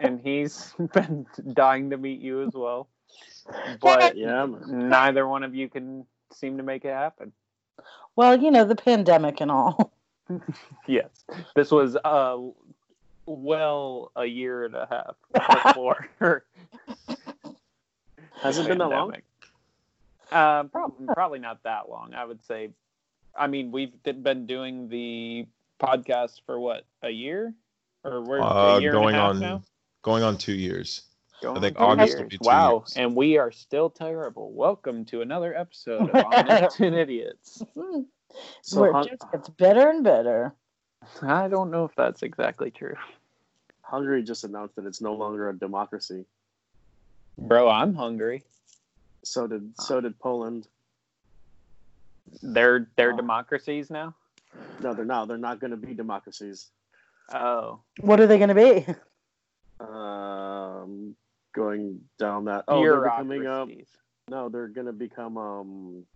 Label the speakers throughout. Speaker 1: and he's been dying to meet you as well. But
Speaker 2: Yeah, man.
Speaker 1: neither one of you can seem to make it happen.
Speaker 3: Well, you know, the pandemic and all.
Speaker 1: Yes, this was uh, well a year and a half before.
Speaker 2: has it been that long? Hmm.
Speaker 1: pandemic. Uh, probably, probably not that long. I would say. I mean, we've d- been doing the podcast for what a year, or we're
Speaker 4: Uh,
Speaker 1: a year and
Speaker 4: going
Speaker 1: a half
Speaker 4: on
Speaker 1: now.
Speaker 4: going on two years.
Speaker 1: Going
Speaker 4: I think
Speaker 1: on two
Speaker 4: August will
Speaker 1: years.
Speaker 4: be two
Speaker 1: wow,
Speaker 4: years.
Speaker 1: and we are still terrible. Welcome to another episode of Omnipotent Idiots.
Speaker 3: Hmm.
Speaker 2: So
Speaker 3: Where
Speaker 2: how,
Speaker 3: it just gets better and better.
Speaker 1: I don't know if that's exactly true,
Speaker 2: Hungary just announced that it's no longer a democracy.
Speaker 1: bro. I'm hungry.
Speaker 2: So did so did Poland.
Speaker 1: They're they're
Speaker 2: Oh.
Speaker 1: democracies now.
Speaker 2: No, they're not. They're not going to be democracies.
Speaker 1: Oh,
Speaker 3: What are they going to be?
Speaker 2: Um, going down that. Oh, they're becoming up.
Speaker 1: bureaucracies.
Speaker 2: No, they're going to become um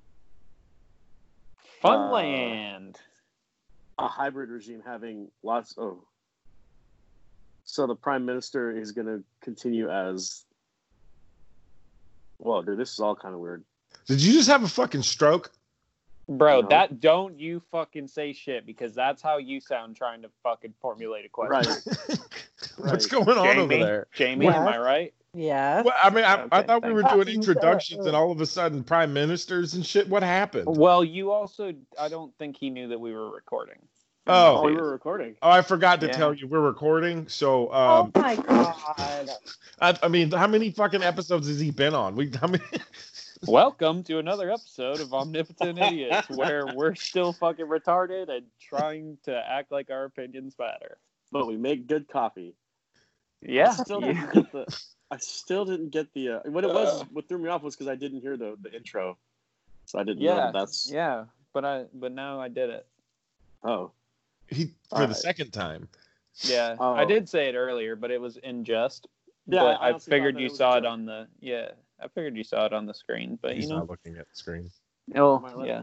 Speaker 1: Uh, Funland.
Speaker 2: a hybrid regime having lots of so the prime minister is going to continue as well dude this is all kind of weird
Speaker 4: Did you just have a fucking stroke?
Speaker 1: Bro,
Speaker 2: No.
Speaker 1: that don't you fucking say shit because that's how you sound trying to fucking formulate a question.
Speaker 2: right
Speaker 4: What's
Speaker 2: Right.
Speaker 4: going on
Speaker 1: Jamie,
Speaker 4: over there?
Speaker 1: Jamie,
Speaker 3: Yes.
Speaker 1: am I right?
Speaker 3: Yes.
Speaker 4: Well, I mean, I, I
Speaker 1: Okay,
Speaker 4: thought we were
Speaker 3: thanks.
Speaker 4: doing introductions and all of a sudden prime ministers and shit. What happened?
Speaker 1: Well, you also, I don't think he knew that we were recording.
Speaker 4: Oh.
Speaker 2: oh we were recording
Speaker 4: Oh, I forgot to
Speaker 1: Yeah.
Speaker 4: tell you we're recording. So, um,
Speaker 3: oh my God.
Speaker 4: I, I mean, how many fucking episodes has he been on? We, how many?
Speaker 1: Welcome to another episode of Omnipotent Idiots, where we're still fucking retarded and trying to act like our opinions matter.
Speaker 2: but we make good coffee
Speaker 1: Yeah.
Speaker 2: i still didn't get the i still didn't get the uh, what it was what threw me off was because i didn't hear the, the intro so i didn't know
Speaker 1: yeah.
Speaker 2: that that's
Speaker 1: Yeah. But I, but now I did it.
Speaker 2: oh
Speaker 4: He for the
Speaker 2: Alright.
Speaker 4: second time.
Speaker 1: Yeah.
Speaker 2: Oh.
Speaker 1: I did say it earlier, but it was in jest.
Speaker 2: Yeah,
Speaker 1: But
Speaker 2: I
Speaker 1: I,
Speaker 2: honestly thought
Speaker 1: figured
Speaker 2: that
Speaker 1: you
Speaker 2: it was
Speaker 1: saw
Speaker 2: a
Speaker 1: it
Speaker 2: joke.
Speaker 1: on the, yeah. I figured you saw it on the screen, but
Speaker 4: He's
Speaker 1: you know.
Speaker 4: not looking at the screen.
Speaker 2: am I
Speaker 1: Oh,
Speaker 2: allowed-
Speaker 1: yeah.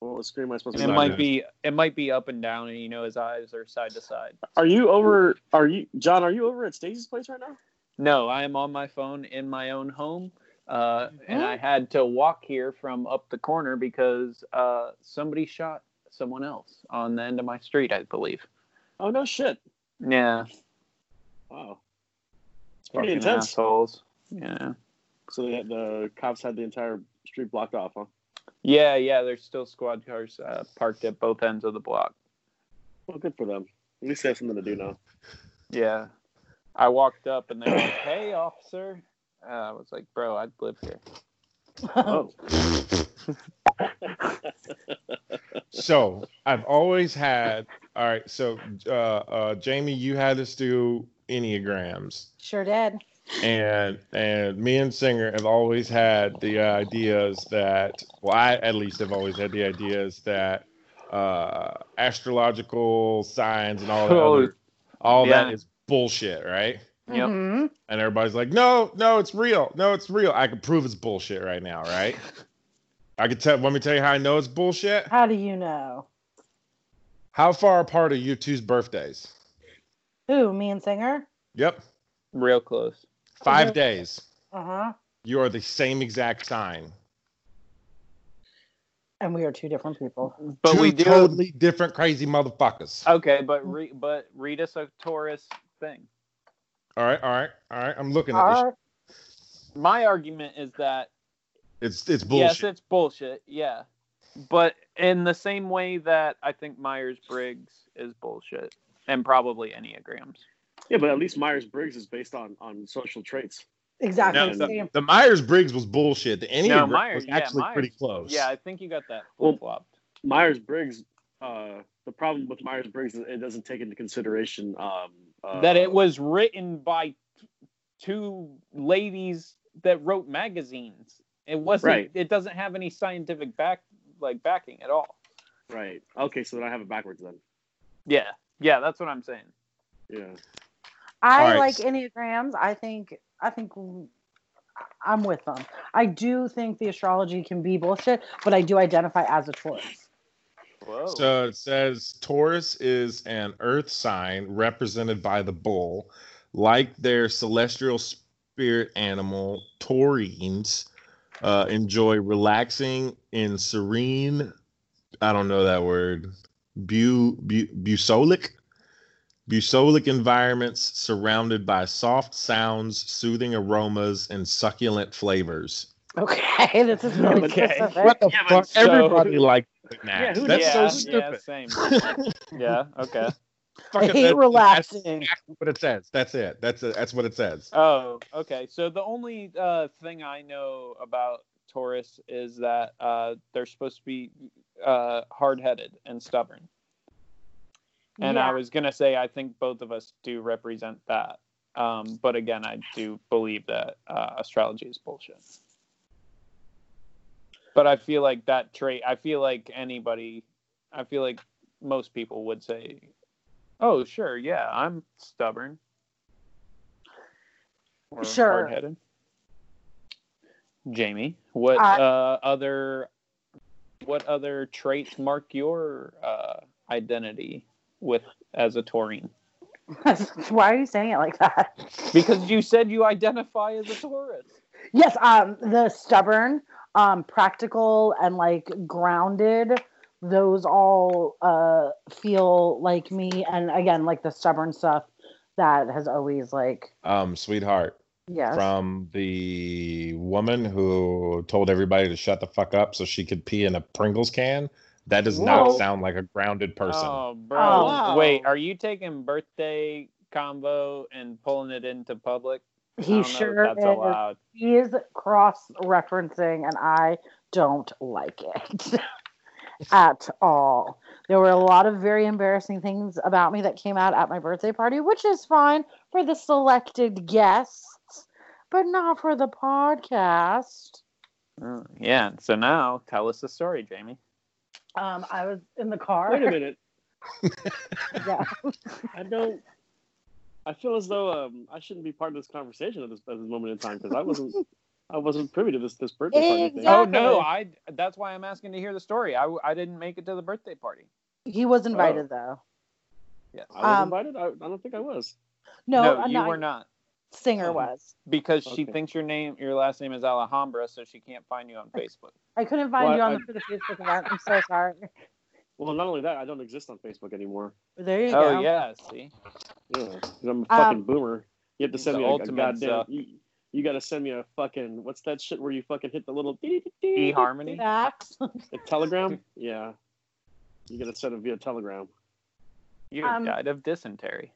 Speaker 2: what screen am i supposed
Speaker 1: And it
Speaker 2: to
Speaker 4: He's
Speaker 2: be
Speaker 4: not
Speaker 1: might
Speaker 4: good.
Speaker 1: be it might be up and down, and you know his eyes are side to side.
Speaker 2: are you over are you john are you over at stacy's place right now
Speaker 1: No, I am on my phone in my own home, uh, and I had to walk here from up the corner because uh, somebody shot someone else on the end of my street, I believe.
Speaker 2: oh no shit
Speaker 1: Yeah,
Speaker 2: wow it's pretty
Speaker 1: fucking
Speaker 2: intense
Speaker 1: assholes. Yeah,
Speaker 2: So they had, the cops had the entire street blocked off, huh?
Speaker 1: yeah, yeah. There's still squad cars uh, parked at both ends of the block.
Speaker 2: Well, good for them. At least they have something to do now.
Speaker 1: Yeah, I walked up and they were like, "Hey, officer." Uh, I was like, "Bro, I live here."
Speaker 2: Oh,
Speaker 4: so I've always had. All right, so uh, uh, Jamie, you had us do enneagrams,
Speaker 3: Sure did.
Speaker 4: and and me and Singer have always had the ideas that well, I at least have always had the ideas that uh, astrological signs and all that
Speaker 1: Oh,
Speaker 4: other, all
Speaker 1: yeah.
Speaker 4: that is bullshit, right?
Speaker 1: Yep.
Speaker 3: Mhm.
Speaker 4: And everybody's like, no, no, it's real. No, it's real. I can prove it's bullshit right now, right? I can tell. Let me tell you how I know it's bullshit.
Speaker 3: How do you know?
Speaker 4: How far apart are you two's birthdays?
Speaker 3: Who? Me and Singer?
Speaker 4: Yep.
Speaker 1: Real close.
Speaker 4: Five
Speaker 1: Mm-hmm.
Speaker 3: Okay.
Speaker 4: days.
Speaker 3: Uh huh.
Speaker 4: You are the same exact sign.
Speaker 3: And we are two different people.
Speaker 1: But
Speaker 4: Two
Speaker 1: we do.
Speaker 4: totally different crazy motherfuckers.
Speaker 1: Okay, but re, but read us a Taurus thing.
Speaker 4: all right, all right, all right. I'm looking at this.
Speaker 3: Our,
Speaker 1: My argument is that
Speaker 4: It's
Speaker 1: yes,
Speaker 4: it's bullshit.
Speaker 1: it's bullshit. Yeah, but in the same way that I think Myers Briggs is bullshit, and probably enneagrams.
Speaker 2: yeah, but at least Myers Briggs is based on on social traits.
Speaker 3: exactly.
Speaker 4: No,
Speaker 3: Same.
Speaker 4: the Myers Briggs was bullshit. The Enneagram
Speaker 1: No, Myers-
Speaker 4: was
Speaker 1: yeah,
Speaker 4: actually
Speaker 1: Myers-
Speaker 4: pretty close.
Speaker 1: Yeah, I think you got that
Speaker 2: Well-
Speaker 1: flip flopped.
Speaker 2: Myers Briggs. Uh, the problem with Myers Briggs is it doesn't take into consideration um, uh,
Speaker 1: that it was written by t- two ladies that wrote magazines. It wasn't.
Speaker 2: Right.
Speaker 1: It doesn't have any scientific back like backing at all.
Speaker 2: right. Okay, so then I have it backwards then.
Speaker 1: Yeah, yeah, that's what I'm saying.
Speaker 2: Yeah.
Speaker 3: I
Speaker 4: All right.
Speaker 3: like enneagrams. I think I think I'm with them. I do think the astrology can be bullshit, but I do identify as a Taurus.
Speaker 1: Whoa.
Speaker 4: So it says Taurus is an earth sign represented by the bull. like their celestial spirit animal, taurines, uh, enjoy relaxing in serene, I don't know that word, bu, bu, busolic, busolic environments surrounded by soft sounds, soothing aromas, and succulent flavors.
Speaker 3: Okay, this is really
Speaker 1: Okay.
Speaker 3: specific.
Speaker 4: What the
Speaker 2: Yeah, but
Speaker 4: fuck?
Speaker 2: so-
Speaker 4: Everybody likes Max.
Speaker 1: who-
Speaker 4: That's
Speaker 1: yeah,
Speaker 4: so stupid.
Speaker 1: Yeah, same. yeah, okay.
Speaker 3: I
Speaker 4: Fucking-
Speaker 3: hate
Speaker 4: that's-
Speaker 3: relaxing.
Speaker 4: That's what it says. That's it. That's it. That's what it says.
Speaker 1: Oh, okay. So the only uh, thing I know about Taurus is that uh, they're supposed to be uh, hard-headed and stubborn. And I
Speaker 3: Yeah.
Speaker 1: was gonna say I think both of us do represent that. Um, but again, I do believe that uh, astrology is bullshit. But I feel like that trait. I feel like anybody. I feel like most people would say, "Oh, sure, yeah, I'm stubborn." Or
Speaker 3: Sure.
Speaker 1: Hard-headed. Jamie, what
Speaker 3: I-
Speaker 1: uh, other what other traits mark your uh, identity with as a taurine uh,
Speaker 3: Why are you saying it like that?
Speaker 1: because you said you identify as a taurus
Speaker 3: Yes, um, the stubborn, um, practical, and like grounded. Those all uh, feel like me, and again, like the stubborn stuff that has always like
Speaker 4: Um, sweetheart,
Speaker 3: yes.
Speaker 4: from the woman who told everybody to shut the fuck up so she could pee in a Pringles can. That does
Speaker 2: Whoa.
Speaker 4: not sound like a grounded person.
Speaker 1: oh bro
Speaker 3: Oh,
Speaker 2: wow.
Speaker 1: wait are you taking birthday combo and pulling it into public I
Speaker 3: he
Speaker 1: don't know if
Speaker 3: sure
Speaker 1: that's
Speaker 3: is.
Speaker 1: allowed
Speaker 3: He is cross referencing, and I don't like it at all. There were a lot of very embarrassing things about me that came out at my birthday party, which is fine for the selected guests, but not for the podcast.
Speaker 1: Mm, yeah so now tell us the story jamie
Speaker 3: Um, I was in the car.
Speaker 2: Wait a minute.
Speaker 3: yeah.
Speaker 2: I don't. I feel as though um, I shouldn't be part of this conversation at this, at this moment in time because I wasn't. I wasn't privy to this this birthday party thing.
Speaker 3: Exactly.
Speaker 1: oh no i that's why i'm asking to hear the story i, I didn't make it to the birthday party
Speaker 3: He was invited though.
Speaker 1: yes
Speaker 2: I was
Speaker 3: Um,
Speaker 2: invited. I, I don't think I was.
Speaker 3: No,
Speaker 1: no
Speaker 3: I'm
Speaker 1: you were not
Speaker 3: Singer
Speaker 2: Oh.
Speaker 3: was.
Speaker 1: because she
Speaker 2: Okay.
Speaker 1: thinks your name your last name is alhambra so she can't find you on facebook
Speaker 3: I couldn't find
Speaker 2: Well,
Speaker 3: you on
Speaker 2: I-
Speaker 3: the, for the Facebook event. I'm so sorry.
Speaker 2: Well, not only that, I don't exist on Facebook anymore.
Speaker 3: There you
Speaker 1: oh
Speaker 3: go.
Speaker 1: yeah see
Speaker 2: Yeah, 'cause I'm a fucking boomer. You have to
Speaker 1: He's
Speaker 2: send
Speaker 1: the
Speaker 2: me a, a
Speaker 1: ultimate
Speaker 2: goddamn.
Speaker 1: suck.
Speaker 2: You, you got to send me a fucking. What's that shit where you fucking hit the little
Speaker 1: eharmony
Speaker 3: Um, Facts.
Speaker 2: The telegram? Yeah. You got to send it via telegram.
Speaker 1: You
Speaker 3: Um,
Speaker 1: died of dysentery.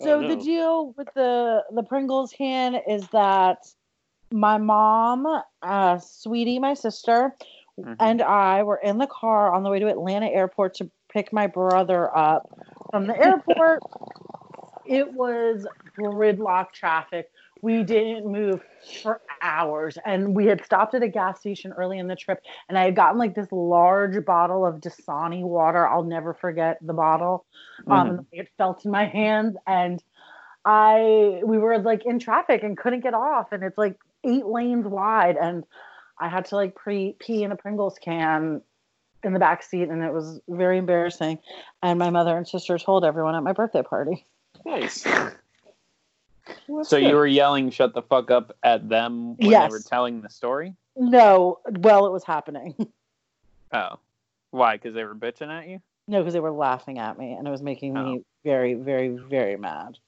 Speaker 3: So
Speaker 2: Oh, no.
Speaker 3: the deal with the the Pringles can is that my mom, uh, sweetie, my sister,
Speaker 1: Mhm.
Speaker 3: and I were in the car on the way to Atlanta Airport to pick my brother up from the airport. it was gridlock traffic. We didn't move for hours, and we had stopped at a gas station early in the trip, and I had gotten like this large bottle of Dasani water. I'll never forget the bottle
Speaker 1: Mm-hmm.
Speaker 3: um, and it felt in my hands and i we were like in traffic and couldn't get off and it's like eight lanes wide and i had to like pre pee in a pringles can in the back seat and it was very embarrassing and my mother and sister told everyone at my birthday party
Speaker 2: Nice.
Speaker 3: Well, that's
Speaker 1: so
Speaker 3: good.
Speaker 1: you were yelling "shut the fuck up" at them when
Speaker 3: Yes.
Speaker 1: they were telling the story.
Speaker 3: no well it was happening
Speaker 1: Oh, why? Because they were bitching at you.
Speaker 3: no because they were laughing at me and it was making
Speaker 1: Oh.
Speaker 3: me very very very mad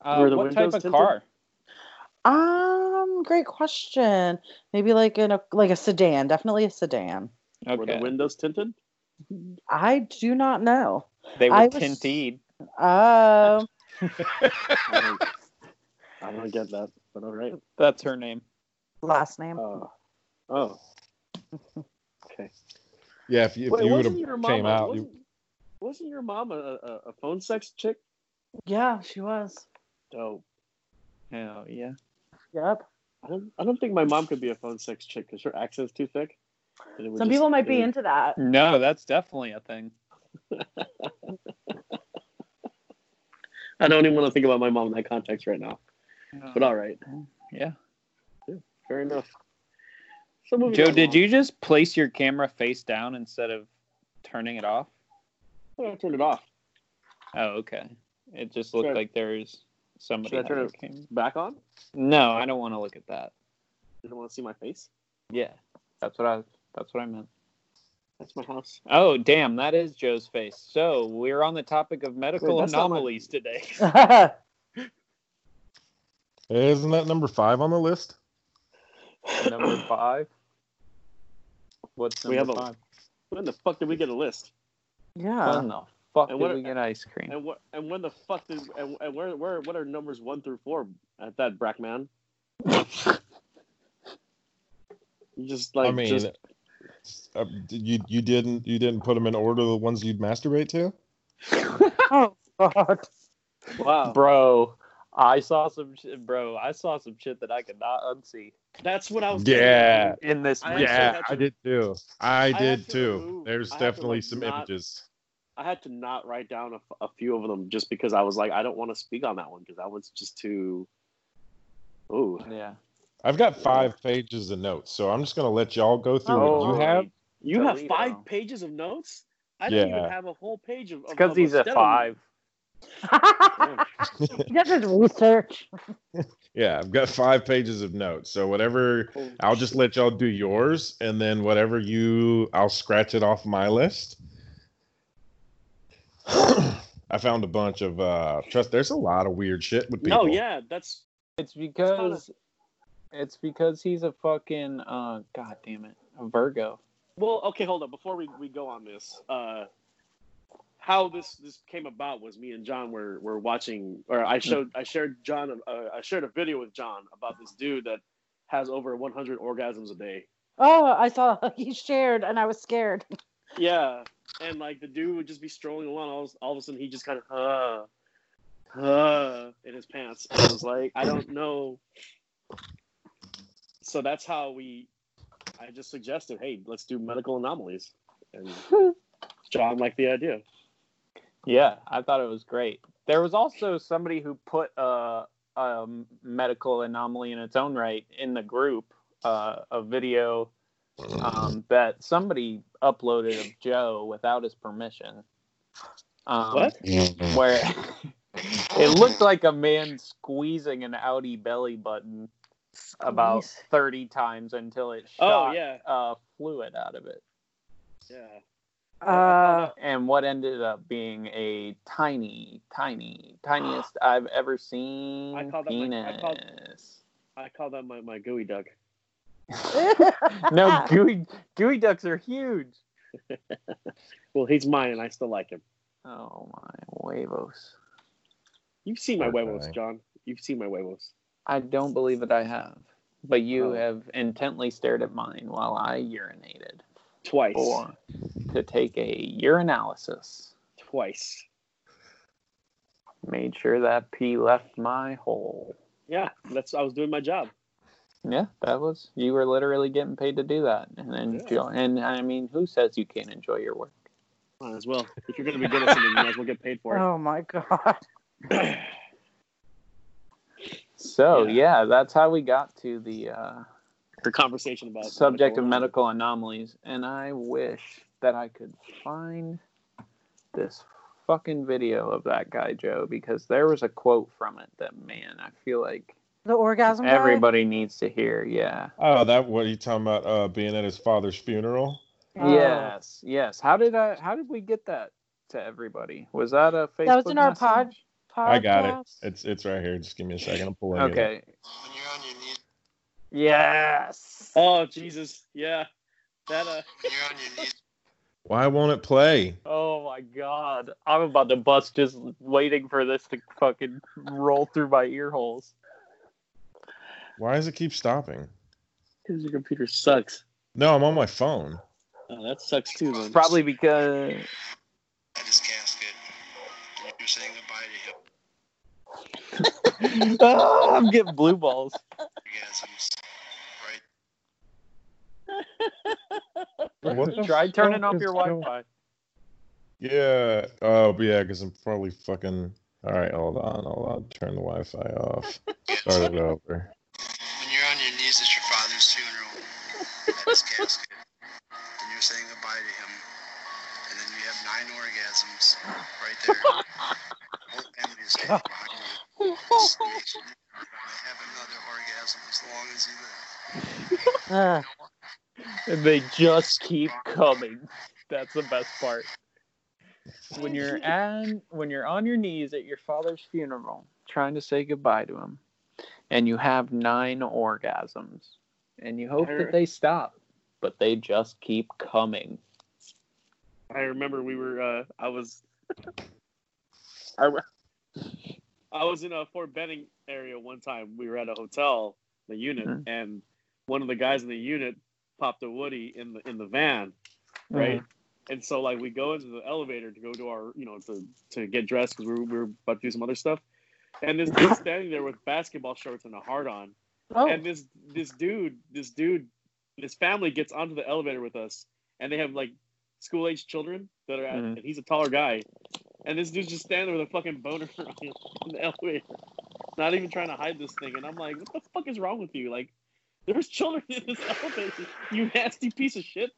Speaker 1: Uh,
Speaker 2: Were the
Speaker 1: what type of
Speaker 2: windows tinted?
Speaker 1: car?
Speaker 3: um great question maybe like in a like a sedan definitely a sedan
Speaker 2: Were the
Speaker 1: Okay,
Speaker 2: windows tinted?
Speaker 3: i do not know
Speaker 1: they were
Speaker 3: I was-
Speaker 1: tinted.
Speaker 3: Oh,
Speaker 2: I don't, I don't get that, but all right.
Speaker 1: That's her name.
Speaker 3: last name.
Speaker 2: Uh, oh. Okay.
Speaker 4: Yeah, if you, if
Speaker 2: Wait,
Speaker 4: you would
Speaker 2: wasn't your
Speaker 4: have
Speaker 2: mom?
Speaker 4: came
Speaker 2: a-
Speaker 4: out,
Speaker 2: wasn't,
Speaker 4: you,
Speaker 2: wasn't your mom a, a, a phone sex chick?
Speaker 3: Yeah, she was.
Speaker 2: Oh,
Speaker 1: Hell yeah.
Speaker 3: Yep.
Speaker 2: I don't. I don't think my mom could be a phone sex chick because her accent's too thick. and it would
Speaker 3: Some
Speaker 2: just-
Speaker 3: people might
Speaker 2: it
Speaker 3: be
Speaker 2: would-
Speaker 3: into that.
Speaker 1: No, that's definitely a thing.
Speaker 2: I don't even want to think about my mom in that context right now. But all right,
Speaker 1: Uh, yeah.
Speaker 2: fair enough. So
Speaker 3: Oh,
Speaker 2: moving
Speaker 1: Joe,
Speaker 2: along.
Speaker 1: did you just place your camera face down instead of turning it off?
Speaker 2: Oh, I turned it off.
Speaker 1: Oh, okay. It just looked
Speaker 2: Sure.
Speaker 1: like there's Somebody
Speaker 2: Should I turn
Speaker 1: has
Speaker 2: it-
Speaker 1: came-
Speaker 2: Back on?
Speaker 1: No, I don't want to look at that.
Speaker 2: You don't want to see my face?
Speaker 1: Yeah, that's what I. That's what I meant.
Speaker 2: That's my house.
Speaker 1: Oh, damn, that is Joe's face. So we're on the topic of medical
Speaker 2: Wait, that's not my-
Speaker 1: anomalies today.
Speaker 4: Isn't that number five on the list?
Speaker 1: number five. What's
Speaker 2: We
Speaker 1: number
Speaker 2: have a-
Speaker 1: five?
Speaker 2: When the fuck did we get a list?
Speaker 3: yeah.
Speaker 1: when the fuck
Speaker 2: And
Speaker 1: did
Speaker 2: what are-
Speaker 1: we get ice cream?
Speaker 2: And what? And when the fuck did? And, and where? Where? What are numbers one through four at that Brackman? You just like
Speaker 4: I mean,
Speaker 2: just
Speaker 4: uh, you you didn't you didn't put them in order of the ones you'd masturbate to.
Speaker 3: Oh God.
Speaker 2: wow.
Speaker 1: Bro, I saw some. Sh- bro, I saw some shit that I could not unsee
Speaker 2: That's what I was.
Speaker 4: Yeah.
Speaker 1: in this.
Speaker 2: I
Speaker 1: research.
Speaker 2: actually had to-
Speaker 4: did too. I,
Speaker 2: had
Speaker 4: did
Speaker 2: to
Speaker 4: too.
Speaker 2: remove-
Speaker 4: There's
Speaker 2: I had to,
Speaker 4: definitely
Speaker 2: like,
Speaker 4: some
Speaker 2: not-
Speaker 4: images.
Speaker 2: I had to not write down a, f- a few of them just because I was like, I don't want to speak on that one because that one's just too. Oh,
Speaker 1: Yeah.
Speaker 4: I've got five pages of notes, so I'm just gonna let y'all go through
Speaker 1: Oh.
Speaker 4: what you have.
Speaker 2: you have
Speaker 1: Toledo.
Speaker 2: five pages of notes. I didn't
Speaker 4: Yeah.
Speaker 2: even have a whole page of.
Speaker 1: It's because he's a five.
Speaker 3: That's his research.
Speaker 4: Yeah, I've got five pages of notes. So whatever, I'll just let y'all do yours, and then whatever you, I'll scratch it off my list. I found a bunch of uh trust. There's a lot of weird shit with people.
Speaker 2: No, yeah, that's
Speaker 1: It's because. It's because he's a fucking uh god damn it. A Virgo.
Speaker 2: Well, okay, hold on. Before we, we go on this, uh, how this this came about was me and John were were watching, or I showed I shared John uh, I shared a video with John about this dude that has over 100 orgasms a day.
Speaker 3: Oh, I saw he shared, and I was scared.
Speaker 2: Yeah, and like the dude would just be strolling along, all, of- all of a sudden he just kind of uh, uh in his pants. And I was like, I don't know. So that's how we. I just suggested, hey, let's do medical anomalies, and John liked the idea.
Speaker 1: Yeah, I thought it was great. There was also somebody who put a, a medical anomaly in its own right in the group, uh, a video um, that somebody uploaded of Joe without his permission. Um,
Speaker 2: What?
Speaker 1: Where it looked like a man squeezing an Audi belly button about
Speaker 3: Squeeze.
Speaker 1: 30 times until it
Speaker 2: Oh
Speaker 1: shot
Speaker 2: yeah,
Speaker 1: uh, fluid out of it.
Speaker 2: yeah.
Speaker 3: Uh,
Speaker 1: and what ended up being a tiny, tiny, tiniest I've ever seen
Speaker 2: I call that my-
Speaker 1: penis.
Speaker 2: I call- I call that my, my gooey duck.
Speaker 1: no, gooey gooey ducks are huge.
Speaker 2: Well, he's mine, and I still like him.
Speaker 1: Oh my huevos!
Speaker 2: You've seen my
Speaker 4: Okay.
Speaker 2: huevos, John. You've seen my huevos.
Speaker 1: I don't believe that I have, but you
Speaker 2: Oh.
Speaker 1: have intently stared at mine while I urinated
Speaker 2: Twice.
Speaker 1: or to take a urinalysis.
Speaker 2: Twice.
Speaker 1: Made sure that pee left my hole.
Speaker 2: Yeah, that's I was doing my job.
Speaker 1: Yeah, that was you were literally getting paid to do that, and then
Speaker 2: Yeah.
Speaker 1: and I mean, who says you can't enjoy your work?
Speaker 2: Might as well. If you're gonna be good at something, you might as well get paid for it.
Speaker 3: oh my God.
Speaker 1: So yeah,
Speaker 2: Yeah.
Speaker 1: that's how we got to the uh,
Speaker 2: The conversation about
Speaker 1: subject of medical anomalies, and I wish that I could find this fucking video of that guy Joe because there was a quote from it that man, I feel like
Speaker 3: The orgasm. guy?
Speaker 1: everybody needs to hear. Yeah.
Speaker 4: Oh, that what are you talking about? Uh, being at his father's funeral.
Speaker 3: Oh.
Speaker 1: Yes. Yes. How did I? How did we get that to everybody? Was that a Facebook?
Speaker 3: That was in our pod.
Speaker 1: message?
Speaker 4: I got it.
Speaker 3: podcast?
Speaker 4: It's it's right here. Just give me a second. I'm pulling it. up.
Speaker 1: Okay.
Speaker 5: When you're on your knees,
Speaker 1: Yes.
Speaker 2: Oh Jesus, yeah. That uh,
Speaker 5: when you're on your knees,
Speaker 4: Why won't it play?
Speaker 1: Oh my god. I'm about to bust just waiting for this to fucking roll through my ear holes.
Speaker 4: Why does it keep stopping?
Speaker 2: because your computer sucks.
Speaker 4: No, I'm on my phone.
Speaker 2: Oh, that sucks too. Then.
Speaker 1: Probably because
Speaker 5: at his casket, and you're saying goodbye to him.
Speaker 1: Ah, I'm getting blue balls.
Speaker 5: Orgasms, right?
Speaker 4: What the
Speaker 1: Try
Speaker 4: fuck
Speaker 1: turning off
Speaker 4: is
Speaker 1: your
Speaker 4: going-
Speaker 1: Wi Fi.
Speaker 4: Yeah. Oh, but yeah, because I'm probably fucking. All right, hold on, hold on. Turn the Wi-Fi off. Start it over.
Speaker 5: When you're on your knees at your father's funeral, at his casket, and you're saying goodbye to him, and then you have nine orgasms right there. Whole family is standing behind you. snitch. You're gonna have another orgasm as long as you live.
Speaker 3: Ugh.
Speaker 1: And they just keep coming. That's the best part. When you're on when you're on your knees at your father's funeral trying to say goodbye to him and you have nine orgasms and you hope that they stop, but they just keep coming.
Speaker 2: I remember we were. Uh, I was. I, re- I was in a Fort Benning area one time. We were at a hotel, the unit,
Speaker 1: Mhm.
Speaker 2: and one of the guys in the unit popped a Woody in the in the van, right? And so like we go into the elevator to go to our, you know, to to get dressed because we were, we were about to do some other stuff. And this dude's standing there with basketball shorts and a hard on,
Speaker 3: Oh,
Speaker 2: and this this dude this dude this family gets onto the elevator with us and they have like school age children that are at,
Speaker 1: Mhm.
Speaker 2: and he's a taller guy and this dude's just standing there with a fucking boner on him in the elevator not even trying to hide this thing and i'm like what the fuck is wrong with you like there's children in this elevator you nasty piece of shit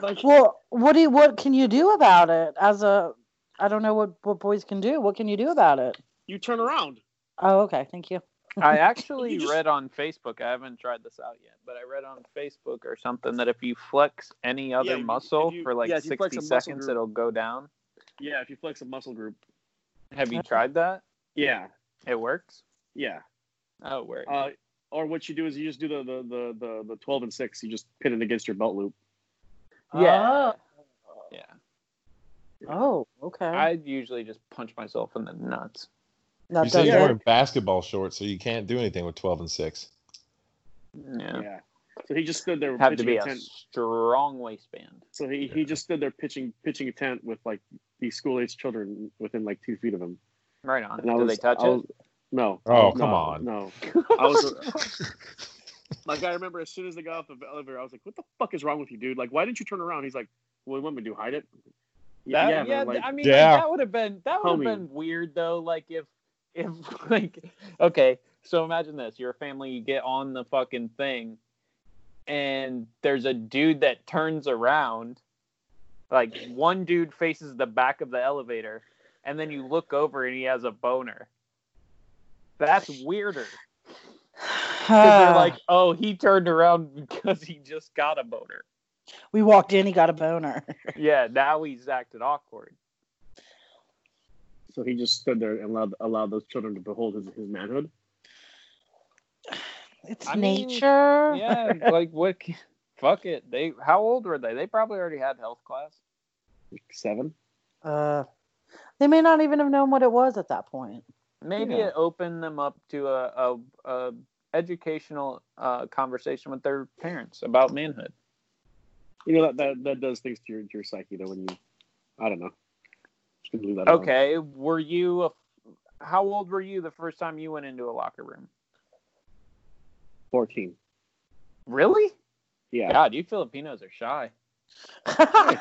Speaker 2: like
Speaker 3: well, what do you, what can you do about it? As a, I don't know what what boys can do. What can you do about it?
Speaker 2: you turn around
Speaker 3: Oh, okay, thank you.
Speaker 1: I actually
Speaker 2: You just-
Speaker 1: read on Facebook, I haven't tried this out yet, but I read on Facebook or something that if you flex any other
Speaker 2: if you-
Speaker 1: muscle
Speaker 2: if you-
Speaker 1: for like
Speaker 2: yeah, if you flex
Speaker 1: 60
Speaker 2: a muscle
Speaker 1: seconds,
Speaker 2: group.
Speaker 1: it'll go down.
Speaker 2: yeah if you flex a muscle group
Speaker 1: Have you
Speaker 3: Okay.
Speaker 1: tried that?
Speaker 2: yeah
Speaker 1: It works?
Speaker 2: yeah
Speaker 1: Oh, it works.
Speaker 2: uh, or what you do is you just do the the, the the the 12 and 6 you just pin it against your belt loop
Speaker 1: Yeah.
Speaker 3: Oh.
Speaker 1: Yeah.
Speaker 3: Oh, okay.
Speaker 1: I'd usually just punch myself in the nuts.
Speaker 3: that
Speaker 4: you
Speaker 3: does
Speaker 4: said
Speaker 3: it.
Speaker 4: you're wearing basketball shorts, so you can't do anything with 12 and 6.
Speaker 1: Yeah.
Speaker 2: Yeah. So he just stood there
Speaker 1: Have to
Speaker 2: pitching
Speaker 1: be
Speaker 2: a
Speaker 1: a
Speaker 2: tent.
Speaker 1: strong waistband.
Speaker 2: So he, he just stood there pitching pitching a tent with like these school age children within like two feet of him.
Speaker 1: Right on.
Speaker 2: I
Speaker 1: Do they touch
Speaker 2: I
Speaker 1: it?
Speaker 2: was- No.
Speaker 4: Oh,
Speaker 2: No,
Speaker 4: come on.
Speaker 2: No. I was like I remember as soon as they got off the elevator, I was like, "What the fuck is wrong with you, dude? Like, why didn't you turn around?" He's like, "Well, what do you want me to do? hide it?"
Speaker 1: That, yeah,
Speaker 2: man, like-
Speaker 1: I mean,
Speaker 4: Yeah.
Speaker 1: that would have been that would
Speaker 2: Homie.
Speaker 1: have been weird though. Like if if like okay, so imagine this: you're a family, you get on the fucking thing, and there's a dude that turns around, like one dude faces the back of the elevator, and then you look over and he has a boner. That's weirder. 'Cause
Speaker 3: Ah.
Speaker 1: they're like, oh, he turned around because he just got a boner.
Speaker 3: we walked in, he got a boner.
Speaker 1: Yeah, now he's acted awkward.
Speaker 2: so he just stood there and allowed allowed those children to behold his, his manhood.
Speaker 3: It's
Speaker 1: I mean,
Speaker 3: nature.
Speaker 1: yeah, like what? ca- Fuck it. They how old were they? They probably already had health class.
Speaker 2: Seven.
Speaker 3: Uh, they may not even have known what it was at that point.
Speaker 1: Maybe
Speaker 2: Yeah.
Speaker 1: it opened them up to a a, a educational uh, conversation with their parents about manhood.
Speaker 2: You know that, that that does things to your, to your psyche though when you, I don't know. Just gonna leave that alone.
Speaker 1: Okay, were you? A, how old were you the first time you went into a locker room?
Speaker 2: Fourteen.
Speaker 1: Really?
Speaker 2: Yeah.
Speaker 1: God, you Filipinos are shy.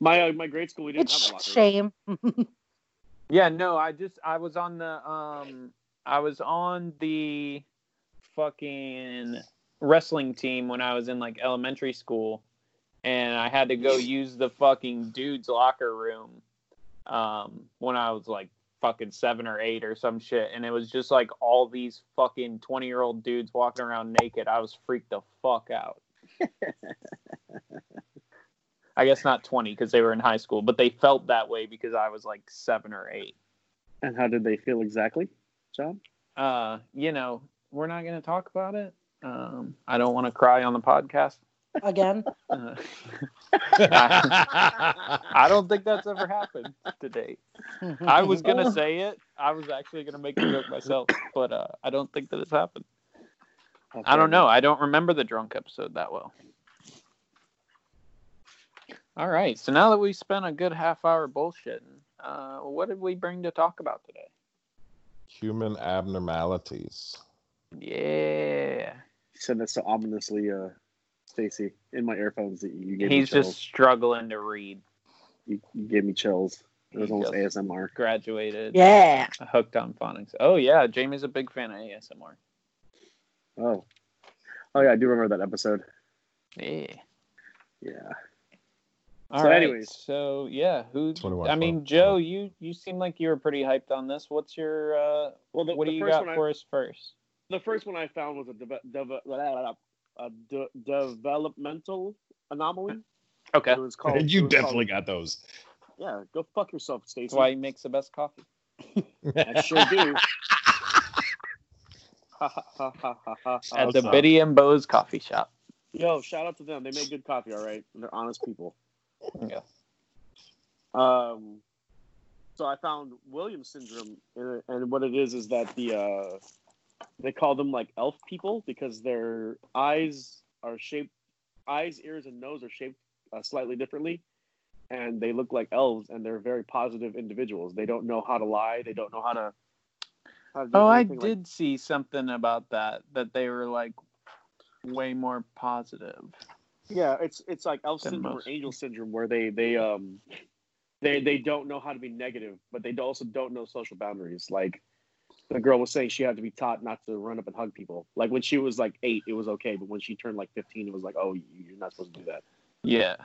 Speaker 2: My uh, my grade school we didn't have a
Speaker 3: it's
Speaker 2: locker room.
Speaker 3: shame.
Speaker 1: Yeah, no, I just I was on the um I was on the fucking wrestling team when I was in like elementary school and I had to go use the fucking dude's locker room um when I was like fucking 7 or 8 or some shit and it was just like all these fucking 20-year-old dudes walking around naked. I was freaked the fuck out. I guess not 20 because they were in high school, but they felt that way because I was like 7 or 8.
Speaker 2: And how did they feel exactly, John?
Speaker 1: uh, you know, we're not going to talk about it. Um, I don't want to cry on the podcast.
Speaker 3: Again,
Speaker 1: Uh, I don't think that's ever happened to date.
Speaker 3: Mm-hmm.
Speaker 1: I was going to say it. I was actually going to make the joke myself, but uh, I don't think that it's happened. I don't know. I don't remember the drunk episode that well. All right. So now that we spent a good half hour bullshitting, uh, what did we bring to talk about today?
Speaker 4: Human abnormalities.
Speaker 1: Yeah.
Speaker 2: You said that so ominously, uh, Stacy, in my earphones that you gave
Speaker 1: He's
Speaker 2: me chills.
Speaker 1: just struggling to read.
Speaker 2: You, you gave me chills. It was
Speaker 1: He
Speaker 2: almost
Speaker 1: just-
Speaker 2: ASMR.
Speaker 1: graduated.
Speaker 3: yeah.
Speaker 1: Hooked on phonics. Oh yeah, Jamie's a big fan of ASMR.
Speaker 2: Oh. Oh yeah, I do remember that episode.
Speaker 1: Yeah.
Speaker 2: Yeah.
Speaker 1: All
Speaker 2: So
Speaker 1: right.
Speaker 2: anyways.
Speaker 1: so yeah, who?
Speaker 4: That's what it was
Speaker 1: I
Speaker 4: for.
Speaker 1: mean, Joe, you you seem like you were pretty hyped on this. What's your uh,
Speaker 2: Well, the,
Speaker 1: what do
Speaker 2: the
Speaker 1: you
Speaker 2: first
Speaker 1: got
Speaker 2: one I,
Speaker 1: for us first?
Speaker 2: the first one I found was a, deve- deve- blah, blah, blah, blah, a de- developmental anomaly.
Speaker 1: Okay,
Speaker 2: It was called. Oh, it
Speaker 4: you
Speaker 2: was called-
Speaker 4: definitely got those.
Speaker 2: yeah, go fuck yourself,
Speaker 1: that's
Speaker 2: Stacey.
Speaker 1: why he makes the best coffee.
Speaker 2: I sure do. Ha, ha, ha, ha, ha, ha, ha.
Speaker 1: At the
Speaker 4: Awesome.
Speaker 1: Biddy and Bo's coffee shop.
Speaker 2: Yo, shout out to them. They make good coffee, all right? They're honest people.
Speaker 1: Yeah.
Speaker 2: Um, so I found Williams syndrome, and, and what it is is that the uh, they call them like elf people because their eyes are shaped, eyes, ears, and nose are shaped uh, slightly differently, and they look like elves, and they're very positive individuals. They don't know how to lie. They don't know how to. How to do
Speaker 1: Oh, I
Speaker 2: anything like-
Speaker 1: did see something about that that they were like way more positive.
Speaker 2: yeah, it's it's like elf
Speaker 1: Than
Speaker 2: syndrome
Speaker 1: most.
Speaker 2: or angel syndrome where they they um they they don't know how to be negative, but they also don't know social boundaries. Like the girl was saying, she had to be taught not to run up and hug people. Like when she was like eight, it was okay, but when she turned like fifteen, it was like, oh, you- you're not supposed to do that.
Speaker 1: Yeah.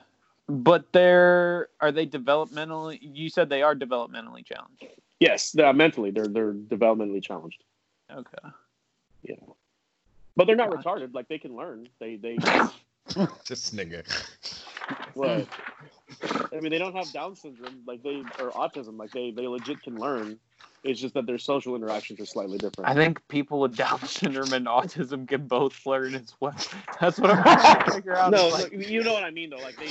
Speaker 1: But they're are they developmentally you said they are developmentally challenged.
Speaker 2: Yes, they're mentally they're they're developmentally challenged,
Speaker 1: Okay.
Speaker 2: but they're not
Speaker 1: Gotcha.
Speaker 2: retarded. Like they can learn. They they
Speaker 4: This nigga.
Speaker 2: well, I mean they don't have Down syndrome. Like they or autism. Like they they legit can learn. It's just that their social interactions are slightly different.
Speaker 1: I think people with Down syndrome and autism can both learn as well. That's what I'm trying to figure out.
Speaker 2: no,
Speaker 1: It's like,
Speaker 2: no, you know what I mean though. Like they,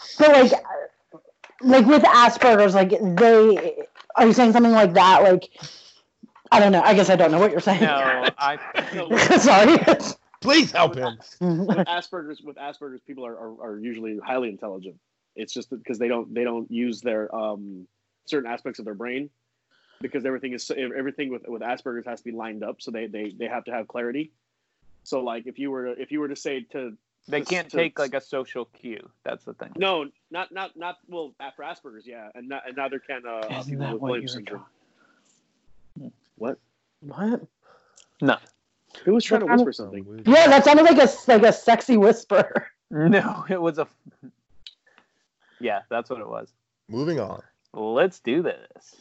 Speaker 3: So like, uh, like with Asperger's, like they are you saying something like that? Like, I don't know. I guess I don't know what you're saying.
Speaker 1: no, I
Speaker 3: Sorry.
Speaker 4: Please help him.
Speaker 2: with Asperger's with Asperger's people are, are, are usually highly intelligent. It's just because they don't they don't use their um, certain aspects of their brain because everything is everything with with Asperger's has to be lined up, so they they, they have to have clarity. So like if you were to, if you were to say to
Speaker 1: they can't take like a social cue. That's the thing.
Speaker 2: no not not not well for Asperger's yeah and, not, and neither can uh, people with Williams syndrome. What?
Speaker 1: What? No.
Speaker 2: Who was trying to
Speaker 3: What kind of-
Speaker 2: whisper something?
Speaker 3: Yeah, that sounded like a like a sexy whisper.
Speaker 1: No, it was a Yeah, that's what it was.
Speaker 4: Moving on.
Speaker 1: Let's do this.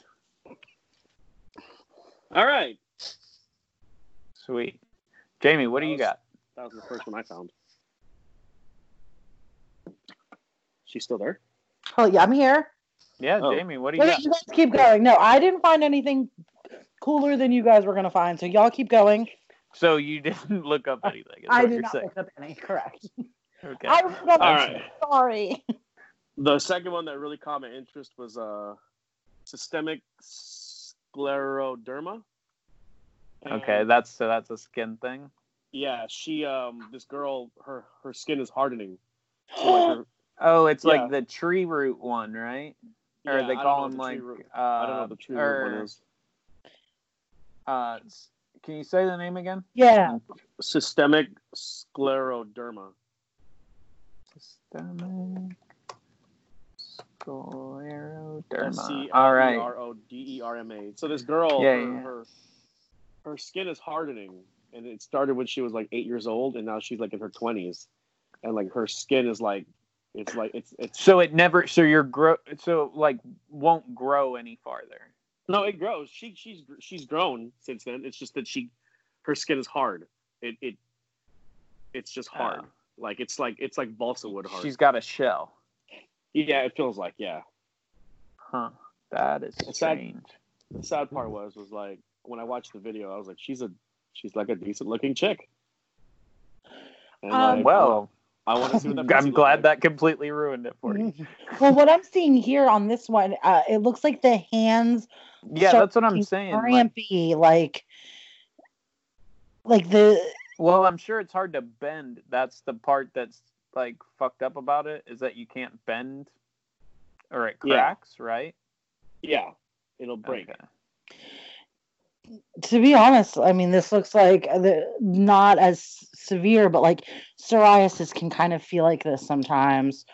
Speaker 2: All right,
Speaker 1: Sweet. Jamie, what do you got?
Speaker 2: that was the first one I found. She's still there.
Speaker 3: Oh yeah, I'm here.
Speaker 1: Yeah,
Speaker 2: Oh.
Speaker 1: Jamie, what do you
Speaker 3: Wait,
Speaker 1: got?
Speaker 3: you guys keep going. No, I didn't find anything cooler than you guys were gonna find. So y'all keep going.
Speaker 1: So you didn't look up anything. is
Speaker 3: I
Speaker 1: what
Speaker 3: did
Speaker 1: you're
Speaker 3: not
Speaker 1: saying.
Speaker 3: look up any. Correct.
Speaker 1: Okay.
Speaker 3: I looked up.
Speaker 2: All right.
Speaker 3: Sorry.
Speaker 2: The second one that really caught my interest was uh, systemic scleroderma. And,
Speaker 1: Okay, that's so that's a skin thing.
Speaker 2: yeah, she um, this girl, her her skin is hardening. So, like, her-
Speaker 1: Oh, it's
Speaker 2: Yeah.
Speaker 1: like the tree root one, right? or
Speaker 2: yeah, I
Speaker 1: they
Speaker 2: don't
Speaker 1: call
Speaker 2: know
Speaker 1: them
Speaker 2: what the
Speaker 1: like
Speaker 2: tree root-
Speaker 1: uh,
Speaker 2: I don't know what the true
Speaker 1: or,
Speaker 2: one is.
Speaker 1: Uh, s- can you say the name again?
Speaker 3: Yeah.
Speaker 2: Systemic scleroderma.
Speaker 1: Systemic
Speaker 2: E
Speaker 1: scleroderma. All right.
Speaker 2: S-C-L-E-R-O-D-E-R-M-A. So this girl,
Speaker 1: Yeah,
Speaker 2: her,
Speaker 1: yeah.
Speaker 2: her her skin is hardening, and it started when she was like eight years old, and now she's like in her twenties, and like her skin is like, it's like it's it's
Speaker 1: So it never. So your grow. So like won't grow any farther.
Speaker 2: No, it grows. She she's she's grown since then. It's just that she her skin is hard. It it it's just hard.
Speaker 1: Oh.
Speaker 2: Like it's like it's like balsa wood hard.
Speaker 1: She's got a shell.
Speaker 2: yeah, it feels like yeah.
Speaker 1: Huh. That is
Speaker 2: It's that-
Speaker 1: strange.
Speaker 2: The sad part was was like when I watched the video, I was like, she's a she's like a decent looking chick. And,
Speaker 3: Um,
Speaker 2: like,
Speaker 1: Well,
Speaker 2: I want to see what that.
Speaker 1: I'm glad that completely ruined it for you.
Speaker 3: Well, what I'm seeing here on this one, uh, it looks like the hands
Speaker 1: Yeah,
Speaker 3: So
Speaker 1: that's what I'm
Speaker 3: he's
Speaker 1: saying. like-
Speaker 3: crampy, like, like, the
Speaker 1: well, I'm sure it's hard to bend. That's the part that's like fucked up about it is that you can't bend or it
Speaker 2: Yeah.
Speaker 1: cracks, right?
Speaker 2: Yeah, it'll break.
Speaker 1: Okay.
Speaker 3: to be honest, I mean, this looks like the, not as severe, but like psoriasis can kind of feel like this sometimes,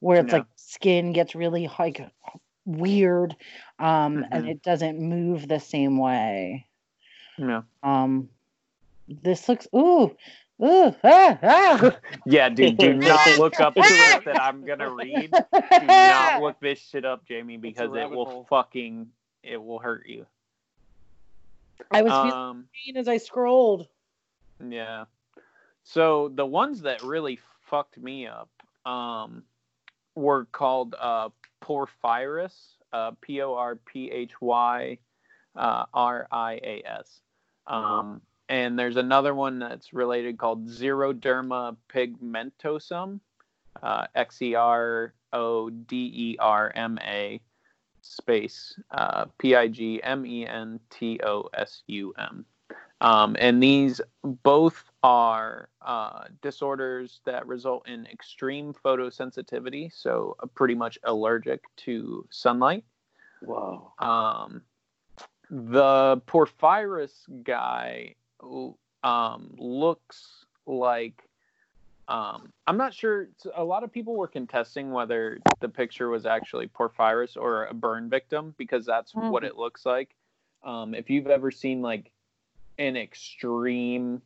Speaker 3: where it's
Speaker 1: Yeah.
Speaker 3: like skin gets really like weird, um, and
Speaker 1: Mhm.
Speaker 3: it doesn't move the same way.
Speaker 1: Yeah.
Speaker 3: Um, this looks ooh, Ooh, ah, ah.
Speaker 1: Yeah, dude, do not look up shit that I'm gonna read. Do
Speaker 3: ah.
Speaker 1: not look this shit up, Jamie, because it
Speaker 2: rabbit
Speaker 1: will
Speaker 2: hole.
Speaker 1: fucking it will hurt you.
Speaker 3: I was feeling
Speaker 1: Um,
Speaker 3: pain as I scrolled.
Speaker 1: yeah. So the ones that really fucked me up um, were called uh, Porphyrus, uh, P O R P H Y uh, R I A S. Um, and there's another one that's related called Xeroderma pigmentosum, uh, X E R O D E R M A space uh, P I G M E N T O S U M. Um, and these both are uh, disorders that result in extreme photosensitivity, so uh, pretty much allergic to sunlight.
Speaker 2: Wow.
Speaker 1: Um, the Porphyrus guy um, looks like um, I'm not sure. A lot of people were contesting whether the picture was actually Porphyrus or a burn victim because that's
Speaker 3: Mhm.
Speaker 1: what it looks like. Um, if you've ever seen like an extreme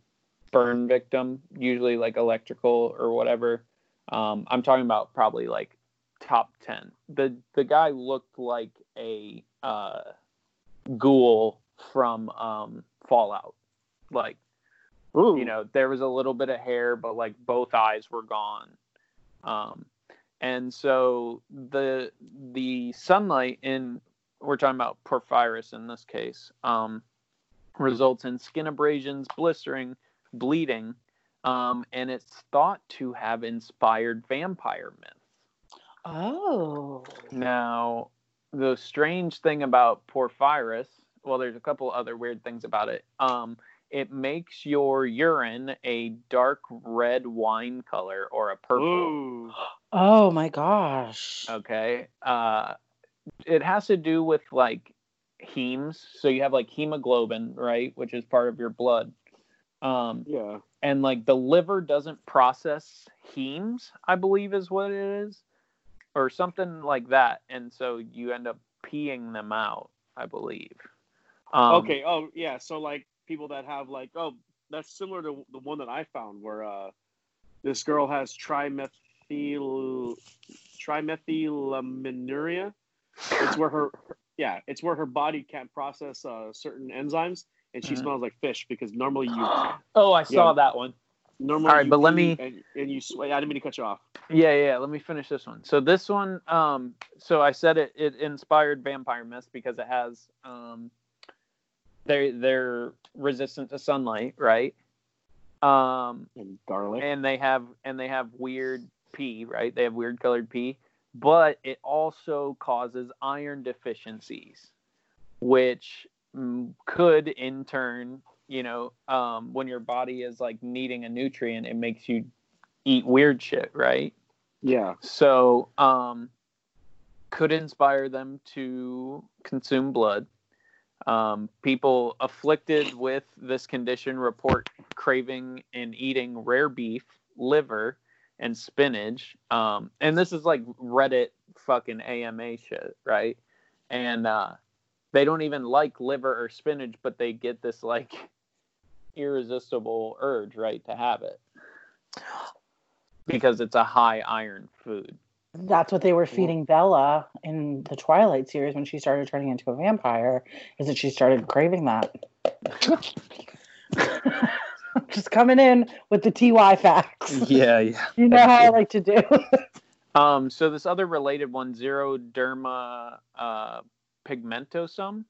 Speaker 1: burn victim, usually like electrical or whatever, um, I'm talking about probably like top 10 the the guy looked like a uh ghoul from um fallout like
Speaker 2: Ooh.
Speaker 1: you know there was a little bit of hair but like both eyes were gone um and so the the sunlight in we're talking about porphyrus in this case um results in skin abrasions blistering bleeding um and it's thought to have inspired vampire myths
Speaker 3: Oh.
Speaker 1: now, the strange thing about Porphyrus, well, there's a couple other weird things about it. Um, it makes your urine a dark red wine color or a purple.
Speaker 2: Ooh.
Speaker 3: Oh my gosh.
Speaker 1: Okay. Uh, it has to do with like hemes. So you have like hemoglobin, right, which is part of your blood. Um,
Speaker 2: Yeah.
Speaker 1: and like the liver doesn't process hemes, I believe is what it is, or something like that, and so you end up peeing them out, I believe. Um,
Speaker 2: okay. Oh yeah. So like people that have like oh that's similar to the one that I found where uh this girl has trimethyl trimethylaminoria. It's where her yeah it's where her body can't process uh, certain enzymes and she
Speaker 1: Mhm.
Speaker 2: smells like fish because normally you
Speaker 1: Oh, I saw
Speaker 2: Yeah.
Speaker 1: that one.
Speaker 2: normally
Speaker 1: All right,
Speaker 2: you
Speaker 1: but let
Speaker 2: pee
Speaker 1: me-
Speaker 2: and, and you sweat. I didn't mean to cut you off.
Speaker 1: Yeah, yeah. yeah, Let me finish this one. So this one, um, so I said it, it inspired vampire myths because it has, um, they they're resistant to sunlight, right? Um,
Speaker 2: And garlic.
Speaker 1: and they have and they have weird pee, right? They have weird colored pee, but it also causes iron deficiencies, which mm, could in turn, you know, um, when your body is like needing a nutrient, it makes you eat weird shit, right?
Speaker 2: yeah.
Speaker 1: So, um, could inspire them to consume blood. Um, people afflicted with this condition report craving and eating rare beef, liver, and spinach. Um, and this is like Reddit fucking AMA shit, right? And uh, they don't even like liver or spinach, but they get this like irresistible urge, right, to have it because it's a high iron food.
Speaker 3: That's what they were feeding Bella in the Twilight series when she started turning into a vampire, is that she started craving that. Just coming in with the TY facts.
Speaker 1: yeah, yeah.
Speaker 3: You know how I like to do.
Speaker 1: Um, so this other related one, xeroderma uh, pigmentosum,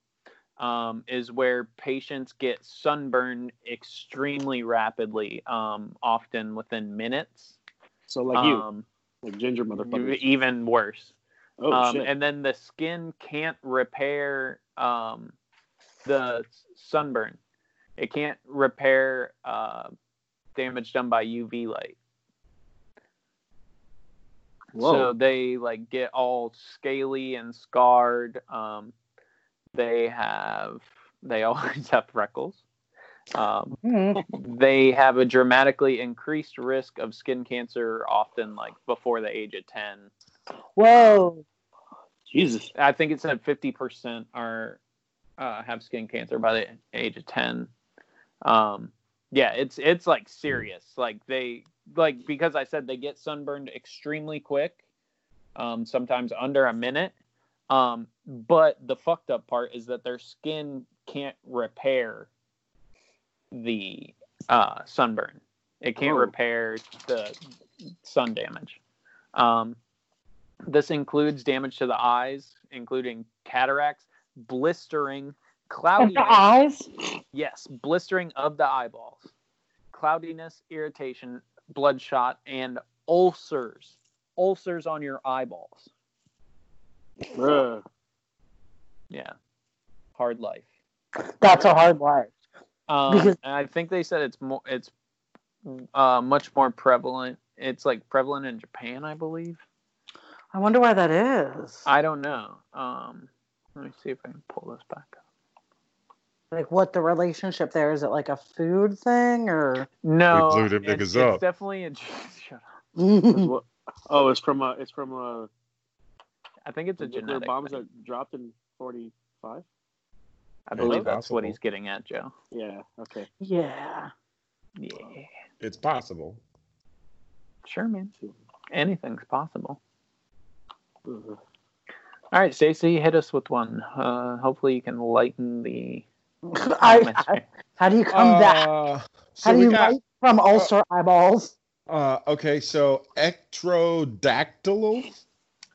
Speaker 1: um, is where patients get sunburn extremely rapidly, um, often within minutes.
Speaker 2: So like
Speaker 1: um, e-,
Speaker 2: you, like ginger motherfucker.
Speaker 1: even worse.
Speaker 2: Oh
Speaker 1: um,
Speaker 2: shit.
Speaker 1: and then the skin can't repair um, the sunburn. It can't repair uh, damage done by UV light. So they like get all scaly and scarred. Um, they have they always have freckles. Um,
Speaker 3: Mm.
Speaker 1: they have a dramatically increased risk of skin cancer, often like before the age of ten.
Speaker 3: Whoa.
Speaker 2: Jesus.
Speaker 1: I think it said fifty percent are uh, have skin cancer by the age of ten. Um, yeah, it's it's like serious. Like they like because I said they get sunburned extremely quick, um, sometimes under a minute. Um, but the fucked up part is that their skin can't repair the uh, sunburn. It can't
Speaker 2: Oh.
Speaker 1: repair the sun damage. Um, this includes damage to the eyes, including cataracts, blistering,
Speaker 3: At
Speaker 1: cloudy.
Speaker 3: the eyes.
Speaker 1: Yes, blistering of the eyeballs, cloudiness, irritation, bloodshot, and ulcers. Ulcers on your eyeballs.
Speaker 2: Bruh.
Speaker 1: Yeah, hard life.
Speaker 3: That's a hard life.
Speaker 1: Um,
Speaker 3: Because-
Speaker 1: and I think they said it's more. It's uh, much more prevalent. It's like prevalent in Japan, I believe.
Speaker 3: I wonder why that is.
Speaker 1: I don't know. Um, let me see if I can pull this back up.
Speaker 3: like what the relationship there is it like a food thing or
Speaker 1: No,
Speaker 4: blew them
Speaker 1: it's,
Speaker 4: niggas
Speaker 1: it's
Speaker 4: up.
Speaker 1: definitely a. Shut up.
Speaker 3: oh
Speaker 2: What- oh, it's from uh, it's from uh,
Speaker 1: I think it's a
Speaker 2: nuclear
Speaker 1: genetic.
Speaker 2: bombs
Speaker 1: thing.
Speaker 2: that dropped in forty five.
Speaker 1: I believe that's what
Speaker 4: Possible.
Speaker 1: he's getting at, Joe.
Speaker 2: Yeah. Okay.
Speaker 3: yeah
Speaker 1: Yeah,
Speaker 4: It's possible.
Speaker 1: sure, man. Anything's possible.
Speaker 2: Ugh.
Speaker 1: All right, Stacey, hit us with one. Uh, hopefully, you can lighten the.
Speaker 3: I, I- how do you come back
Speaker 4: Uh, so
Speaker 3: how do
Speaker 4: we
Speaker 3: you
Speaker 4: got
Speaker 3: like from ulcer eyeballs
Speaker 4: uh, okay. So ectrodactyl. is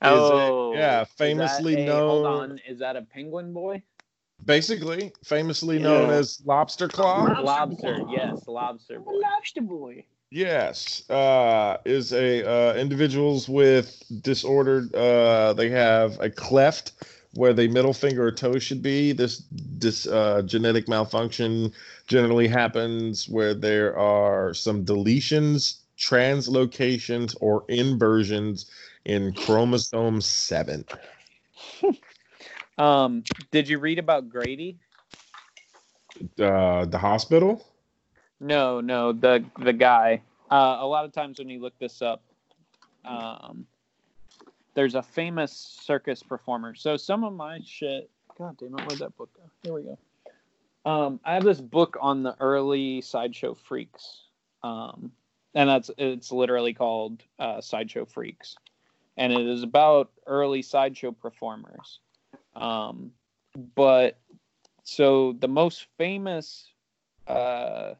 Speaker 4: a-
Speaker 1: oh,
Speaker 4: yeah,
Speaker 1: is that
Speaker 4: famously
Speaker 1: a-
Speaker 4: known.
Speaker 1: Hold on, is that a penguin boy?
Speaker 4: Basically, famously known
Speaker 2: Yeah.
Speaker 4: as lobster claw.
Speaker 1: Lobster, yes, lobster boy.
Speaker 4: Yes, uh, is a uh, individuals with disordered. Uh, they have a cleft where the middle finger or toe should be. This this uh, genetic malfunction generally happens where there are some deletions, translocations, or inversions in chromosome seven.
Speaker 1: Um, did you read about Grady?
Speaker 4: Uh, the hospital.
Speaker 1: No, no, the the guy. Uh, a lot of times when you look this up, um, there's a famous circus performer. So some of my shit. God damn it, where'd that book go? Here we go. Um, I have this book on the early sideshow freaks, um, and that's it's literally called uh, sideshow freaks, and it is about early sideshow performers. Um, but so the most famous uh,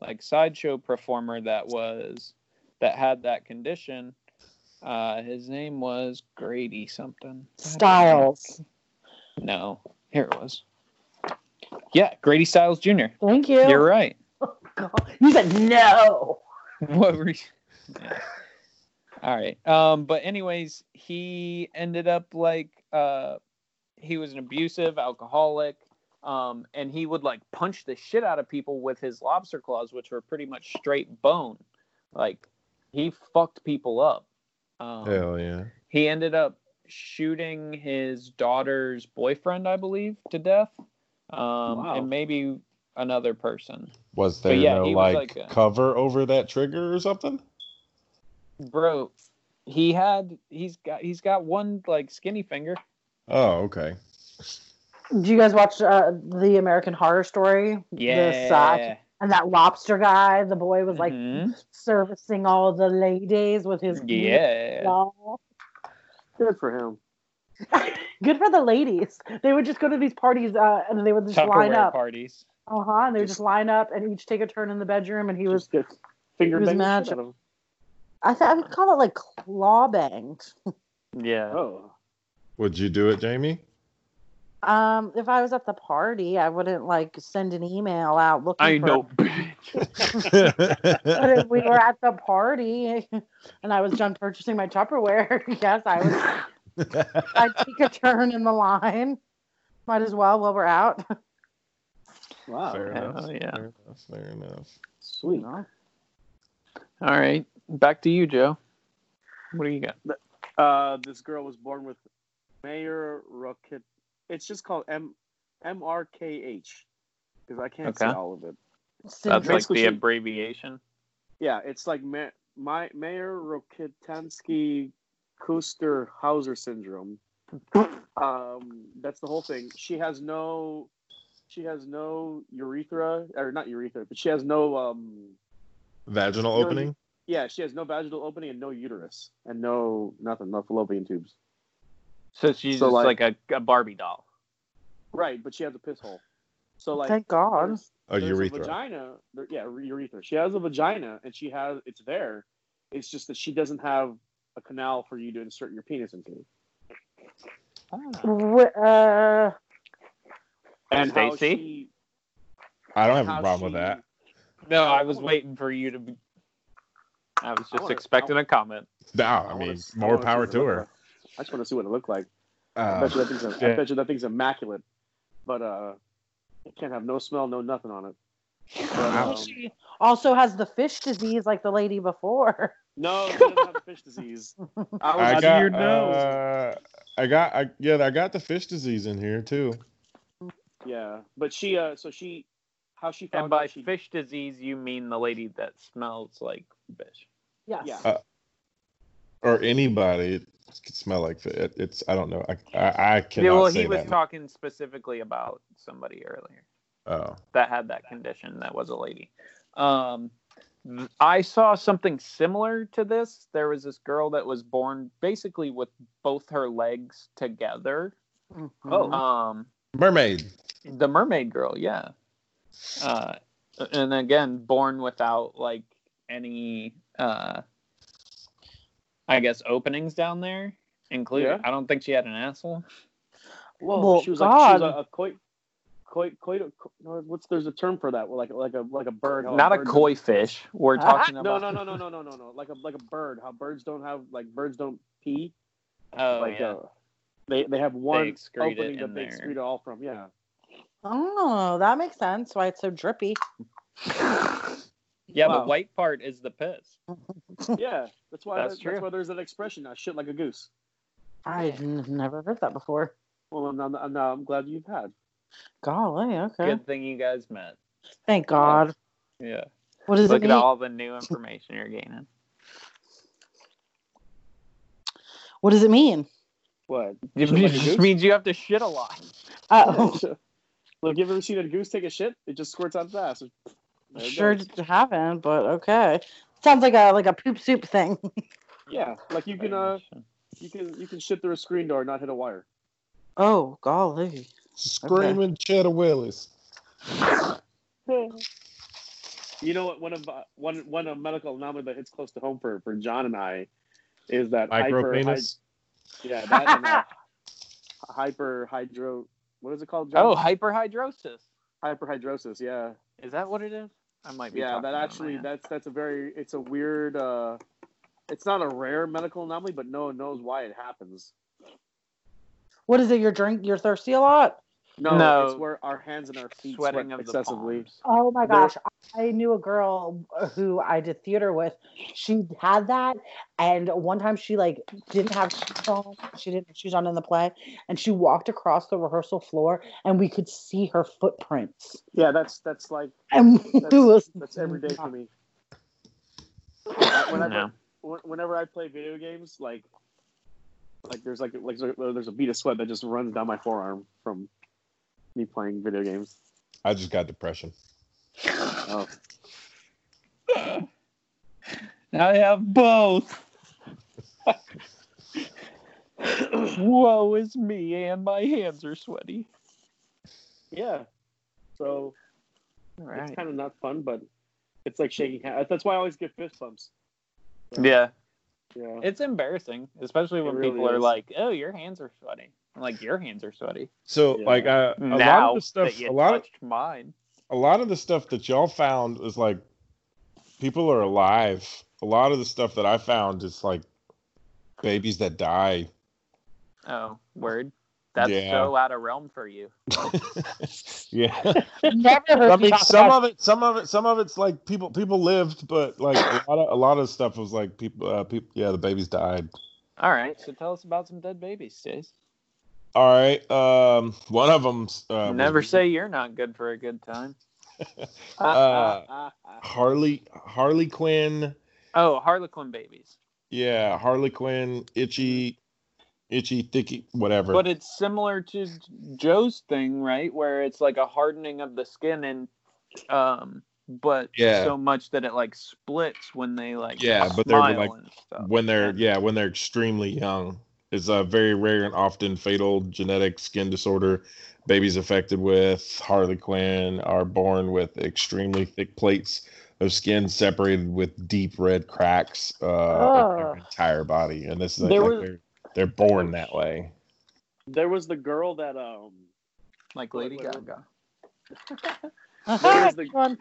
Speaker 1: like sideshow performer that was that had that condition. Uh, his name was Grady something.
Speaker 3: styles
Speaker 1: No, here it was. Yeah, Grady Styles Jr.
Speaker 3: thank you
Speaker 1: You're right.
Speaker 3: you said no
Speaker 1: What were you? Yeah. All right. Um, but anyways, he ended up like uh, he was an abusive alcoholic. Um, and he would like punch the shit out of people with his lobster claws, which were pretty much straight bone. Like he fucked people up. Um,
Speaker 4: Hell yeah.
Speaker 1: he ended up shooting his daughter's boyfriend, I believe, to death, um,
Speaker 2: Wow.
Speaker 1: and maybe another person.
Speaker 4: Was
Speaker 1: But
Speaker 4: there
Speaker 1: yeah,
Speaker 4: no
Speaker 1: he was
Speaker 4: like,
Speaker 1: like a-
Speaker 4: cover over that trigger or something?
Speaker 1: Bro, he had he's got he's got one like skinny finger.
Speaker 4: Oh, okay.
Speaker 3: do you guys watch uh, the american horror story the sock
Speaker 1: Yeah,
Speaker 3: and that lobster guy the boy was like
Speaker 1: Mhm.
Speaker 3: servicing all the ladies with his
Speaker 1: yeah.
Speaker 3: claw.
Speaker 2: Good for him.
Speaker 3: good for the ladies they would just go to these parties uh, and they would just line
Speaker 1: Tupperware
Speaker 3: up
Speaker 1: parties.
Speaker 3: Uh huh. And they would just line up and each take a turn in the bedroom. And he was,
Speaker 2: Just get finger
Speaker 3: he was
Speaker 2: banging the shit
Speaker 3: magic.
Speaker 2: out of him.
Speaker 3: I, th- I would call it like claw banged.
Speaker 1: Yeah.
Speaker 2: Oh.
Speaker 4: Would you do it, Jamie?
Speaker 3: Um, if I was at the party, I wouldn't like send an email out looking. for-
Speaker 2: bitch.
Speaker 3: But if we were at the party and I was done purchasing my Tupperware, yes, I would. I'd take a turn in the line. Might as well while we're out.
Speaker 2: Wow.
Speaker 4: Fair enough.
Speaker 1: hell yeah.
Speaker 4: Fair enough. Fair enough.
Speaker 3: You
Speaker 2: Sweet.
Speaker 3: know?
Speaker 1: All right, back to you, Joe. What do you got?
Speaker 2: Uh, this girl was born with Mayor Rocket. It's just called M M R K H because I can't see
Speaker 1: Okay.
Speaker 2: all of it.
Speaker 1: That's like
Speaker 2: Basically,
Speaker 1: the
Speaker 2: she-
Speaker 1: abbreviation.
Speaker 2: Yeah, it's like Ma- my Mayor Rokitansky Kuster Hauser syndrome. Um, that's the whole thing. She has no she has no urethra or not urethra, but she has no um
Speaker 4: Vaginal
Speaker 2: No,
Speaker 4: opening?
Speaker 2: yeah, she has no vaginal opening and no uterus and no nothing, no fallopian tubes.
Speaker 1: So she's
Speaker 2: So,
Speaker 1: just
Speaker 2: like-
Speaker 1: like, a, a Barbie doll.
Speaker 2: Right, but she has a piss hole. So like
Speaker 3: Thank God.
Speaker 2: there's-
Speaker 4: A
Speaker 2: there's
Speaker 4: urethra.
Speaker 2: vagina. there- yeah, re- urethra. She has a vagina, and she has it's there. It's just that she doesn't have a canal for you to insert your penis into.
Speaker 3: Wh- Uh,
Speaker 2: And how
Speaker 1: Stacy?
Speaker 2: she-
Speaker 4: I don't have
Speaker 2: how
Speaker 4: a problem with
Speaker 2: she-
Speaker 4: that.
Speaker 1: No, I was waiting for you to. Be... I was
Speaker 2: I
Speaker 1: just
Speaker 2: wanna-
Speaker 1: expecting a comment.
Speaker 4: No, I
Speaker 2: wanna-
Speaker 4: mean,
Speaker 2: I
Speaker 4: more
Speaker 2: wanna see
Speaker 4: power
Speaker 2: what it
Speaker 4: to
Speaker 2: looked
Speaker 4: her.
Speaker 2: like. I just want to see what it looked like. I
Speaker 4: Uh,
Speaker 2: bet you that thing's, I
Speaker 4: yeah.
Speaker 2: bet you that thing's immaculate, but uh, it can't have no smell, no nothing on it. But, um,
Speaker 3: she also has the fish disease like the lady before.
Speaker 2: no, it doesn't have fish disease. I was
Speaker 4: I
Speaker 2: under
Speaker 4: got,
Speaker 2: your nose.
Speaker 4: uh, I got, I, yeah, I got the fish disease in here too.
Speaker 2: yeah, but she, uh, so she, how she found
Speaker 1: And by
Speaker 2: out she,
Speaker 1: fish disease, you mean the lady that smells like fish.
Speaker 3: Yes.
Speaker 2: Yeah.
Speaker 4: Or anybody it could smell like fi- it, it's. I don't know. I, I, I cannot
Speaker 1: Yeah, well,
Speaker 4: say
Speaker 1: he was
Speaker 4: that.
Speaker 1: talking specifically about somebody earlier
Speaker 4: oh,
Speaker 1: that had that condition that was a lady. Um, th- I saw something similar to this. There was this girl that was born basically with both her legs together.
Speaker 3: Mhm.
Speaker 2: Oh.
Speaker 1: Um,
Speaker 4: mermaid.
Speaker 1: the mermaid girl yeah uh and again born without like any uh i guess openings down there including
Speaker 2: Yeah.
Speaker 1: i don't think she had an asshole
Speaker 2: Whoa,
Speaker 3: Well,
Speaker 2: she was like she was
Speaker 3: God.
Speaker 2: a, a koi, koi, koi, no, what's there's a term for that? Like like a like a bird. how
Speaker 1: not a
Speaker 2: bird
Speaker 1: koi fish we're talking
Speaker 2: doesn't- No,
Speaker 1: about
Speaker 2: no, no, no, no, no, no, no. Like a like a bird. How birds don't have like birds don't pee.
Speaker 1: oh
Speaker 2: like
Speaker 1: yeah.
Speaker 2: uh, they they have one
Speaker 1: excrete it
Speaker 2: opening that
Speaker 1: in
Speaker 2: they
Speaker 1: there.
Speaker 2: excrete it all from. Yeah.
Speaker 3: Oh, that makes sense. Why it's so drippy.
Speaker 1: yeah
Speaker 2: Wow.
Speaker 1: the white part is the piss
Speaker 2: Yeah, that's why
Speaker 1: That's
Speaker 2: that's,
Speaker 1: true.
Speaker 2: why there's that expression. I shit like a goose.
Speaker 3: I've n- never heard that before.
Speaker 2: Well, I'm, I'm, I'm, I'm glad you've had.
Speaker 3: Golly, okay.
Speaker 1: good thing you guys met
Speaker 3: Thank God.
Speaker 1: yeah
Speaker 3: What does
Speaker 1: look
Speaker 3: it
Speaker 1: at
Speaker 3: mean?
Speaker 1: all the new information you're gaining
Speaker 3: What does it mean?
Speaker 2: What?
Speaker 1: it
Speaker 2: like a
Speaker 1: just
Speaker 2: goose?
Speaker 1: means you have to shit a lot
Speaker 3: Oh,
Speaker 2: Look, you ever seen a goose take a shit? It just squirts out its ass. There it
Speaker 3: sure
Speaker 2: goes.
Speaker 3: haven't, but okay. Sounds like a like a poop soup thing.
Speaker 2: Yeah, like you can uh, you can you can shit through a screen door and not hit a wire.
Speaker 3: Oh, golly.
Speaker 4: Screaming cheddar willies.
Speaker 2: You know what? One of uh, one one of medical anomaly that hits close to home for for John and I is that
Speaker 4: Micro
Speaker 2: hyper.
Speaker 4: penis.
Speaker 2: hy- yeah, that and, uh, hyper hydro. What is it called? John?
Speaker 1: oh hyperhidrosis
Speaker 2: hyperhidrosis. Yeah,
Speaker 1: is that what it is i might be
Speaker 2: yeah.
Speaker 1: talking
Speaker 2: That
Speaker 1: out of my
Speaker 2: actually
Speaker 1: ass.
Speaker 2: that's that's a very it's a weird. uh It's not a rare medical anomaly, but no one knows why it happens.
Speaker 3: What is it? You're drink you're thirsty a lot?
Speaker 2: No,
Speaker 1: No.
Speaker 2: it's where our hands and our feet
Speaker 1: sweating
Speaker 2: sweat
Speaker 1: of
Speaker 2: excessively.
Speaker 1: the palms.
Speaker 3: Oh my
Speaker 2: There-
Speaker 3: gosh. I knew a girl who I did theater with. She had that. And one time she like didn't have shoes on. She didn't have shoes on in the play. And she walked across the rehearsal floor and we could see her footprints.
Speaker 2: yeah, that's that's like
Speaker 3: And it was
Speaker 2: that's, that's every day for me. Whenever,
Speaker 1: No.
Speaker 2: wh- whenever I play video games, like like there's like like there's a bead of sweat that just runs down my forearm from me playing video games.
Speaker 4: I just got depression.
Speaker 2: Oh,
Speaker 1: I have both. Woe is me, and my hands are sweaty.
Speaker 2: yeah. So
Speaker 1: All
Speaker 2: it's kind of not fun, but it's like shaking hands. That's why I always get fist bumps.
Speaker 1: Yeah,
Speaker 2: Yeah.
Speaker 1: it's embarrassing, especially when
Speaker 2: It really
Speaker 1: people are
Speaker 2: is.
Speaker 1: like, "Oh, your hands are sweaty." I'm like, "Your hands are sweaty."
Speaker 4: So
Speaker 2: Yeah.
Speaker 4: like uh, a lot
Speaker 1: now
Speaker 4: of the stuff,
Speaker 1: that you
Speaker 4: a lot, of,
Speaker 1: touched mine,
Speaker 4: a lot of the stuff that y'all found is like people are alive. A lot of the stuff that I found is like babies that die.
Speaker 1: oh, word, that's
Speaker 4: Yeah.
Speaker 1: so out of realm for you.
Speaker 4: Yeah.
Speaker 3: never heard
Speaker 4: I
Speaker 3: me
Speaker 4: mean,
Speaker 3: talk
Speaker 4: some
Speaker 3: about-
Speaker 4: of it, some of it, some of it's like people people lived, but like a lot of a lot of stuff was like people, uh, people. Yeah, the babies died.
Speaker 1: All right, so tell us about some dead babies, Stace.
Speaker 4: All right. Um, one of them. Uh, was
Speaker 1: Never say you're not good for a good time.
Speaker 4: Uh,
Speaker 2: Ah, ah, ah.
Speaker 4: Harley Harley Quinn.
Speaker 1: Oh, Harlequin babies.
Speaker 4: Yeah, Harley Quinn, Itchy, itchy, thicky, whatever.
Speaker 1: But it's similar to Joe's thing, right? Where it's like a hardening of the skin and um but
Speaker 4: Yeah.
Speaker 1: so much that it like splits when they like
Speaker 4: Yeah, but they're,
Speaker 1: smile
Speaker 4: like,
Speaker 1: and stuff.
Speaker 4: when they're yeah when they're extremely young is a very rare and often fatal genetic skin disorder babies affected with harlequin are born with extremely thick plates of skin separated with deep red cracks uh, on their
Speaker 3: Ugh.
Speaker 4: entire body and this is like,
Speaker 1: There
Speaker 4: like
Speaker 1: was-
Speaker 4: they're, they're born that way
Speaker 2: There was the girl that um
Speaker 1: like Lady
Speaker 2: Wait, wait, wait.
Speaker 1: Gaga.
Speaker 2: There's the-
Speaker 3: Fun.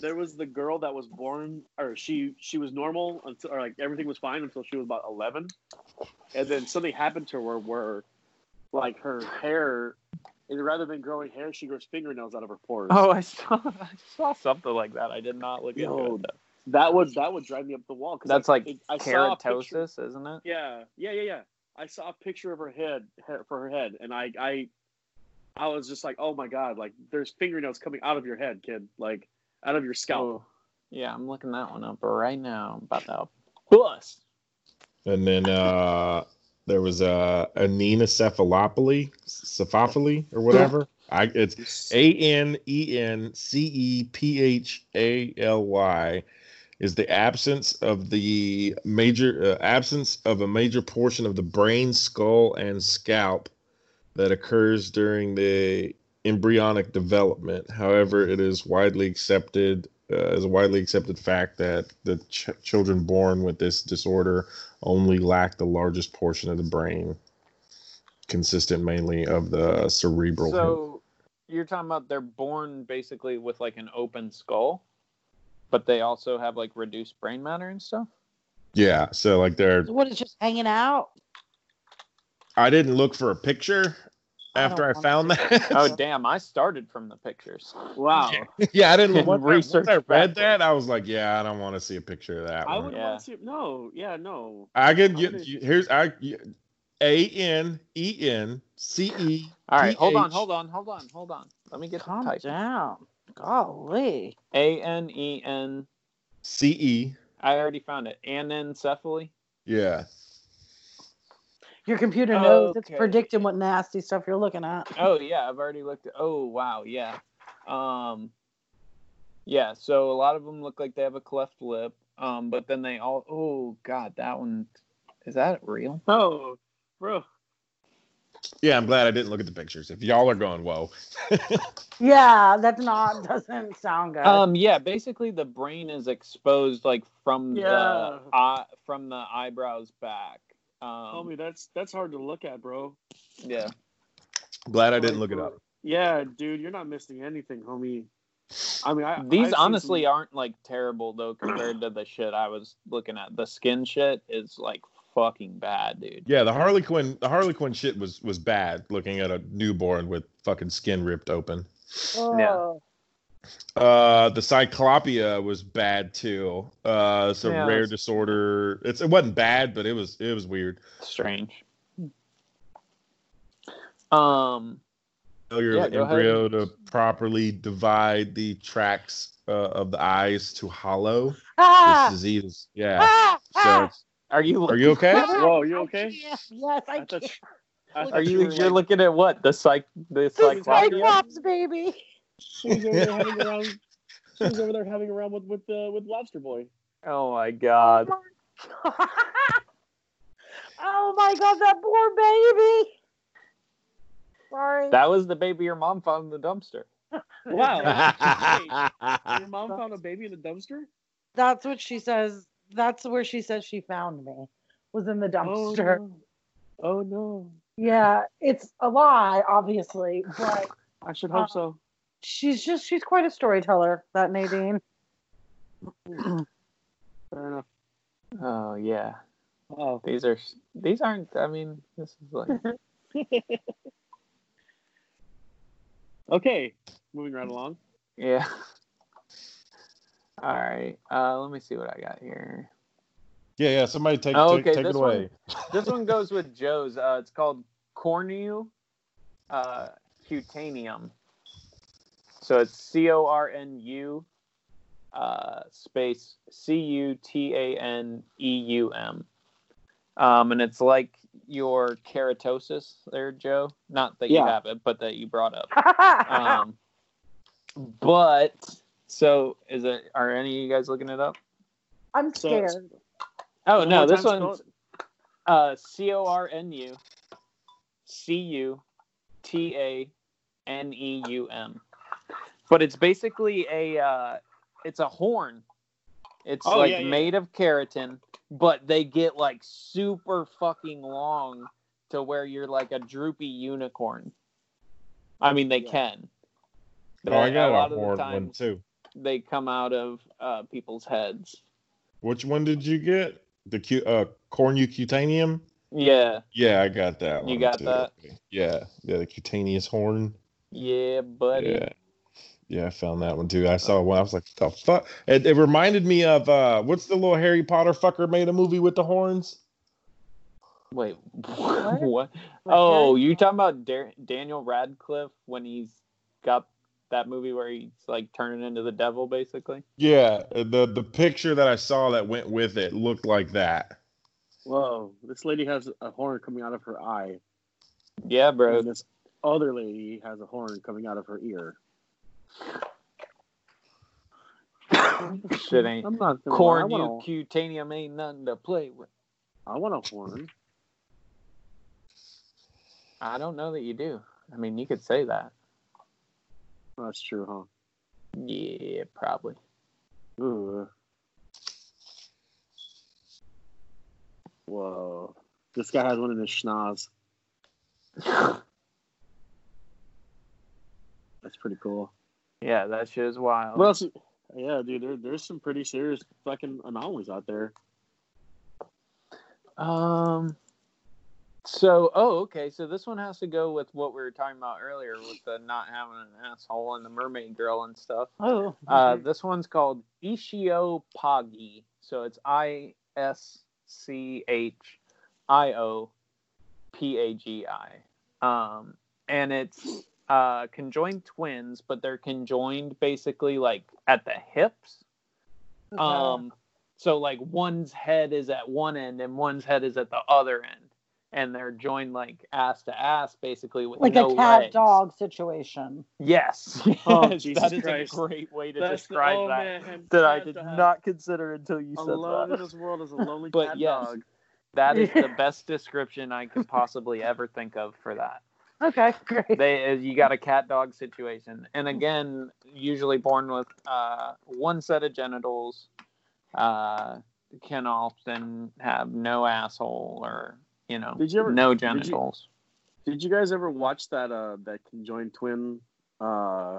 Speaker 2: there was the girl that was born or she she was normal until or like everything was fine until she was about 11 and then something happened to her where like her hair and rather than growing hair she grows fingernails out of her pores
Speaker 1: Oh, I saw I saw something like that. I did not look into
Speaker 2: Yo,
Speaker 1: it. Though.
Speaker 2: that would that would drive me up the wall 'cause,
Speaker 1: That's like
Speaker 2: it- I saw a picture-
Speaker 1: Keratosis, isn't it?
Speaker 2: yeah yeah yeah yeah i saw a picture of her head hair, for her head and i i i was just like oh my god like there's fingernails coming out of your head kid like out of your scalp
Speaker 1: Oh, yeah, I'm looking that one up right now. I'm about to bust.
Speaker 4: and then uh there was uh anena cephalopoly cephalopoly or whatever i it's A N E N C E P H A L Y is the absence of the major uh, absence of a major portion of the brain, skull, and scalp that occurs during the embryonic development. However, it is widely accepted uh, as a widely accepted fact that the ch- children born with this disorder only lack the largest portion of the brain, consistent mainly of the cerebral.
Speaker 1: So you're talking about they're born basically with like an open skull, but they also have like reduced brain matter and stuff.
Speaker 4: Yeah, so like they're
Speaker 3: What is just hanging out?
Speaker 4: I didn't look for a picture
Speaker 3: I
Speaker 4: after
Speaker 3: don't
Speaker 4: I,
Speaker 3: want
Speaker 4: found
Speaker 3: to.
Speaker 4: that.
Speaker 1: Oh damn! I started from the pictures.
Speaker 2: wow
Speaker 4: yeah, I didn't
Speaker 1: Didn't
Speaker 4: look research.
Speaker 1: research
Speaker 4: I read
Speaker 1: backwards.
Speaker 4: that, I was like, yeah, I don't want to see a picture of that.
Speaker 2: I
Speaker 4: one.
Speaker 2: would
Speaker 1: Yeah.
Speaker 2: want to. No, yeah, no.
Speaker 4: I could
Speaker 2: I
Speaker 4: you,
Speaker 2: would've-
Speaker 4: you, here's I A N E N C E.
Speaker 1: All right, hold on, hold on, hold on, hold on. Let me get the
Speaker 3: Calm
Speaker 1: type.
Speaker 3: down. Golly.
Speaker 1: A N E N.
Speaker 4: C E.
Speaker 1: I already found it. Anencephaly.
Speaker 4: Yeah.
Speaker 3: Your computer knows
Speaker 1: Okay.
Speaker 3: it's predicting what nasty stuff you're looking at.
Speaker 1: Oh yeah, I've already looked. At, oh wow, yeah. Um, yeah. So a lot of them look like they have a cleft lip. Um, but then they all. Oh god, that one. Is that real?
Speaker 2: Oh, bro.
Speaker 4: Yeah, I'm glad I didn't look at the pictures. If y'all are going, whoa.
Speaker 3: Yeah, that's not doesn't sound good.
Speaker 1: Um, yeah. Basically, the brain is exposed like from
Speaker 2: Yeah.
Speaker 1: the eye, from the eyebrows back. Um,
Speaker 2: Homie, that's that's hard to look at, bro.
Speaker 1: yeah.
Speaker 4: Glad I didn't look it up.
Speaker 2: Yeah, dude, you're not missing anything, homie. I mean, I
Speaker 1: These honestly aren't like terrible though compared to the shit I was looking at. The skin shit is like fucking bad, dude.
Speaker 4: Yeah, the Harley Quinn the Harley Quinn shit was was bad looking at a newborn with fucking skin ripped open.
Speaker 3: Oh.
Speaker 4: Uh, the cyclopia was bad too. Uh, it's a
Speaker 1: Yeah,
Speaker 4: rare
Speaker 1: that's-
Speaker 4: disorder. It's it wasn't bad, but it was it was weird.
Speaker 1: Strange. Um.
Speaker 4: Failure
Speaker 1: Yeah,
Speaker 4: of
Speaker 1: go ahead.
Speaker 4: embryo to properly divide the tracks uh, of the eyes to hollow.
Speaker 3: Ah,
Speaker 4: This disease, yeah.
Speaker 3: ah,
Speaker 4: So,
Speaker 3: ah,
Speaker 4: it's-
Speaker 1: Are you?
Speaker 4: are you okay?
Speaker 3: ah,
Speaker 2: Whoa, you
Speaker 3: I
Speaker 2: okay?
Speaker 3: can't. Yes, I,
Speaker 2: I thought
Speaker 3: can't.
Speaker 2: I thought
Speaker 1: Are you?
Speaker 2: were,
Speaker 1: You're
Speaker 2: like,
Speaker 1: looking at what? The psych. The
Speaker 3: This is
Speaker 1: cyclopia.
Speaker 3: Cyclops, baby.
Speaker 2: she was over there having around. She was over there having around with with uh, with Lobster Boy.
Speaker 1: Oh my god.
Speaker 3: oh my god, that poor baby. Sorry.
Speaker 1: That was the baby your mom found in the dumpster.
Speaker 2: Wow. Your mom found a baby in a dumpster.
Speaker 3: That's what she says. That's where she says she found me. Was in the
Speaker 2: Oh
Speaker 3: dumpster.
Speaker 2: no. oh no.
Speaker 3: Yeah, it's a lie, obviously, but
Speaker 2: I should hope so.
Speaker 3: she's just she's quite a storyteller, that Nadine.
Speaker 2: Fair enough.
Speaker 1: Oh yeah.
Speaker 2: Oh,
Speaker 1: These are. These aren't. I mean, this is like.
Speaker 2: okay. Moving right along.
Speaker 1: Yeah. All right. Uh, let me see what I got here.
Speaker 4: yeah, yeah. Somebody take
Speaker 1: Oh,
Speaker 4: take,
Speaker 1: okay,
Speaker 4: take it
Speaker 1: this one-
Speaker 4: away.
Speaker 1: This one goes with Joe's. Uh, it's called cornu uh, cutaneum. So it's C O R N U uh, space C U T A N E U M. um, and it's like your keratosis there, Joe. Not that you
Speaker 2: Yeah.
Speaker 1: have it, but that you brought up. Um, but so is it? Are any of you guys looking it up?
Speaker 3: I'm
Speaker 2: so-
Speaker 3: scared.
Speaker 1: Oh
Speaker 2: One
Speaker 1: no,
Speaker 2: more
Speaker 1: this
Speaker 2: time,
Speaker 1: one's
Speaker 2: spell
Speaker 1: uh, C O R N U C U T A N E U M. But it's basically a uh, it's a horn. It's
Speaker 2: Oh,
Speaker 1: like
Speaker 2: yeah, yeah,
Speaker 1: made of keratin, but they get like super fucking long to where you're like a droopy unicorn. I mean, they
Speaker 2: Yeah.
Speaker 1: can.
Speaker 4: Oh, I
Speaker 1: They-
Speaker 4: got
Speaker 1: lot
Speaker 4: a,
Speaker 1: of the
Speaker 4: horn one
Speaker 1: times
Speaker 4: too.
Speaker 1: They come out of uh, people's heads.
Speaker 4: Which one did you get? The cu- uh, cornucutaneum.
Speaker 1: Yeah,
Speaker 4: Yeah, I got that one.
Speaker 1: You got
Speaker 4: too.
Speaker 1: that?
Speaker 4: Yeah, yeah, the cutaneous horn.
Speaker 1: yeah, buddy.
Speaker 4: Yeah. Yeah, I found that one too. I saw one. I was like, the fuck? It, it reminded me of uh what's the little Harry Potter fucker made a movie with the horns?
Speaker 1: Wait,
Speaker 3: What?
Speaker 1: what? Oh, you talking about Dar- Daniel Radcliffe when he's got that movie where he's like turning into the devil, basically?
Speaker 4: Yeah, the the picture that I saw that went with it looked like that.
Speaker 2: Whoa, this lady has a horn coming out of her eye,
Speaker 1: Yeah, bro.
Speaker 2: and this other lady has a horn coming out of her ear.
Speaker 1: Shit ain't.
Speaker 2: I'm not gonna lie, I
Speaker 1: Corn
Speaker 2: want a-
Speaker 1: cutaneum ain't nothing to play with.
Speaker 2: I want a horn.
Speaker 1: I don't know that you do. I mean, you could say that.
Speaker 2: That's true,
Speaker 1: Yeah, probably.
Speaker 2: huh? Ooh. Whoa. This guy has one in his schnoz. That's pretty cool.
Speaker 1: Yeah, that shit is wild.
Speaker 2: What else? Yeah, dude, there, there's some pretty serious fucking anomalies out there.
Speaker 1: Um. So, oh, okay. So this one has to go with what we were talking about earlier with the not having an asshole and the mermaid girl and stuff.
Speaker 3: Oh,
Speaker 1: Uh, this one's called Ishio Pagi. So it's I S C H I O P A G I. Um, and it's uh, conjoined twins, but they're conjoined basically like at the hips.
Speaker 3: okay.
Speaker 1: Um, so like one's head is at one end and one's head is at the other end. And they're joined like ass to ass basically with
Speaker 3: like
Speaker 1: no
Speaker 3: a cat
Speaker 1: legs.
Speaker 3: dog situation.
Speaker 1: Yes.
Speaker 2: Oh,
Speaker 1: Yes,
Speaker 2: Jesus
Speaker 1: that is
Speaker 2: Christ.
Speaker 1: a great way to
Speaker 2: That's-
Speaker 1: describe
Speaker 2: oh,
Speaker 1: that.
Speaker 2: man,
Speaker 1: That I
Speaker 2: cat
Speaker 1: did
Speaker 2: dog.
Speaker 1: not consider until you said
Speaker 2: Alone in
Speaker 1: that.
Speaker 2: this world is a lonely
Speaker 1: But
Speaker 2: cat
Speaker 1: yes.
Speaker 2: dog.
Speaker 1: That is the best description I could possibly ever think of for that.
Speaker 3: Okay, great.
Speaker 1: They, uh, you got a cat dog situation, and again, usually born with uh, one set of genitals, uh, can often have no asshole or you know
Speaker 2: Did you ever-
Speaker 1: no
Speaker 2: you-
Speaker 1: genitals.
Speaker 2: Did you guys ever watch that uh that conjoined twin uh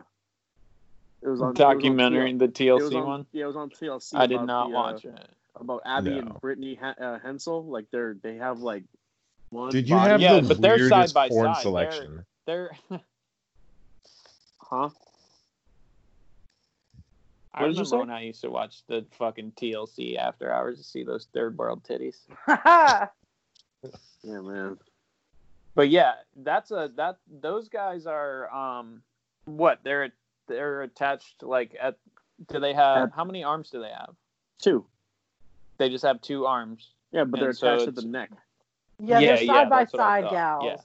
Speaker 2: it was on it was on
Speaker 1: Documentary
Speaker 2: TL
Speaker 1: the
Speaker 2: it was
Speaker 1: TLC
Speaker 2: on-
Speaker 1: one.
Speaker 2: Yeah, it was on TLC.
Speaker 1: I did
Speaker 2: about
Speaker 1: not
Speaker 2: the,
Speaker 1: watch
Speaker 2: uh,
Speaker 1: it.
Speaker 2: about Abby
Speaker 4: No.
Speaker 2: and Brittany ha- uh, Hensel. Like they're they have like one.
Speaker 4: Did you
Speaker 2: body-
Speaker 4: have
Speaker 1: Yeah,
Speaker 4: the
Speaker 1: but they're
Speaker 4: weirdest
Speaker 1: side by
Speaker 4: horn
Speaker 1: side. They're-
Speaker 4: selection?
Speaker 1: There,
Speaker 2: Huh?
Speaker 1: I
Speaker 2: What did you
Speaker 1: remember
Speaker 2: say?
Speaker 1: when I used to watch the fucking TLC after hours to see those third world titties.
Speaker 2: Yeah, man.
Speaker 1: but yeah that's a that those guys are um what they're they're attached like at do they have how many arms do they have
Speaker 2: Two.
Speaker 1: they just have two arms
Speaker 2: Yeah, but they're
Speaker 1: And so
Speaker 2: attached to
Speaker 1: it's-
Speaker 2: the neck.
Speaker 3: yeah,
Speaker 1: Yeah,
Speaker 3: they're
Speaker 1: yeah,
Speaker 3: side by
Speaker 1: that's what I
Speaker 3: side
Speaker 1: thought.
Speaker 3: gals.
Speaker 1: Yeah.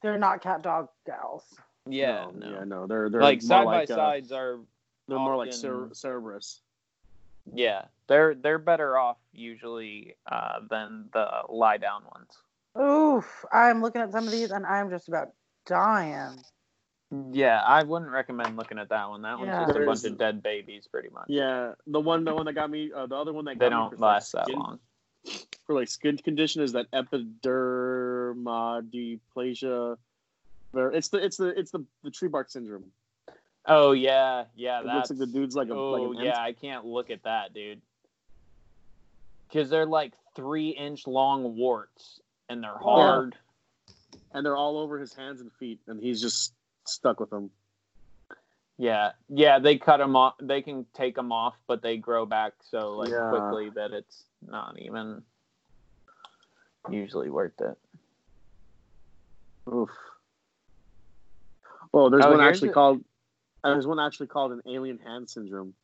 Speaker 3: They're not cat dog gals.
Speaker 1: yeah
Speaker 2: no,
Speaker 1: no,
Speaker 2: yeah, no. They're they're
Speaker 1: like
Speaker 2: more
Speaker 1: side
Speaker 2: like,
Speaker 1: by
Speaker 2: uh,
Speaker 1: sides are
Speaker 2: They're more like Cer-
Speaker 1: often-
Speaker 2: Cerberus.
Speaker 1: yeah they're they're better off usually uh than the lie down ones
Speaker 3: Oof, I'm looking at some of these and I'm just about dying.
Speaker 1: yeah i wouldn't recommend looking at that one that one's
Speaker 3: Yeah.
Speaker 1: just a
Speaker 2: There
Speaker 1: bunch
Speaker 2: is-
Speaker 1: of dead babies pretty much
Speaker 2: Yeah, the one the one that got me uh, the other one that
Speaker 1: they
Speaker 2: got
Speaker 1: don't
Speaker 2: me for, like,
Speaker 1: last that
Speaker 2: skin-
Speaker 1: long
Speaker 2: for like skin condition is that epidermodiplasia. ver- It's the it's the it's the the tree bark syndrome.
Speaker 1: oh yeah yeah
Speaker 2: It
Speaker 1: that's
Speaker 2: looks like the dude's like a like
Speaker 1: Oh
Speaker 2: an ant.
Speaker 1: yeah, I can't look at that, dude. Because they're like three inch long warts, and they're hard.
Speaker 2: and they're all over his hands and feet, and he's just stuck with them.
Speaker 1: Yeah, yeah. They cut them off. They can take them off, but they grow back so like
Speaker 2: Yeah.
Speaker 1: quickly that it's not even usually worth it.
Speaker 2: Oof. Well, there's
Speaker 1: Oh,
Speaker 2: one
Speaker 1: here's
Speaker 2: actually
Speaker 1: a-
Speaker 2: called. uh, There's one actually called an alien hand syndrome.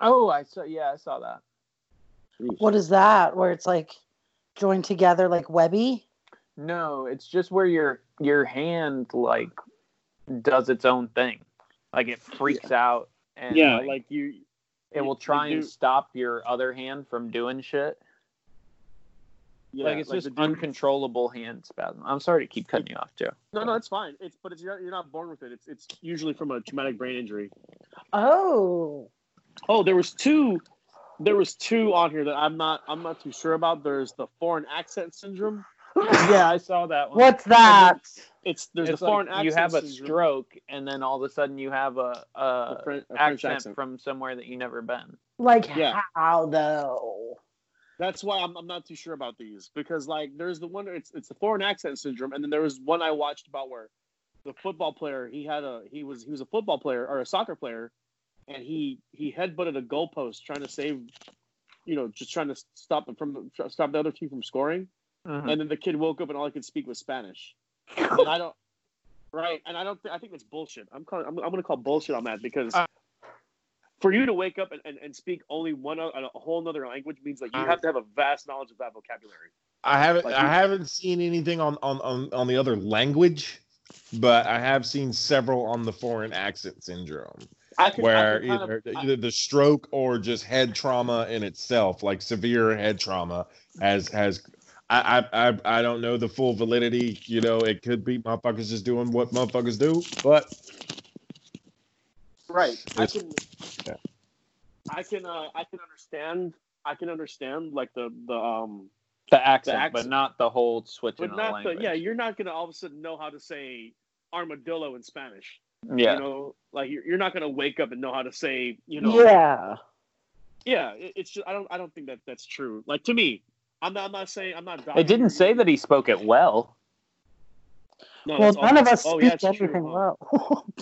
Speaker 1: Oh, I saw. Yeah, I saw that.
Speaker 2: Jeez.
Speaker 3: What is that? Where it's like joined together like Webby?
Speaker 1: No, it's just where your your hand like does its own thing. Like it freaks out and
Speaker 2: yeah,
Speaker 1: like,
Speaker 2: like you.
Speaker 1: it
Speaker 2: you-
Speaker 1: will try
Speaker 2: you
Speaker 1: and
Speaker 2: do-
Speaker 1: stop your other hand from doing shit.
Speaker 2: yeah,
Speaker 1: like it's just
Speaker 2: the dude-
Speaker 1: uncontrollable hand spasm. I'm sorry to keep cutting you off, Joe.
Speaker 2: No, no, it's fine. It's but it's you're not, you're not born with it. It's it's usually from a traumatic brain injury.
Speaker 3: Oh,
Speaker 2: Oh, there was two. There was two on here that I'm not. I'm not too sure about. There's the foreign accent syndrome.
Speaker 1: yeah, I saw that one.
Speaker 3: what's that?
Speaker 2: It's there's
Speaker 1: It's
Speaker 2: the foreign
Speaker 1: like
Speaker 2: accent.
Speaker 1: you have a
Speaker 2: syndrome.
Speaker 1: stroke, and then all of a sudden you have a, a,
Speaker 2: A Fren- a French
Speaker 1: accent, from somewhere that you never been.
Speaker 3: Like
Speaker 2: Yeah.
Speaker 3: how though?
Speaker 2: That's why I'm, I'm not too sure about these because like there's the one it's it's the foreign accent syndrome, and then there was one I watched about where the football player he had a he was he was a football player or a soccer player, and he he headbutted a goalpost trying to save, you know, just trying to stop him from stop the other team from scoring,
Speaker 1: Mm-hmm.
Speaker 2: and then the kid woke up and all he could speak was Spanish. and I don't right, and I don't think I think that's bullshit. I'm calling I'm, I'm going to call bullshit on that because.
Speaker 1: Uh.
Speaker 2: for you to wake up and, and, and speak only one o- a whole other language means like you
Speaker 4: Uh.
Speaker 2: have to have a vast knowledge of that vocabulary.
Speaker 4: I haven't
Speaker 2: Like-
Speaker 4: I haven't seen anything on, on on on the other language, but I have seen several on the foreign accent syndrome,
Speaker 2: I can, I
Speaker 4: where
Speaker 2: can kind
Speaker 4: either
Speaker 2: of, I-
Speaker 4: either the stroke or just head trauma in itself, like severe head trauma, has has. I, I I I don't know the full validity. You know, it could be motherfuckers just doing what motherfuckers do, but
Speaker 2: uh, right. I
Speaker 4: it's-
Speaker 2: can.
Speaker 4: yeah.
Speaker 2: I can. Uh, I can understand. I can understand like the the um,
Speaker 1: The accent,
Speaker 2: accent.
Speaker 1: but not the whole switching
Speaker 2: but
Speaker 1: of
Speaker 2: not the
Speaker 1: language.
Speaker 2: yeah. You're not gonna all of a sudden know how to say armadillo in Spanish.
Speaker 1: yeah.
Speaker 2: You know, like you're, you're not gonna wake up and know how to say you know
Speaker 3: Yeah.
Speaker 2: yeah. It, it's just I don't I don't think that that's true. Like to me, I'm not I'm not saying I'm not.
Speaker 1: It didn't say that he spoke it well.
Speaker 2: No,
Speaker 3: Well,
Speaker 2: that's all-
Speaker 3: none of us
Speaker 2: oh, yeah,
Speaker 3: speak
Speaker 2: it's true,
Speaker 3: anything
Speaker 2: huh?
Speaker 3: well.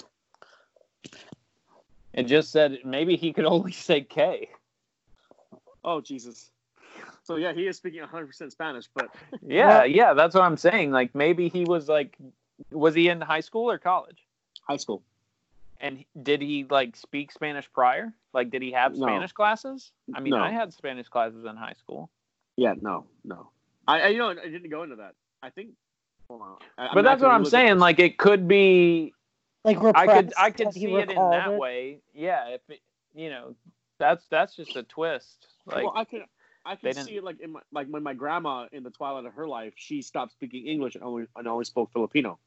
Speaker 1: It just said maybe he could only say K.
Speaker 2: Oh Jesus. So yeah, he is speaking 100 percent Spanish, but
Speaker 1: Yeah,
Speaker 3: Well-
Speaker 1: yeah, that's what I'm saying. Like maybe he was like, was he in high school or college?
Speaker 2: high school.
Speaker 1: And did he like speak Spanish prior? Like, did he have
Speaker 2: No.
Speaker 1: Spanish classes? I mean,
Speaker 2: No.
Speaker 1: I had Spanish classes in high school,
Speaker 2: Yeah, no, no. I, I you know I didn't go into that. I think. Hold on. I-
Speaker 1: but
Speaker 2: mean, I
Speaker 1: that's
Speaker 2: can
Speaker 1: what I'm
Speaker 2: look at-
Speaker 1: saying. Like, it could be.
Speaker 3: like repressed,
Speaker 1: I could, I could
Speaker 3: as he
Speaker 1: see it in
Speaker 3: recalled
Speaker 1: that
Speaker 3: it.
Speaker 1: way. Yeah, if it, you know, that's that's just a twist. Like,
Speaker 2: well, I can I
Speaker 1: they didn't-
Speaker 2: can see it like in my, like when my grandma in the twilight of her life, she stopped speaking English and only and only spoke Filipino,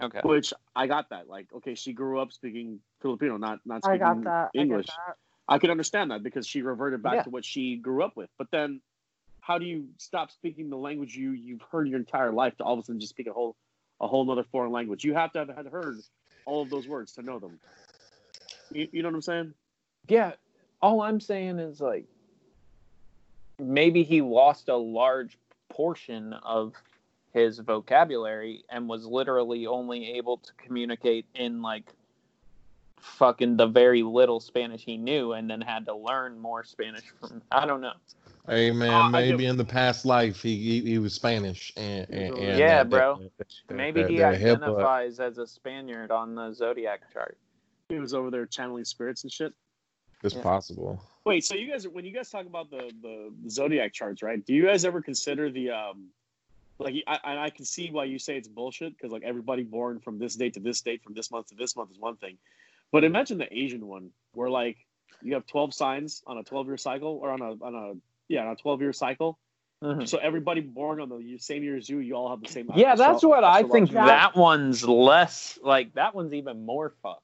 Speaker 1: okay,
Speaker 2: which I got that. Like, okay, she grew up speaking Filipino, not not
Speaker 3: I
Speaker 2: speaking
Speaker 3: got that.
Speaker 2: English.
Speaker 3: I got
Speaker 2: I could understand that because she reverted back
Speaker 3: Yeah.
Speaker 2: to what she grew up with. But then, how do you stop speaking the language you you've heard your entire life to all of a sudden just speak a whole a whole other foreign language? You have to have had heard all of those words to know them. You, you know what I'm saying?
Speaker 1: yeah. All I'm saying is like, maybe he lost a large portion of his vocabulary and was literally only able to communicate in like fucking the very little Spanish he knew and then had to learn more Spanish from I don't know.
Speaker 4: hey man,
Speaker 2: Uh, I
Speaker 4: maybe
Speaker 2: do-
Speaker 4: in the past life he he, he was Spanish and, and, and uh,
Speaker 1: Yeah,
Speaker 4: that-
Speaker 1: bro.
Speaker 4: that- that-
Speaker 1: Maybe
Speaker 4: that-
Speaker 1: he
Speaker 4: that hip hop-
Speaker 1: identifies as a Spaniard on the zodiac chart.
Speaker 2: He was over there channeling spirits and shit.
Speaker 4: It's
Speaker 1: Yeah.
Speaker 4: possible.
Speaker 2: Wait, so you guys, when you guys talk about the the zodiac charts, right? Do you guys ever consider the um, like, I, and I can see why you say it's bullshit because like everybody born from this date to this date, from this month to this month is one thing, but imagine the Asian one where like you have twelve signs on a twelve year cycle or on a on a yeah on a twelve year cycle,
Speaker 1: Mhm.
Speaker 2: so everybody born on the y- same year as you, you all have the same.
Speaker 1: Yeah, that's
Speaker 2: astro-
Speaker 1: what I think
Speaker 2: astrological-
Speaker 1: that one's less like that one's even more fucked.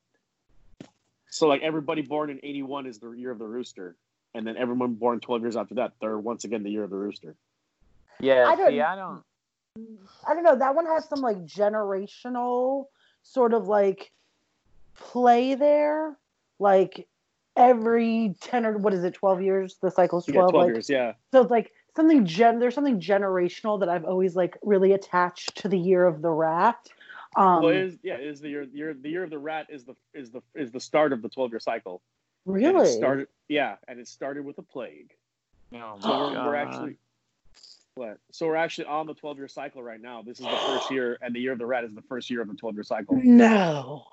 Speaker 2: So like everybody born in eighty one is the year of the rooster, and then everyone born twelve years after that, they're once again the year of the rooster.
Speaker 1: Yeah,
Speaker 3: I
Speaker 1: see,
Speaker 3: don't-
Speaker 1: I don't
Speaker 3: I don't know. That one has some like generational sort of like play there. Like every 10 or what is it, 12 years? The cycle's
Speaker 2: Yeah,
Speaker 3: 12.
Speaker 2: twelve
Speaker 3: like,
Speaker 2: years. Yeah.
Speaker 3: So it's like something gen there's something generational that I've always like really attached to the year of the rat. Um
Speaker 2: well, it is, yeah, it is the year, year the year of the rat is the is the is the start of the twelve year cycle. And it
Speaker 3: really
Speaker 2: started, yeah, and it started with a plague.
Speaker 1: know.
Speaker 2: So
Speaker 3: Oh,
Speaker 2: we're, we're actually what? So we're actually on the twelve year cycle right now. This is the first year, and the year of the rat is the first year of the twelve year cycle.
Speaker 3: no.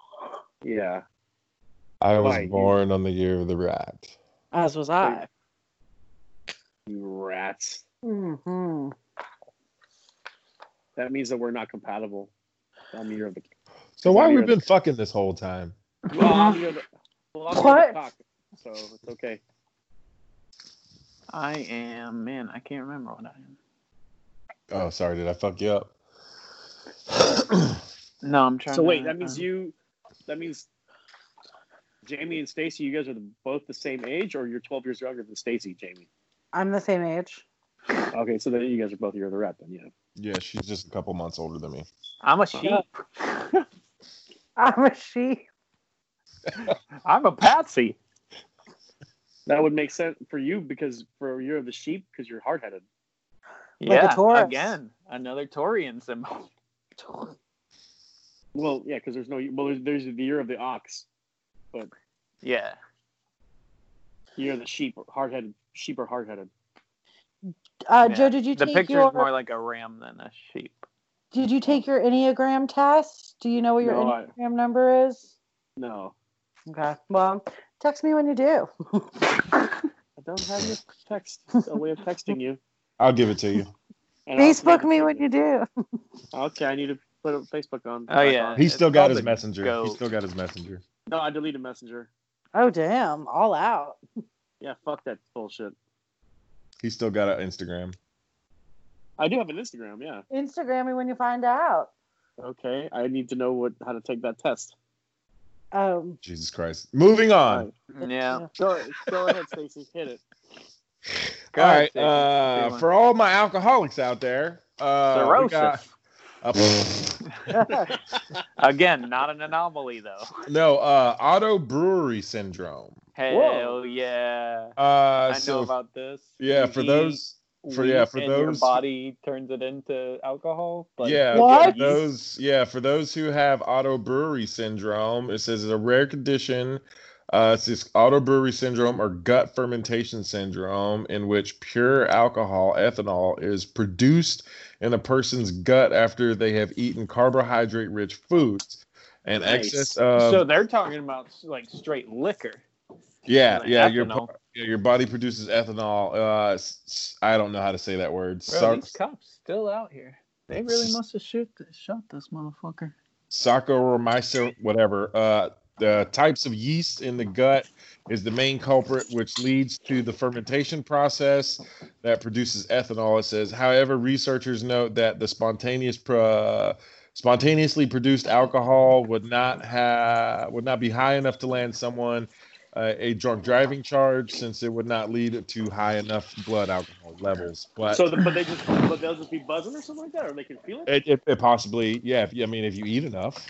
Speaker 2: Yeah,
Speaker 4: I was
Speaker 2: Right, you-
Speaker 4: born on the year of the rat.
Speaker 3: As was I.
Speaker 2: you rats.
Speaker 3: hmm
Speaker 2: That means that we're not compatible. I'm year of the
Speaker 4: So why we been fucking this whole time?
Speaker 2: well, I'm year of the, well, I'm year of the
Speaker 3: What?
Speaker 2: cock, so it's okay.
Speaker 1: I am man. I can't remember what I am.
Speaker 4: Oh, sorry, did I fuck you up?
Speaker 1: No, I'm trying.
Speaker 2: So
Speaker 1: to, uh,
Speaker 2: wait, that
Speaker 3: uh,
Speaker 2: means you. That means Jamie and Stacy. You guys are the, both the same age, or you're 12 years younger than Stacy, Jamie.
Speaker 3: I'm the same age.
Speaker 2: Okay, so then you guys are both year of the rep. Then yeah.
Speaker 4: yeah, she's just a couple months older than me.
Speaker 1: I'm a sheep.
Speaker 3: I'm a she.
Speaker 1: I'm a patsy.
Speaker 2: That would make sense for you because for year of the sheep because you're hard headed.
Speaker 3: Like a
Speaker 1: yeah,
Speaker 3: Taurus.
Speaker 1: again, another Taurian symbol.
Speaker 2: Well, yeah, because there's no well, there's, there's the year of the ox,
Speaker 1: Yeah.
Speaker 2: year of the sheep, hard headed sheep are hard headed.
Speaker 3: Uh,
Speaker 1: yeah.
Speaker 3: Joe, did you
Speaker 1: the
Speaker 3: take
Speaker 1: picture
Speaker 3: your
Speaker 1: is more like a ram than a sheep?
Speaker 3: Did you take your Enneagram test? Do you know what your
Speaker 2: No, I-
Speaker 3: Enneagram number is?
Speaker 2: No,
Speaker 3: Okay. Well, text me when you do.
Speaker 2: I don't have your text. It's a way of texting you.
Speaker 4: I'll give it to you.
Speaker 2: And I'll
Speaker 3: Facebook
Speaker 2: see-
Speaker 3: me when you do.
Speaker 2: Okay, I need to put a Facebook on.
Speaker 1: Oh, yeah.
Speaker 4: He
Speaker 1: It's
Speaker 4: still got
Speaker 1: called
Speaker 4: his
Speaker 1: the
Speaker 4: messenger. He
Speaker 1: goat.
Speaker 4: still got his messenger.
Speaker 2: No, I deleted Messenger.
Speaker 3: Oh damn! All out.
Speaker 2: Yeah, fuck that bullshit.
Speaker 4: He still got an Instagram.
Speaker 2: I do have an Instagram. Yeah.
Speaker 3: Instagram me when you find out.
Speaker 2: Okay, I need to know what how to take that test.
Speaker 3: Um.
Speaker 4: Jesus Christ. Moving on.
Speaker 1: Yeah.
Speaker 2: Go, go ahead, Stacy. Hit it.
Speaker 4: All
Speaker 1: All
Speaker 4: right.
Speaker 1: right, Jason,
Speaker 4: Uh,
Speaker 1: do one.
Speaker 4: for all my alcoholics out there, uh, we
Speaker 1: Cirrhosis.
Speaker 4: got-
Speaker 3: yeah.
Speaker 1: Again, not an anomaly though.
Speaker 4: no, uh, auto brewery syndrome.
Speaker 1: Hell
Speaker 2: Whoa.
Speaker 1: yeah.
Speaker 4: Uh,
Speaker 1: I know
Speaker 4: so
Speaker 1: about this.
Speaker 4: yeah,
Speaker 1: You
Speaker 4: for
Speaker 1: eat
Speaker 4: those, for
Speaker 1: wheat
Speaker 4: yeah, for
Speaker 1: and your
Speaker 4: those,
Speaker 1: body turns it into alcohol. But
Speaker 4: yeah, for
Speaker 3: What?
Speaker 4: those, yeah, for those who have auto brewery syndrome, it says it's a rare condition. Uh, it's this auto brewery syndrome or gut fermentation syndrome, in which pure alcohol, ethanol, is produced in a person's gut after they have eaten carbohydrate-rich foods. And
Speaker 2: Nice.
Speaker 4: excess of
Speaker 1: so they're talking about like straight liquor.
Speaker 4: Yeah,
Speaker 1: Like
Speaker 4: yeah, your
Speaker 1: ethanol.
Speaker 4: bo- yeah, your body produces ethanol. Uh, s- s- I don't know how to say that word.
Speaker 1: Bro,
Speaker 4: Sac-
Speaker 1: these cops still out here. They really must have shoot this, shot this motherfucker.
Speaker 4: Saccharomyces, whatever. Uh, the types of yeast in the gut is the main culprit, which leads to the fermentation process that produces ethanol. It says, however, researchers note that the spontaneous pro- spontaneously produced alcohol would not have would not be high enough to land someone uh, a drunk driving charge, since it would not lead to high enough blood alcohol levels. But
Speaker 2: So, the, but they just, but they'll just be buzzing or something like that, or they can feel it.
Speaker 4: it, it, it possibly, yeah. If, I mean, if you eat enough,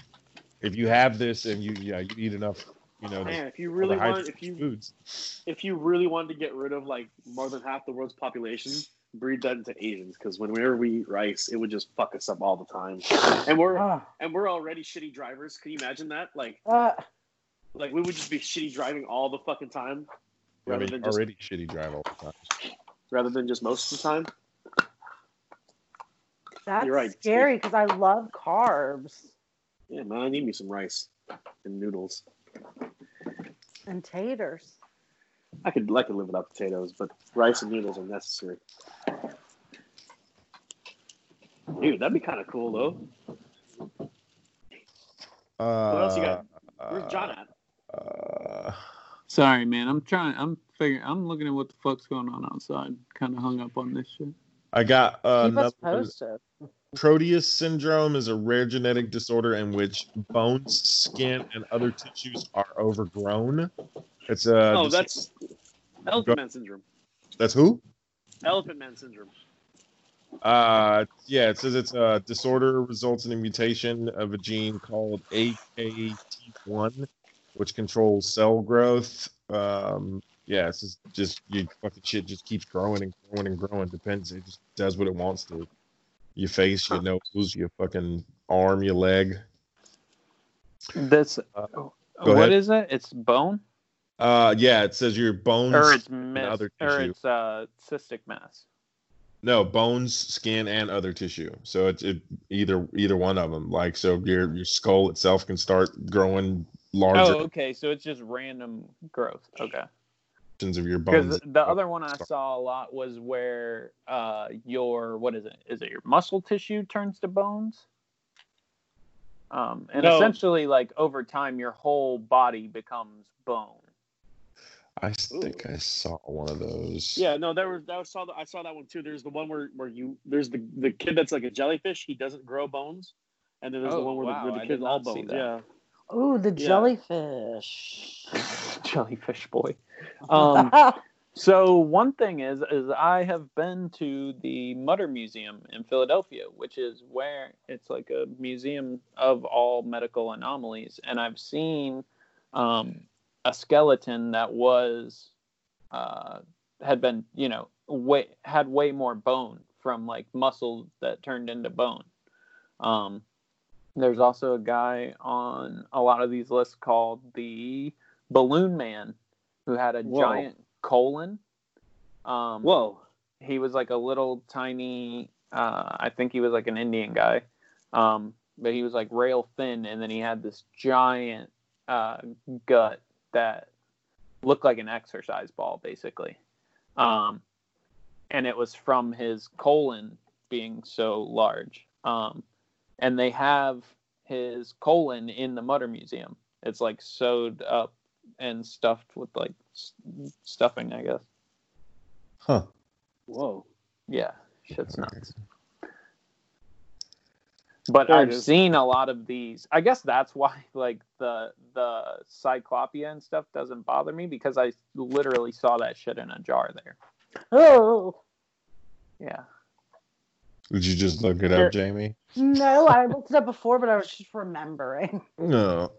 Speaker 4: if you have this and you, yeah, you eat enough, you know,
Speaker 2: Man, if you really want, if you
Speaker 4: foods.
Speaker 2: if you really wanted to get rid of like more than half the world's population, breed that into Asians. Because whenever we eat rice, it would just fuck us up all the time. And we're
Speaker 3: Ah,
Speaker 2: and we're already shitty drivers. Can you imagine that? Like
Speaker 3: uh,
Speaker 2: like we would just be shitty driving all the fucking time,
Speaker 4: I
Speaker 2: rather
Speaker 4: mean,
Speaker 2: than just
Speaker 4: already shitty drive all the time.
Speaker 2: rather than just most of the time.
Speaker 3: that's
Speaker 2: You're right,
Speaker 3: scary because I love carbs
Speaker 2: Yeah, man, I need me some rice and noodles.
Speaker 3: and taters.
Speaker 2: I could like to live without potatoes, but rice and noodles are necessary. Dude, that'd be kind of cool though.
Speaker 4: Uh,
Speaker 2: else you got?
Speaker 1: Uh,
Speaker 2: Where's John at?
Speaker 4: Uh,
Speaker 1: Sorry, man. I'm trying. I'm figuring. I'm looking at what the fuck's going on outside. Kind of hung up on this shit.
Speaker 4: I got uh,
Speaker 3: Keep us
Speaker 4: another.
Speaker 3: posted.
Speaker 4: Proteus syndrome is a rare genetic disorder in which bones, skin, and other tissues are overgrown. It's a
Speaker 2: oh,
Speaker 4: dis-
Speaker 2: that's elephant man syndrome.
Speaker 4: that's who?
Speaker 2: Elephant man syndrome.
Speaker 4: Uh, yeah, it says it's a disorder results in a mutation of a gene called AKT1, which controls cell growth. Um, yeah, it's just, just you fucking shit just keeps growing and growing and growing. Depends, it just does what it wants to. Your face, your nose, your fucking arm, your leg.
Speaker 1: This.
Speaker 4: Uh, ahead.
Speaker 1: what is it? It's bone,
Speaker 4: Uh, yeah, it says your bones.
Speaker 1: or it's mess,
Speaker 4: other
Speaker 1: or
Speaker 4: Mm, tissue.
Speaker 1: it's uh, cystic mass.
Speaker 4: No, bones, skin, and other tissue. So it's it, either either one of them. Like so, your your skull itself can start growing larger.
Speaker 1: Oh, okay. So it's just random growth. Okay.
Speaker 4: of your bones. Oh,
Speaker 1: Because the other one I saw a lot was where uh, your what is it? Is it your muscle tissue turns to bones? Um, and
Speaker 2: No.
Speaker 1: essentially, like over time, your whole body becomes bone.
Speaker 4: I think I saw one of those.
Speaker 2: Yeah, no, there was that was saw the, I saw that one too. There's the one where where you there's the the kid that's like a jellyfish. He doesn't grow bones, and then there's
Speaker 1: Oh,
Speaker 2: the one where,
Speaker 1: wow,
Speaker 2: the, where
Speaker 1: I
Speaker 2: the
Speaker 1: did
Speaker 2: kid's all
Speaker 1: not see
Speaker 2: bones.
Speaker 1: that.
Speaker 2: Yeah,
Speaker 3: Ooh, the
Speaker 2: Yeah.
Speaker 3: jellyfish.
Speaker 1: Jellyfish boy. Um, So one thing is is I have been to the Mutter Museum in Philadelphia, which is where it's like a museum of all medical anomalies, and I've seen um, a skeleton that was uh, had been you know way had way more bone from like muscle that turned into bone. Um, there's also a guy on a lot of these lists called the Balloon Man, who had a
Speaker 2: Whoa.
Speaker 1: giant colon. Um,
Speaker 2: whoa,
Speaker 1: he was like a little tiny. Uh, I think he was like an Indian guy, um, but he was like rail thin, and then he had this giant uh, gut that looked like an exercise ball, basically. Um, and it was from his colon being so large. Um, and they have his colon in the Mutter Museum. It's like sewed up and stuffed with like s- stuffing, I guess.
Speaker 4: Huh.
Speaker 2: whoa.
Speaker 1: Yeah, shit's nuts.
Speaker 4: Okay.
Speaker 1: But
Speaker 2: There it
Speaker 1: I've
Speaker 2: is.
Speaker 1: seen a lot of these. I guess that's why like the the cyclopia and stuff doesn't bother me because I literally saw that shit in a jar there.
Speaker 3: oh
Speaker 1: Yeah.
Speaker 4: Did you just look it
Speaker 3: There-
Speaker 4: up, Jamie?
Speaker 3: no, I looked it up before, but I was just remembering.
Speaker 4: No.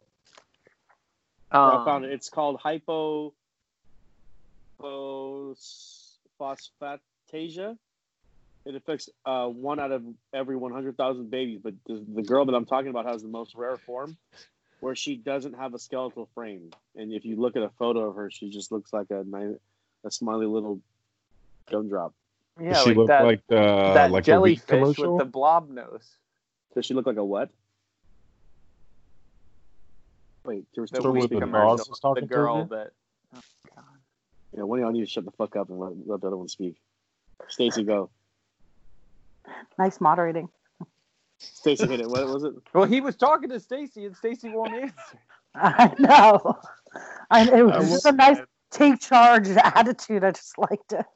Speaker 1: Um,
Speaker 2: I found it. It's called hypo phosphatasia. It affects uh, one out of every 100,000 babies, but the, the girl that I'm talking about has the most rare form where she doesn't have a skeletal frame. And if you look at a photo of her, she just looks like a, ni- a smiley little gumdrop.
Speaker 1: Yeah,
Speaker 4: Does she
Speaker 1: like
Speaker 4: look
Speaker 1: that,
Speaker 4: like uh,
Speaker 1: that
Speaker 4: like a
Speaker 1: jellyfish
Speaker 4: wheat commercial?
Speaker 1: with the blob nose.
Speaker 2: Does she look like a what? Wait, there was
Speaker 1: The
Speaker 4: So
Speaker 2: two
Speaker 4: with
Speaker 1: wheat
Speaker 2: weeks
Speaker 4: the
Speaker 1: commercial.
Speaker 4: boss was talking
Speaker 1: the
Speaker 4: to
Speaker 1: girl
Speaker 4: you?
Speaker 1: that. oh,
Speaker 2: Yeah, one of y'all need to shut the fuck up and let, let the other one speak. Stacy, go.
Speaker 3: Nice moderating.
Speaker 2: Stacy hit it. What was it?
Speaker 1: Well, he was talking to Stacy, and Stacy won't answer.
Speaker 3: I know. I, it
Speaker 4: I
Speaker 3: was just a nice take charge attitude. I just liked it.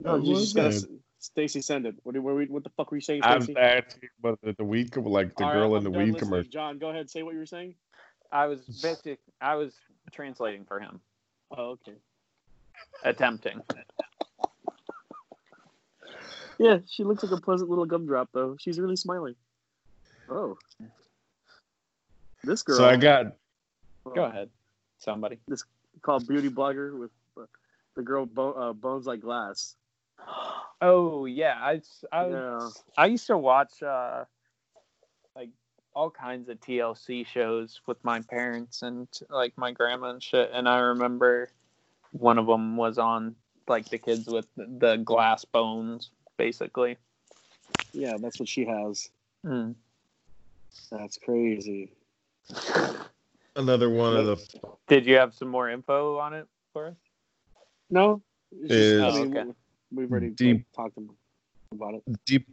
Speaker 2: No,
Speaker 4: That
Speaker 2: you
Speaker 4: was
Speaker 2: just gotta.
Speaker 4: it.
Speaker 2: s- Stacy, send it. What, do- what, we- what the fuck were you saying,
Speaker 4: I was
Speaker 2: Stacy?
Speaker 4: asking about the, the weed, com- like the
Speaker 2: All right,
Speaker 4: girl
Speaker 2: I'm
Speaker 4: in the
Speaker 2: done
Speaker 4: weed
Speaker 2: listening.
Speaker 4: commercial.
Speaker 2: John, go ahead. Say what you were saying.
Speaker 1: I was basic. I was translating for him,
Speaker 2: Oh, okay.
Speaker 1: attempting.
Speaker 2: Yeah, she looks like a pleasant little gumdrop, though. She's really smiling. Oh, this girl uh,
Speaker 4: So I got
Speaker 1: Go ahead, somebody.
Speaker 2: called Beauty Blogger with uh, the girl bo- uh, bones like glass.
Speaker 1: Oh yeah, I s- I,
Speaker 2: Yeah.
Speaker 1: I used to watch uh, like all kinds of TLC shows with my parents and like my grandma and shit. And I remember one of them was on like the kids with the glass bones, basically.
Speaker 2: Yeah, that's what she has.
Speaker 1: Mm.
Speaker 2: That's crazy.
Speaker 4: another one of the
Speaker 1: Did you have some more info on it for us?
Speaker 2: No, it's just,
Speaker 1: Is-
Speaker 2: I mean,
Speaker 1: Oh, okay.
Speaker 2: we- we've already
Speaker 4: Deep- Uh,
Speaker 2: talked about it.
Speaker 4: deep.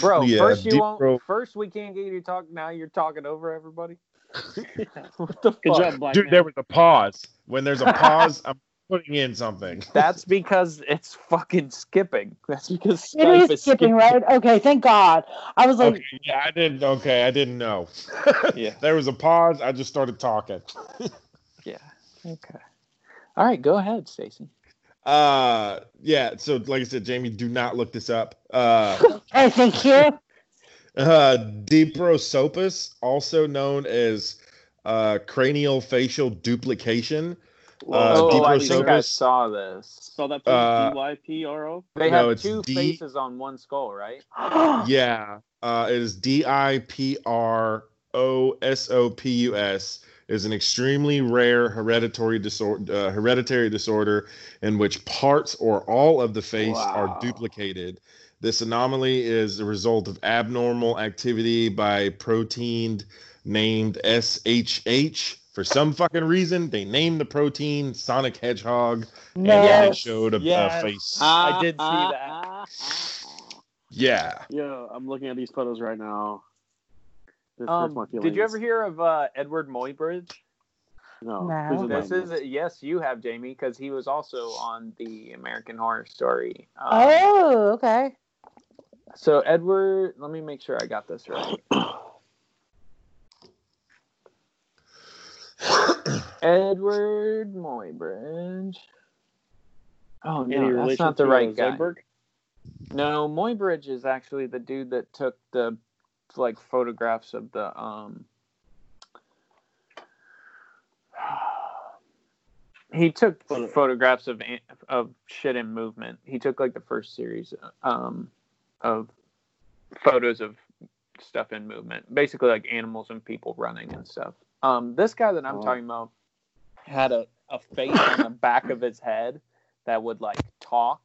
Speaker 1: Bro,
Speaker 4: Yeah,
Speaker 1: first you
Speaker 4: deep
Speaker 1: won't.
Speaker 4: throat.
Speaker 1: First we can't get you to talk. Now you're talking over everybody. what the fuck?
Speaker 2: Good job, Black
Speaker 4: Dude,
Speaker 2: man.
Speaker 4: there was a pause. When there's a pause, I'm putting in something.
Speaker 1: That's because it's fucking skipping. That's because
Speaker 3: It
Speaker 1: Skype
Speaker 3: is
Speaker 1: is
Speaker 3: skipping, right? Okay, thank God. I was like,
Speaker 4: Okay, yeah, I didn't. Okay, I didn't know.
Speaker 1: Yeah.
Speaker 4: There was a pause. I just started talking.
Speaker 1: Yeah. Okay. All right, go ahead, Stacy.
Speaker 4: Uh, yeah. So, like I said, Jamie, do not look this up. Uh,
Speaker 3: hey, thank you.
Speaker 4: uh Diprosopus, also known as uh, cranial facial duplication. Uh,
Speaker 1: oh, I
Speaker 4: Deeprosaurus?
Speaker 1: think I saw this.
Speaker 2: Spell that please.
Speaker 4: Uh,
Speaker 2: D Y P R O.
Speaker 1: They
Speaker 4: No,
Speaker 1: have
Speaker 4: it's
Speaker 1: two
Speaker 4: D-
Speaker 1: faces on one skull, right?
Speaker 4: Yeah. Uh, it is D I P R O S O P U S. Is an extremely rare hereditary disorder, uh, hereditary disorder in which parts or all of the face
Speaker 1: Wow.
Speaker 4: are duplicated. This anomaly is the result of abnormal activity by protein named SHH For some fucking reason, they named the protein Sonic Hedgehog,
Speaker 3: No.
Speaker 4: and then it
Speaker 1: Yes.
Speaker 4: showed a, a
Speaker 1: Yes. Ah.
Speaker 4: face.
Speaker 1: I did see that. ah.
Speaker 4: yeah,
Speaker 2: Yeah, I'm looking at these photos right now. This hurts my
Speaker 1: Um, did
Speaker 2: feelings.
Speaker 1: you ever hear of uh, Edward Muybridge?
Speaker 2: No.
Speaker 3: No.
Speaker 2: is
Speaker 1: This
Speaker 2: mine.
Speaker 1: is yes, you have Jamie because he was also on the American Horror Story. Um,
Speaker 3: Oh, okay.
Speaker 1: So Edward, let me make sure I got this right. Edward Moybridge. Oh
Speaker 2: Any
Speaker 1: no, that's
Speaker 2: relation
Speaker 1: not the
Speaker 2: to, uh,
Speaker 1: right guy.
Speaker 2: Zoidberg?
Speaker 1: No, Moybridge is actually the dude that took the like photographs of the um He took
Speaker 2: Photo-
Speaker 1: photographs of an- of shit in movement. He took like the first series um of photos of stuff in movement, basically like animals and people running and stuff. Um this guy that I'm
Speaker 2: Oh.
Speaker 1: talking about had a a face on the back of his head that would like talk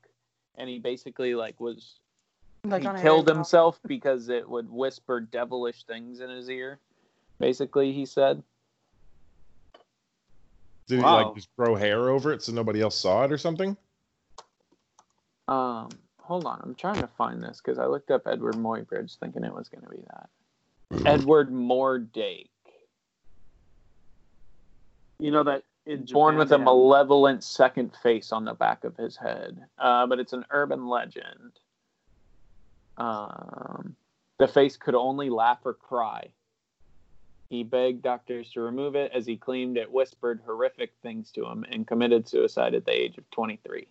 Speaker 1: and he basically like was
Speaker 3: Like on
Speaker 1: he
Speaker 3: a
Speaker 1: killed
Speaker 3: Harry
Speaker 1: himself because it would whisper devilish things in his ear. Basically, he said,
Speaker 4: did
Speaker 2: Wow.
Speaker 4: he like just grow hair over it so nobody else saw it or something?
Speaker 1: um, "Hold on, I'm trying to find this because I looked up Edward Moybridge thinking it was going to be that Edward Moordake,
Speaker 2: You know that in Japan,
Speaker 1: born with a
Speaker 2: they have-
Speaker 1: malevolent second face on the back of his head, uh, but it's an urban legend. Um, the face could only laugh or cry. He begged doctors to remove it as he claimed it whispered horrific things to him and committed suicide at the age of 23.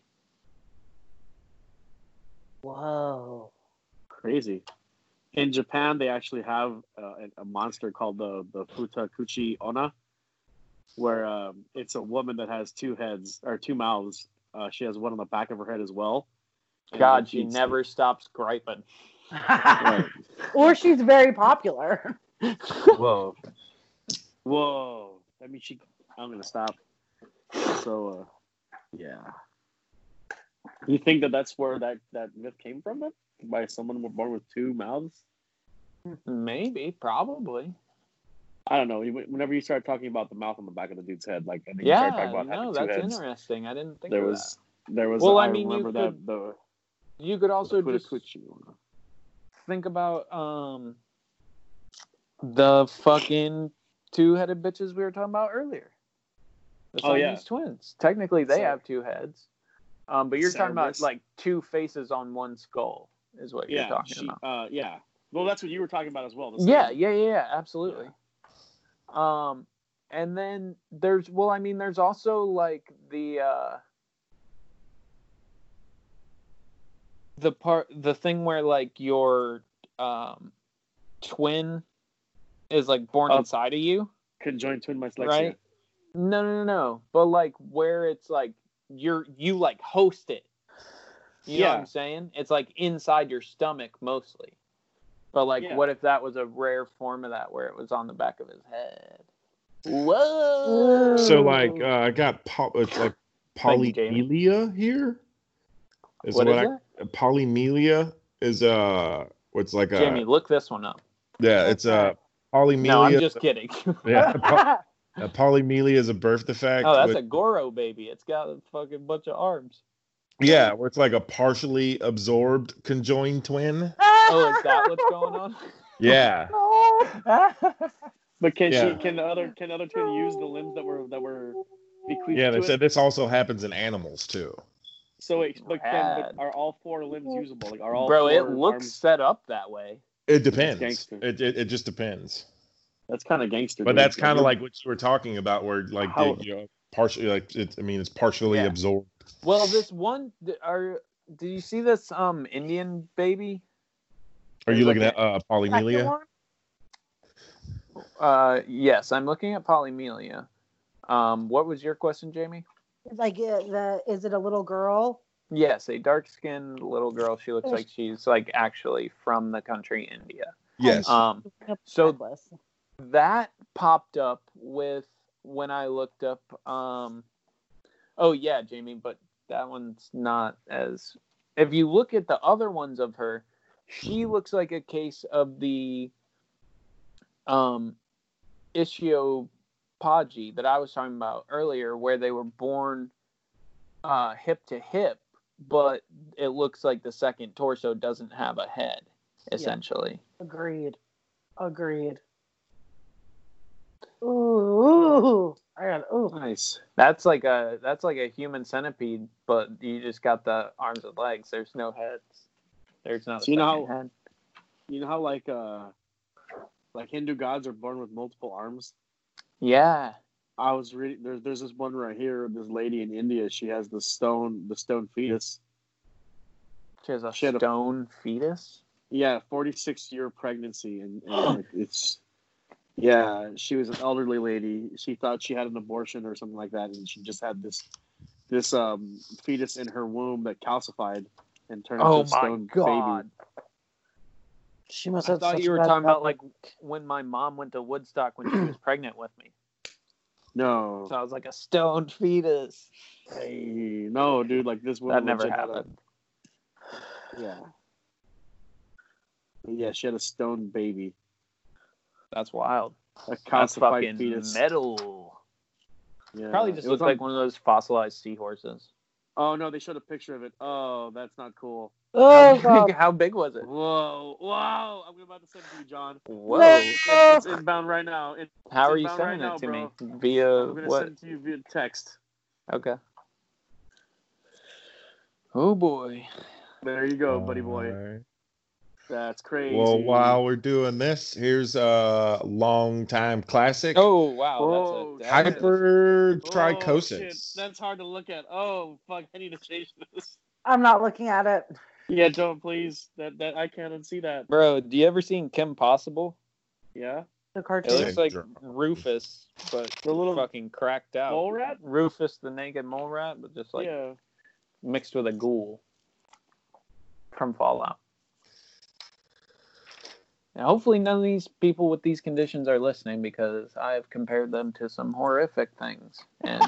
Speaker 3: Whoa.
Speaker 2: crazy. In Japan, they actually have uh, a, a monster called the the Futakuchi Ona, where um, it's a woman that has two heads or two mouths. Uh, she has one on the back of her head as well. And when
Speaker 1: God, she
Speaker 2: eats-
Speaker 1: never stops griping.
Speaker 2: Right.
Speaker 3: or she's very popular.
Speaker 2: Whoa. Whoa. I mean, she. I'm gonna stop. So, uh, yeah. You think that that's where that that myth came from? Then, by someone born with two mouths?
Speaker 1: Maybe, probably.
Speaker 2: I don't know. You- Whenever you start talking about the mouth on the back of the dude's head, like and then you start
Speaker 1: Yeah,
Speaker 2: talking about
Speaker 1: no,
Speaker 2: having
Speaker 1: that's
Speaker 2: two heads,
Speaker 1: interesting. I didn't think
Speaker 2: there
Speaker 1: of
Speaker 2: was there was.
Speaker 1: Well,
Speaker 2: I,
Speaker 1: I mean, you
Speaker 2: remember that the
Speaker 1: that. You could also
Speaker 2: the
Speaker 1: just
Speaker 2: Futakuchi one.
Speaker 1: think about um the fucking two-headed bitches we were talking about earlier. The
Speaker 2: Oh,
Speaker 1: Siamese
Speaker 2: yeah.
Speaker 1: twins. Technically, they
Speaker 2: So-
Speaker 1: have two heads, um, but you're talking about
Speaker 2: Cerberus.
Speaker 1: like two faces on one skull, is what you're
Speaker 2: Yeah,
Speaker 1: talking
Speaker 2: she,
Speaker 1: about.
Speaker 2: uh, yeah. Well, that's what you were talking about as well. the
Speaker 1: Yeah,
Speaker 2: same-
Speaker 1: yeah, yeah, yeah, absolutely. Um, and then there's well, I mean, there's also like the uh, the part, the thing where like your um, twin is like born
Speaker 2: Oh.
Speaker 1: inside of you.
Speaker 2: Conjoined twin dyslexia.
Speaker 1: Right? No, no, no, no. But like where it's like you're you like host it. You know what
Speaker 2: Yeah.
Speaker 1: I'm saying? It's like inside your stomach mostly. But like
Speaker 2: Yeah.
Speaker 1: what if that was a rare form of that where it was on the back of his head? Whoa.
Speaker 4: So like, uh, I got po- it's like
Speaker 1: Thank you, Jamie.
Speaker 4: polymelia here. Is
Speaker 1: what
Speaker 4: what,
Speaker 1: is
Speaker 4: I,
Speaker 1: that?
Speaker 4: polymelia is uh what's like a
Speaker 1: Jamie, look this one up.
Speaker 4: yeah it's a polymelia
Speaker 1: No, I'm just kidding.
Speaker 4: yeah po- a polymelia is a birth defect
Speaker 1: oh, that's
Speaker 4: with-
Speaker 1: a Goro baby. It's got a fucking bunch of arms.
Speaker 4: yeah where it's like a partially absorbed conjoined twin
Speaker 1: Oh, is that what's going on?
Speaker 4: yeah
Speaker 2: But can
Speaker 4: Yeah.
Speaker 2: she? Can the other? Can the other twin use the limbs that were that were bequeathed
Speaker 4: yeah
Speaker 2: to
Speaker 4: they
Speaker 2: it?
Speaker 4: said this also happens in animals too
Speaker 2: so wait, but can
Speaker 1: Rad.
Speaker 2: but are all four limbs usable? Like are all
Speaker 1: Bro, it
Speaker 2: four
Speaker 1: looks
Speaker 2: arms-
Speaker 1: set up that way.
Speaker 4: it depends
Speaker 2: gangster.
Speaker 4: it, it, it just depends
Speaker 2: that's kind of gangster.
Speaker 4: but
Speaker 2: dude.
Speaker 4: that's kind of
Speaker 2: you're-
Speaker 4: like what you were talking about where like
Speaker 2: How-
Speaker 4: the, you know partially like it's i mean it's partially
Speaker 1: Yeah.
Speaker 4: absorbed
Speaker 1: Well, this one, th- are did you see this um Indian baby?
Speaker 4: are you
Speaker 1: It's
Speaker 4: looking
Speaker 1: like
Speaker 4: at uh polymelia
Speaker 1: Uh, yes, I'm looking at Polymelia. Um, what was your question, Jamie?
Speaker 3: like uh, the is it a little girl?
Speaker 1: Yes, a dark-skinned little girl. She looks like she's like actually from the country India.
Speaker 4: yes
Speaker 1: Um, so
Speaker 3: Necklace.
Speaker 1: that popped up with when I looked up. Um, oh yeah, Jamie, but that one's not as. If you look at the other ones of her, she looks like a case of the um, ischio podgy that I was talking about earlier, where they were born uh, hip to hip, but it looks like the second torso doesn't have a head, essentially.
Speaker 3: Agreed. Agreed. Ooh, I got ooh.
Speaker 2: Nice.
Speaker 1: That's like a that's like a human centipede, but you just got the arms and legs. There's no heads. There's not a
Speaker 2: So you know
Speaker 1: second
Speaker 2: how-
Speaker 1: head.
Speaker 2: You know how like uh like Hindu gods are born with multiple arms?
Speaker 1: Yeah.
Speaker 2: I was reading there's there's this one right here, of this lady in India, she has the stone the stone fetus.
Speaker 1: She has a
Speaker 2: She had a-
Speaker 1: stone fetus.
Speaker 2: Yeah, forty six year pregnancy and, and like, it's yeah, she was an elderly lady. She thought she had an abortion or something like that, and she just had this this um fetus in her womb that calcified and turned
Speaker 1: Oh
Speaker 2: into a
Speaker 1: my
Speaker 2: stone
Speaker 1: god.
Speaker 2: baby.
Speaker 3: She must
Speaker 1: I
Speaker 3: have.
Speaker 1: thought
Speaker 3: such
Speaker 1: you were
Speaker 3: bad
Speaker 1: talking about
Speaker 3: luck.
Speaker 1: like when my mom went to Woodstock when she was pregnant with me.
Speaker 2: No.
Speaker 1: So I was like a stone fetus.
Speaker 2: Hey, no, dude, like this woman
Speaker 1: That never
Speaker 2: legit had a-
Speaker 1: happened.
Speaker 2: Yeah. Yeah, she had a stone baby,
Speaker 1: That's wild.
Speaker 2: a
Speaker 1: That's
Speaker 2: calcified
Speaker 1: fucking
Speaker 2: fetus.
Speaker 1: metal.
Speaker 2: Yeah.
Speaker 1: Probably just
Speaker 2: It was
Speaker 1: looks like
Speaker 2: on-
Speaker 1: one of those fossilized seahorses.
Speaker 2: Oh no, they showed a picture of it. Oh, that's not cool.
Speaker 1: how,
Speaker 3: Oh
Speaker 1: big,
Speaker 3: god.
Speaker 1: how big was it?
Speaker 2: Whoa, whoa! I'm about to send it to you, John.
Speaker 1: Whoa.
Speaker 3: No.
Speaker 2: It's, it's inbound right now. It,
Speaker 1: How are you
Speaker 2: inbound right
Speaker 1: sending
Speaker 2: now,
Speaker 1: it to me?
Speaker 2: bro.
Speaker 1: Via
Speaker 2: I'm gonna
Speaker 1: Uh, what?
Speaker 2: send it to you via text.
Speaker 1: Okay. Oh boy.
Speaker 2: There you go, buddy boy.
Speaker 4: All right.
Speaker 2: That's crazy.
Speaker 4: Well, while we're doing this, here's a long time classic.
Speaker 1: Oh wow.
Speaker 2: Oh,
Speaker 1: that's a, that's a-
Speaker 4: Hyper
Speaker 2: Oh, shit,
Speaker 4: trichosis.
Speaker 2: That's hard to look at. Oh fuck! I need to change this.
Speaker 3: I'm not looking at it.
Speaker 2: Yeah, don't please. That that I can't unsee that.
Speaker 1: Bro, do you ever seen Kim Possible?
Speaker 2: Yeah.
Speaker 3: The
Speaker 1: It
Speaker 3: cartoon.
Speaker 1: looks like
Speaker 4: Syndrome.
Speaker 1: Rufus, but
Speaker 2: The little
Speaker 1: fucking cracked out.
Speaker 2: Mole rat.
Speaker 1: Rufus the naked mole rat, but just like
Speaker 2: yeah.
Speaker 1: mixed with a ghoul from Fallout. And hopefully, none of these people with these conditions are listening because I have compared them to some horrific things, and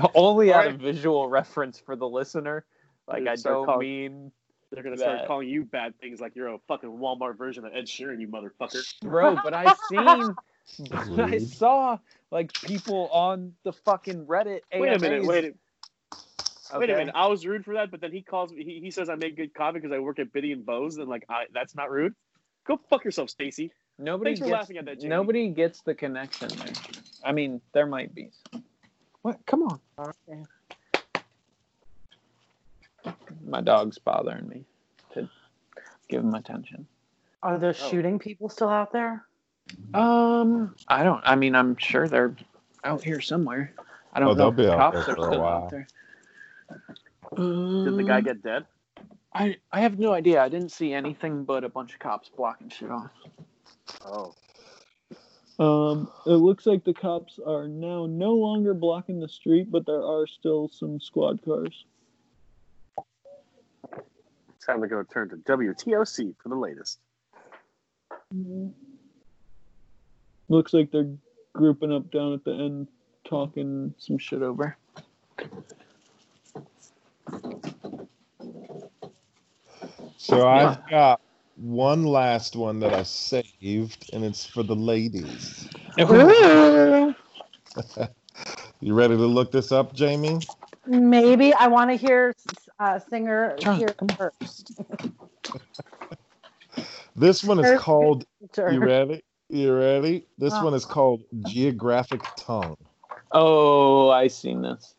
Speaker 1: only out of visual reference for the listener. Like
Speaker 2: Dude,
Speaker 1: I
Speaker 2: start
Speaker 1: don't
Speaker 2: calling-
Speaker 1: mean,
Speaker 2: They're gonna start
Speaker 1: that-
Speaker 2: calling you bad things like you're a fucking Walmart version of Ed Sheeran, you motherfucker.
Speaker 1: bro, but I seen, but I
Speaker 4: Rude.
Speaker 1: saw like people on the fucking Reddit.
Speaker 2: Wait a minute,
Speaker 1: AMAs.
Speaker 2: wait, a- wait a
Speaker 1: Okay.
Speaker 2: minute. I was rude for that, but then he calls me. He, he says I make good coffee because I work at Biddy and Bo's, and like I, that's not rude. Go fuck yourself, Stacy.
Speaker 1: Nobody
Speaker 2: Thanks for
Speaker 1: gets,
Speaker 2: laughing at that, Jamie.
Speaker 1: Nobody gets the connection there. I mean, there might be. some. What? Come on.
Speaker 3: Okay.
Speaker 1: My dog's bothering me to give him attention.
Speaker 3: Are
Speaker 1: Oh.
Speaker 3: there shooting people still out there?
Speaker 1: Um, I don't. I mean, I'm sure they're out here somewhere. I don't
Speaker 4: Oh,
Speaker 1: know.
Speaker 4: they'll
Speaker 1: If
Speaker 4: be
Speaker 1: the
Speaker 4: out
Speaker 1: cops
Speaker 4: there
Speaker 1: are
Speaker 4: for a
Speaker 1: still
Speaker 4: while.
Speaker 1: out there.
Speaker 2: Did the guy get dead?
Speaker 1: Um, I I have no idea. I didn't see anything but a bunch of cops blocking shit off.
Speaker 2: Oh,
Speaker 1: Um, it looks like the cops are now no longer blocking the street, but there are still some squad cars.
Speaker 2: time to go turn to WTOC for the latest.
Speaker 1: Mm-hmm. Looks like they're grouping up down at the end, talking some shit over.
Speaker 4: So I've got one last one that I saved, and it's for the ladies. You ready to look this up, Jamie?
Speaker 3: Maybe I want to hear uh, singer
Speaker 1: John,
Speaker 3: here
Speaker 1: come
Speaker 3: first.
Speaker 4: This one is
Speaker 3: Perfect.
Speaker 4: called. You
Speaker 3: Sure.
Speaker 4: ready? You ready? This
Speaker 2: Uh.
Speaker 3: Uh-huh.
Speaker 4: one is called Geographic Tongue.
Speaker 1: oh, I seen this.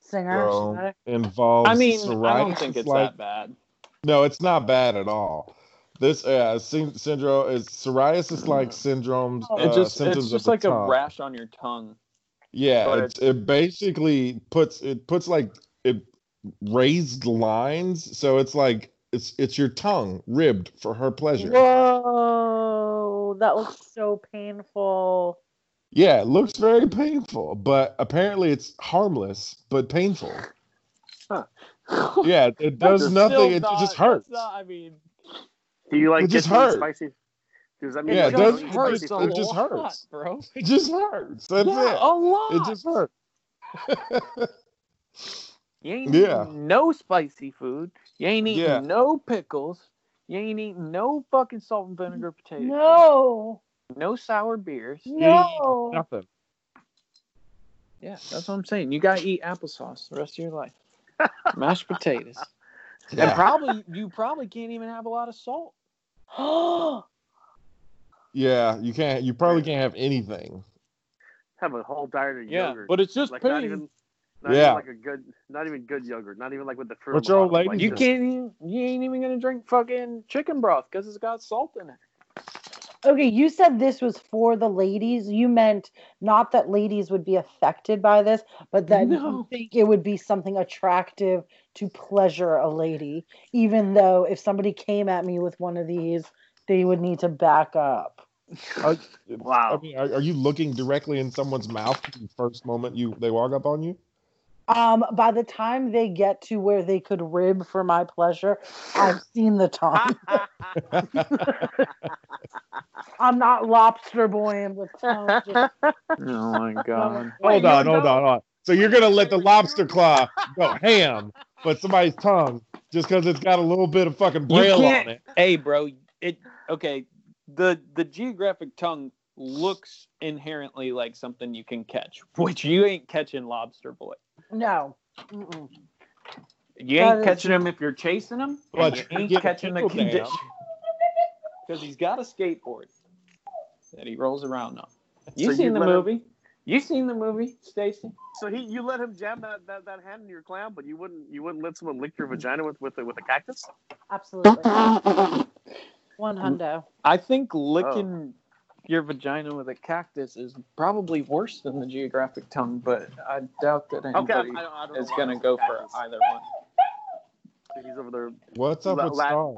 Speaker 3: Singer.
Speaker 4: Bro, involves.
Speaker 1: I mean, I don't
Speaker 4: psoriasis
Speaker 1: think it's
Speaker 4: like-
Speaker 1: that bad.
Speaker 4: No, it's not bad at all. This uh, syn- syndrome is psoriasis-like syndromes.
Speaker 3: Oh.
Speaker 4: Uh,
Speaker 1: Mm. It just
Speaker 4: symptoms
Speaker 1: it's
Speaker 4: of
Speaker 1: just
Speaker 4: the
Speaker 1: like a
Speaker 4: tongue.
Speaker 1: rash on your tongue.
Speaker 4: Yeah,
Speaker 1: But
Speaker 4: it, it basically puts it puts like it raised lines, so it's like it's it's your tongue ribbed for her pleasure.
Speaker 3: Whoa, that looks so painful.
Speaker 4: Yeah, it looks very painful, but apparently it's harmless but painful. Yeah, it does
Speaker 1: It's
Speaker 4: nothing.
Speaker 1: still
Speaker 4: It
Speaker 1: not-
Speaker 4: just hurts.
Speaker 1: it's not- I mean,
Speaker 2: Do you like
Speaker 4: It just
Speaker 2: get really
Speaker 4: hurt.
Speaker 2: spicy? Does that mean
Speaker 4: Yeah,
Speaker 2: you
Speaker 4: it
Speaker 2: don't
Speaker 4: does
Speaker 2: eat
Speaker 4: hurt.
Speaker 2: spicy
Speaker 4: It
Speaker 2: food?
Speaker 4: just
Speaker 1: lot,
Speaker 4: hurts.
Speaker 1: bro.
Speaker 4: It just hurts. That's
Speaker 1: yeah, oh.
Speaker 4: it.
Speaker 1: a lot.
Speaker 4: It just hurts.
Speaker 1: You ain't
Speaker 4: Yeah.
Speaker 1: eating no spicy food. You ain't eating
Speaker 4: Yeah.
Speaker 1: no pickles. You ain't eating no fucking salt and vinegar potatoes.
Speaker 3: No.
Speaker 1: no sour beers.
Speaker 3: No.
Speaker 6: Nothing.
Speaker 1: Yeah, that's what I'm saying. You gotta eat applesauce the rest of your life. Mashed potatoes. And
Speaker 4: Yeah.
Speaker 1: probably you probably can't even have a lot of salt.
Speaker 4: yeah, you can't. You probably can't have anything.
Speaker 2: Have a whole diet of
Speaker 1: Yeah,
Speaker 2: yogurt.
Speaker 1: but it's just
Speaker 2: like
Speaker 1: pain.
Speaker 2: not even, not
Speaker 4: Yeah.
Speaker 2: even like a good, not even good yogurt. Not even like with the fruit.
Speaker 4: But
Speaker 2: on the
Speaker 4: your old
Speaker 2: bottom,
Speaker 4: lady-
Speaker 1: you
Speaker 2: just-
Speaker 1: can't even, you ain't even gonna drink fucking chicken broth because it's got salt in it.
Speaker 3: Okay, you said this was for the ladies. You meant not that ladies would be affected by this, but that
Speaker 1: No.
Speaker 3: you think it would be something attractive to pleasure a lady, even though if somebody came at me with one of these, they would need to back up.
Speaker 4: I
Speaker 2: Wow.
Speaker 4: mean, are, are you looking directly in someone's mouth the first moment you they walk up on you?
Speaker 3: Um, by the time they get to where they could rib for my pleasure, I've seen the tongue. I'm not lobster boying with tongue. just-
Speaker 1: Oh my god.
Speaker 4: hold
Speaker 2: Wait,
Speaker 4: on,
Speaker 2: no,
Speaker 4: hold
Speaker 2: no.
Speaker 4: on, hold on. So you're gonna let the lobster claw go ham, but somebody's tongue just because it's got a little bit of fucking braille on
Speaker 1: can't-
Speaker 4: it.
Speaker 1: hey bro, it okay. The the geographic tongue looks inherently like something you can catch, which you ain't catching lobster boy.
Speaker 3: no. Mm-mm.
Speaker 1: You
Speaker 3: That
Speaker 1: ain't
Speaker 3: is-
Speaker 1: catching him if you're chasing him. and
Speaker 4: But
Speaker 1: you
Speaker 4: you
Speaker 1: ain't
Speaker 4: get a
Speaker 1: catching the
Speaker 4: trickle down.
Speaker 1: condition because he's got a skateboard that he rolls around on. You
Speaker 2: So you
Speaker 1: seen the
Speaker 2: let him-
Speaker 1: movie? You seen the movie, Stacy?
Speaker 2: So he, you let him jam that, that, that hand in your clam, but you wouldn't you wouldn't let someone lick your vagina with with a, with a cactus?
Speaker 3: Absolutely. One hundo.
Speaker 1: I think licking
Speaker 2: Oh.
Speaker 1: your vagina with a cactus is probably worse than the geographic tongue, but I doubt that
Speaker 2: Okay, I, I
Speaker 1: anybody
Speaker 2: don't, I don't
Speaker 1: is
Speaker 2: know why
Speaker 1: going
Speaker 2: I
Speaker 1: to
Speaker 2: said
Speaker 1: go for
Speaker 2: cactus.
Speaker 1: either one.
Speaker 2: He's over there
Speaker 4: What's up
Speaker 2: La-
Speaker 4: with
Speaker 2: la-
Speaker 4: Star?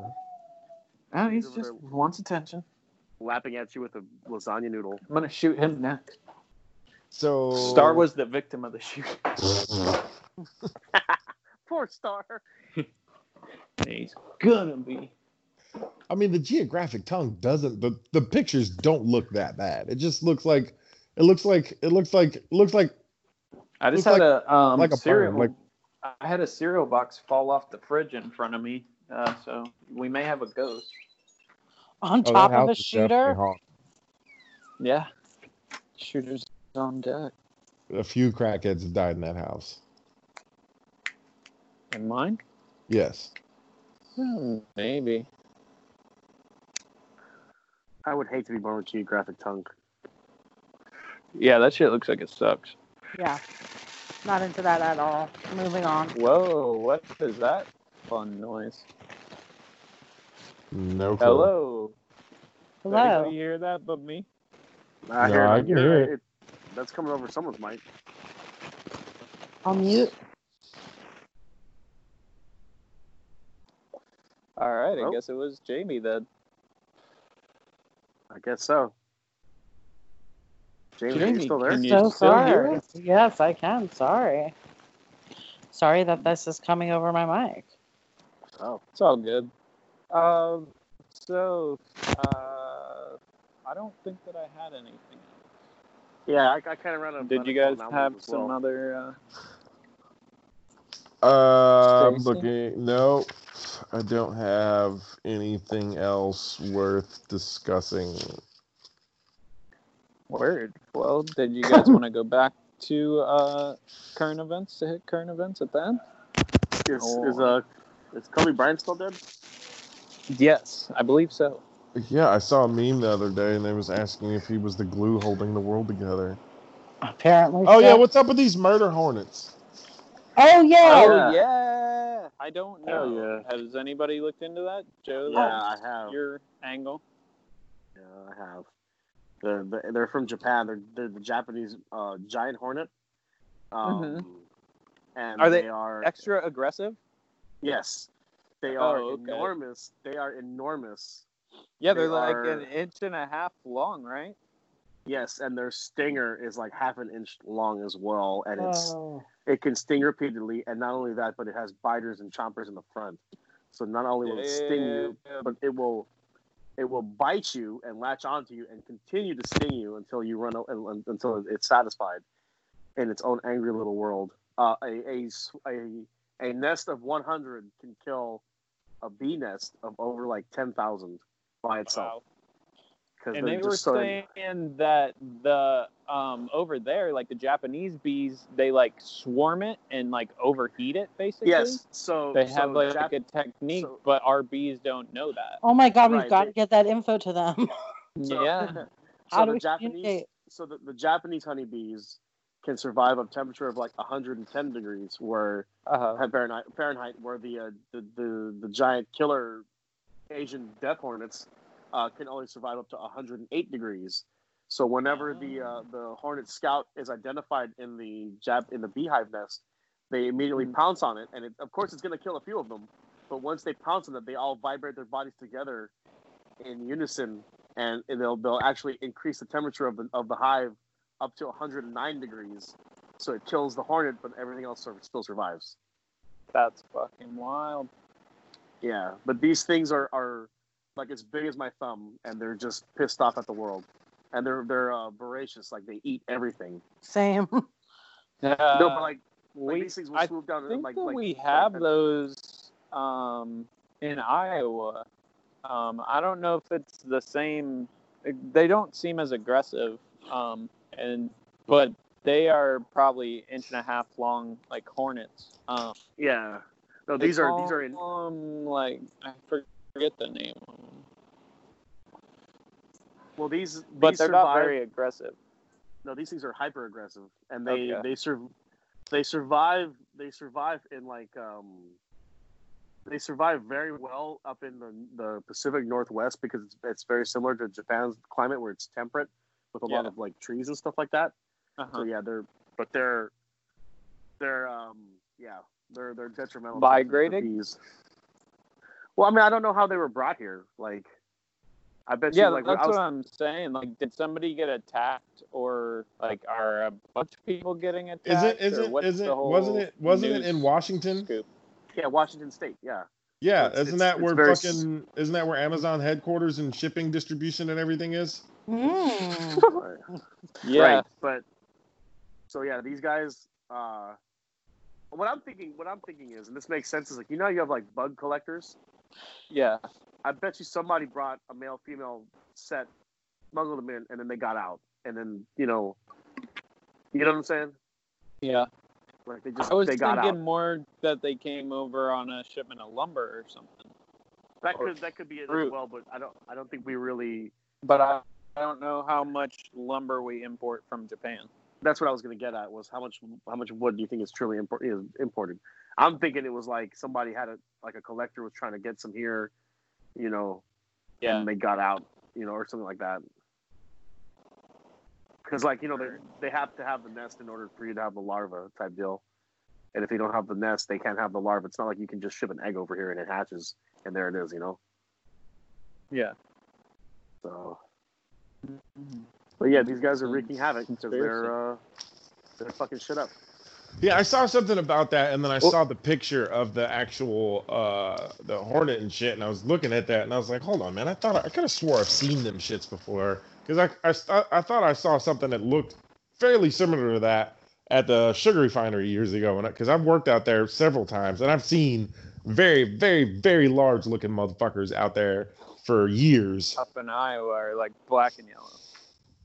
Speaker 1: Oh, he's
Speaker 2: Over
Speaker 1: just
Speaker 2: there.
Speaker 1: wants attention.
Speaker 2: lapping at you with a lasagna noodle.
Speaker 1: I'm gonna shoot him next.
Speaker 4: So
Speaker 1: Star was the victim of the shoot.
Speaker 2: Poor Star.
Speaker 1: He's gonna be.
Speaker 4: I mean, the geographic tongue doesn't. The the pictures don't look that bad. It just looks like it looks like it looks like it looks like
Speaker 1: I just
Speaker 4: Looks
Speaker 1: had a um
Speaker 4: like a
Speaker 1: cereal.
Speaker 4: burn,
Speaker 1: I had a cereal box fall off the fridge in front of me, uh, so we may have a ghost.
Speaker 3: On
Speaker 4: oh, that
Speaker 3: top of
Speaker 4: house
Speaker 3: a
Speaker 4: is definitely
Speaker 3: shooter.
Speaker 4: haunted.
Speaker 1: Yeah, shooters on deck.
Speaker 4: A few crackheads have died in that house.
Speaker 1: And mine?
Speaker 4: Yes.
Speaker 1: Hmm, maybe.
Speaker 2: I would hate to be born with geographic tongue.
Speaker 1: Yeah, that shit looks like it sucks.
Speaker 3: Yeah. Not into that at all. Moving on.
Speaker 1: Whoa, what is that fun noise?
Speaker 4: No. clue.
Speaker 1: Hello. Does anybody
Speaker 3: Hello.
Speaker 1: hear that but me?
Speaker 4: No, I
Speaker 2: it.
Speaker 4: can hear it.
Speaker 2: That's coming over someone's mic.
Speaker 3: On mute.
Speaker 1: All right, I
Speaker 2: Nope.
Speaker 1: guess it was Jamie then.
Speaker 2: I guess so. James, are you
Speaker 1: Jamie,
Speaker 2: still there?
Speaker 1: can you
Speaker 3: So
Speaker 1: still hear
Speaker 3: sorry.
Speaker 1: us?
Speaker 3: Yes, I can. Sorry. Sorry that this is coming over my mic.
Speaker 2: Oh,
Speaker 1: It's all good. Um, so, uh, I don't think that I had anything.
Speaker 2: yeah. I, I kind of ran out. of-
Speaker 1: Did you
Speaker 2: out
Speaker 1: guys
Speaker 2: of
Speaker 1: have
Speaker 2: novels as
Speaker 1: some
Speaker 2: well.
Speaker 1: other? Uh,
Speaker 4: Uh, I'm
Speaker 1: Stacy?
Speaker 4: looking. No, I don't have anything else worth discussing.
Speaker 1: Word. Well, did you guys want to go back to uh, current events to hit current events at that?
Speaker 2: Is,
Speaker 1: Oh.
Speaker 2: is uh, is Kobe Bryant still dead?
Speaker 1: Yes, I believe so.
Speaker 4: Yeah, I saw a meme the other day, and they was asking if he was the glue holding the world together.
Speaker 3: Apparently. so.
Speaker 4: Oh yeah, what's up with these murder hornets?
Speaker 3: Oh yeah.
Speaker 1: Oh yeah. I don't know.
Speaker 2: Hell
Speaker 1: Has anybody looked into that, Joe?
Speaker 2: Yeah, I have.
Speaker 1: that's Your angle.
Speaker 2: Oh. Yeah, I have. They're they're- they're from Japan. They're they're the Japanese uh, giant hornet. Um, And
Speaker 1: Mm-hmm. Are
Speaker 2: are
Speaker 1: they
Speaker 2: they, are
Speaker 1: Extra aggressive.
Speaker 2: yes, they
Speaker 1: Oh,
Speaker 2: are
Speaker 1: okay.
Speaker 2: enormous. They are enormous.
Speaker 1: Yeah, they're
Speaker 2: They
Speaker 1: like
Speaker 2: are-
Speaker 1: an inch and a half long, right?
Speaker 2: Yes, and their stinger is like half an inch long as well, and it's
Speaker 3: Oh.
Speaker 2: it can sting repeatedly. And not only that, but it has biters and chompers in the front. So not only will it sting you,
Speaker 1: Yeah.
Speaker 2: but it will it will bite you and latch onto you and continue to sting you until you run o- until it's satisfied in its own angry little world. Uh, a, a s- a- a nest of 100 can kill a bee nest of over like 10,000 by
Speaker 1: Wow.
Speaker 2: itself. because
Speaker 1: and they were saying that the um over there like the japanese bees they like swarm it and like overheat it basically
Speaker 2: yes. So
Speaker 1: they
Speaker 2: so
Speaker 1: have like
Speaker 2: Jap-
Speaker 1: a technique
Speaker 2: so-
Speaker 1: but our bees don't know that
Speaker 3: Oh my God, we've
Speaker 2: Right,
Speaker 3: got
Speaker 2: they-
Speaker 3: to get that info to them.
Speaker 2: so-
Speaker 1: yeah
Speaker 3: How
Speaker 2: so
Speaker 3: do
Speaker 2: the
Speaker 3: we
Speaker 2: Japanese
Speaker 3: communicate?
Speaker 2: so the, the Japanese honeybees can survive a temperature of like 110 degrees, where
Speaker 1: uh-huh.
Speaker 2: at Fahrenheit, Fahrenheit where the, uh, the the the giant killer Asian death hornets uh, can only survive up to 108 degrees. So whenever the uh, the hornet scout is identified in the jab in the beehive nest, they immediately pounce on it, and it, of course it's going to kill a few of them. But once they pounce on it, they all vibrate their bodies together in unison, and they'll they'll actually increase the temperature of the of the hive up to 109 degrees. So it kills the hornet, but everything else sur- still survives.
Speaker 1: that's fucking wild
Speaker 2: Yeah, but these things are, are like as big as my thumb, and they're just pissed off at the world, and they're they're uh, voracious. Like they eat everything.
Speaker 3: Same.
Speaker 2: no, but like, like,
Speaker 1: Uh, we,
Speaker 2: these things will
Speaker 1: i
Speaker 2: swoop down. and
Speaker 1: think
Speaker 2: like,
Speaker 1: that
Speaker 2: like
Speaker 1: we have
Speaker 2: like-
Speaker 1: those um in iowa um i don't know if it's the same they don't seem as aggressive um and but they are probably inch and a half long like hornets um
Speaker 2: Yeah. No,
Speaker 1: They
Speaker 2: these are these are in.
Speaker 1: call 'em, like I forget the name, of 'em.
Speaker 2: Well, these
Speaker 1: but
Speaker 2: these
Speaker 1: they're
Speaker 2: survive,
Speaker 1: not very aggressive.
Speaker 2: No, these things are hyper aggressive, and they
Speaker 1: Okay.
Speaker 2: they sur- they survive they survive in like um they survive very well up in the, the Pacific Northwest because it's, it's very similar to Japan's climate where it's temperate with a lot
Speaker 1: Yeah.
Speaker 2: of like trees and stuff like that. So
Speaker 1: Uh-huh.
Speaker 2: yeah, they're but they're they're um yeah they're they're detrimental. to- to
Speaker 1: Migrating?
Speaker 2: bees. Well, I mean, I don't know how they were brought here. Like, I bet
Speaker 1: Yeah,
Speaker 2: you like when
Speaker 1: that's
Speaker 2: I was,
Speaker 1: what I'm saying. Like, did somebody get attacked, or like are a bunch of people getting
Speaker 4: Is it?
Speaker 1: attacked?
Speaker 4: Is
Speaker 1: or
Speaker 4: it?
Speaker 1: what's
Speaker 4: Is it?
Speaker 1: the whole
Speaker 4: Wasn't it? Wasn't it
Speaker 1: news
Speaker 4: in Washington?
Speaker 1: Scoop?
Speaker 2: yeah Washington State. Yeah,
Speaker 4: Yeah,
Speaker 2: It's-
Speaker 4: isn't
Speaker 2: it's-
Speaker 4: that
Speaker 2: it's
Speaker 4: where
Speaker 2: very s-
Speaker 4: fucking? Isn't that where Amazon headquarters and shipping distribution and everything is?
Speaker 3: Mm.
Speaker 1: Yeah,
Speaker 2: Right. But so yeah, these guys. Uh, what I'm thinking, what I'm thinking is, and this makes sense, is like you know you have like bug collectors.
Speaker 1: yeah.
Speaker 2: I bet you somebody brought a male female set, smuggled them in, and then they got out, and then you know, you know what I'm saying?
Speaker 1: Yeah,
Speaker 2: Like they just
Speaker 1: I was
Speaker 2: they
Speaker 1: thinking
Speaker 2: got out.
Speaker 1: more that they came over on a shipment of lumber or something,
Speaker 2: That could that could be it as
Speaker 1: fruit.
Speaker 2: well, but I don't I don't think we really.
Speaker 1: but I, I don't know how much lumber we import from Japan.
Speaker 2: That's what I was gonna get at was how much how much wood do you think is truly import, is imported? I'm thinking it was like somebody had a like a collector was trying to get some here, you know,
Speaker 1: Yeah,
Speaker 2: and they got out, you know, or something like that. Because, like, you know, they, they have to have the nest in order for you to have the larva type deal. And if you don't have the nest, they can't have the larva. It's not like you can just ship an egg over here and it hatches and there it is, you know?
Speaker 1: yeah.
Speaker 2: So, but yeah, these guys are wreaking havoc because
Speaker 1: Conspiracy.
Speaker 2: they're, uh, they're fucking shit up.
Speaker 4: Yeah, I saw something about that, and then I
Speaker 1: Oh.
Speaker 4: saw the picture of the actual uh the hornet and shit, and I was looking at that, and I was like, hold on, man, I thought I, could have swore I've seen them shits before, because I I, st- I thought I saw something that looked fairly similar to that at the sugar refinery years ago, and because I've worked out there several times, and I've seen very very very large looking motherfuckers out there for years.
Speaker 1: Up in Iowa are like black and yellow.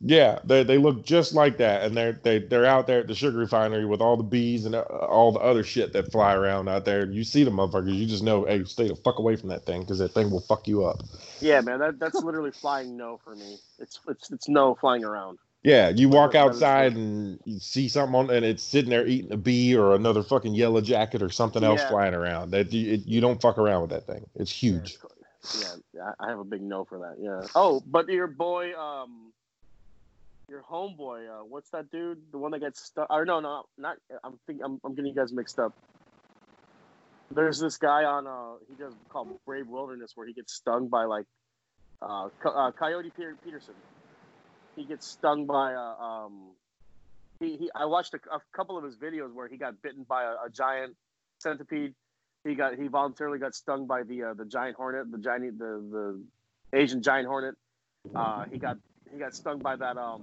Speaker 4: Yeah, they they look just like that, and they're they they're out there at the sugar refinery with all the bees and uh, all the other shit that fly around out there. You see the motherfuckers, you just know, hey, stay the fuck away from that thing because that thing will fuck you up.
Speaker 2: Yeah, man, that, that's literally flying no for me. It's, it's, it's no flying around.
Speaker 4: Yeah, you walk
Speaker 2: Like another
Speaker 4: outside
Speaker 2: fish.
Speaker 4: and you see something on, and it's sitting there eating a bee or another fucking yellow jacket or something else
Speaker 2: Yeah.
Speaker 4: flying around. That you, it, you don't fuck around with that thing. It's huge.
Speaker 2: Yeah, I- I have a big no for that. Yeah. Oh, but your boy, um, your homeboy, uh, what's that dude? The one that gets stuck? Or no, no, not. I'm thinking. I'm, I'm getting you guys mixed up. There's this guy on. Uh, he does called Brave Wilderness where he gets stung by like, uh, co- uh Coyote Peter- Peterson. He gets stung by uh, um. He, he, I watched a, a couple of his videos where he got bitten by a, a giant centipede he got he voluntarily got stung by the uh, the giant hornet, the giant the the Asian giant hornet. Uh, he got he got stung by that um,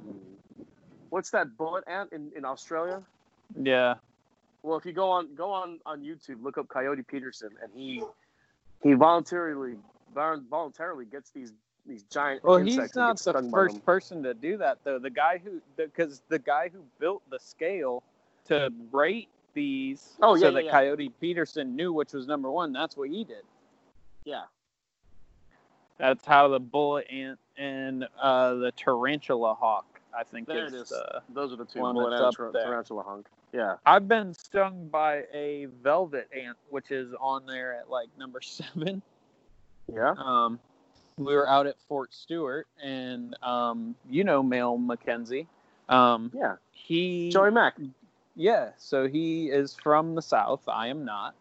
Speaker 2: what's that bullet ant in, in Australia?
Speaker 1: Yeah,
Speaker 2: Well, if you go on go on on YouTube, look up Coyote Peterson, and he he voluntarily voluntarily gets these these giant.
Speaker 1: Well,
Speaker 2: insects
Speaker 1: he's
Speaker 2: and
Speaker 1: not
Speaker 2: get
Speaker 1: the
Speaker 2: stung by
Speaker 1: first
Speaker 2: them.
Speaker 1: person to do that, though. The guy who, because the, guy who built the scale to rate these,
Speaker 2: Oh, yeah,
Speaker 1: so
Speaker 2: yeah,
Speaker 1: that
Speaker 2: yeah.
Speaker 1: Coyote Peterson knew which was number one. That's what he did.
Speaker 2: Yeah.
Speaker 1: That's how the bullet ant and uh, the tarantula hawk, I think,
Speaker 2: There
Speaker 1: is.
Speaker 2: it is.
Speaker 1: Uh,
Speaker 2: Those are the two.
Speaker 1: one
Speaker 2: Bullet
Speaker 1: that's
Speaker 2: and
Speaker 1: up
Speaker 2: tar-
Speaker 1: there.
Speaker 2: tarantula hunk. Yeah.
Speaker 1: I've been stung by a velvet ant, which is on there at like number seven.
Speaker 2: Yeah.
Speaker 1: um, we were out at Fort Stewart, and um, you know Mel McKenzie. Um,
Speaker 2: Yeah.
Speaker 1: he,
Speaker 2: Joey Mack.
Speaker 1: yeah, so he is from the South. I am not.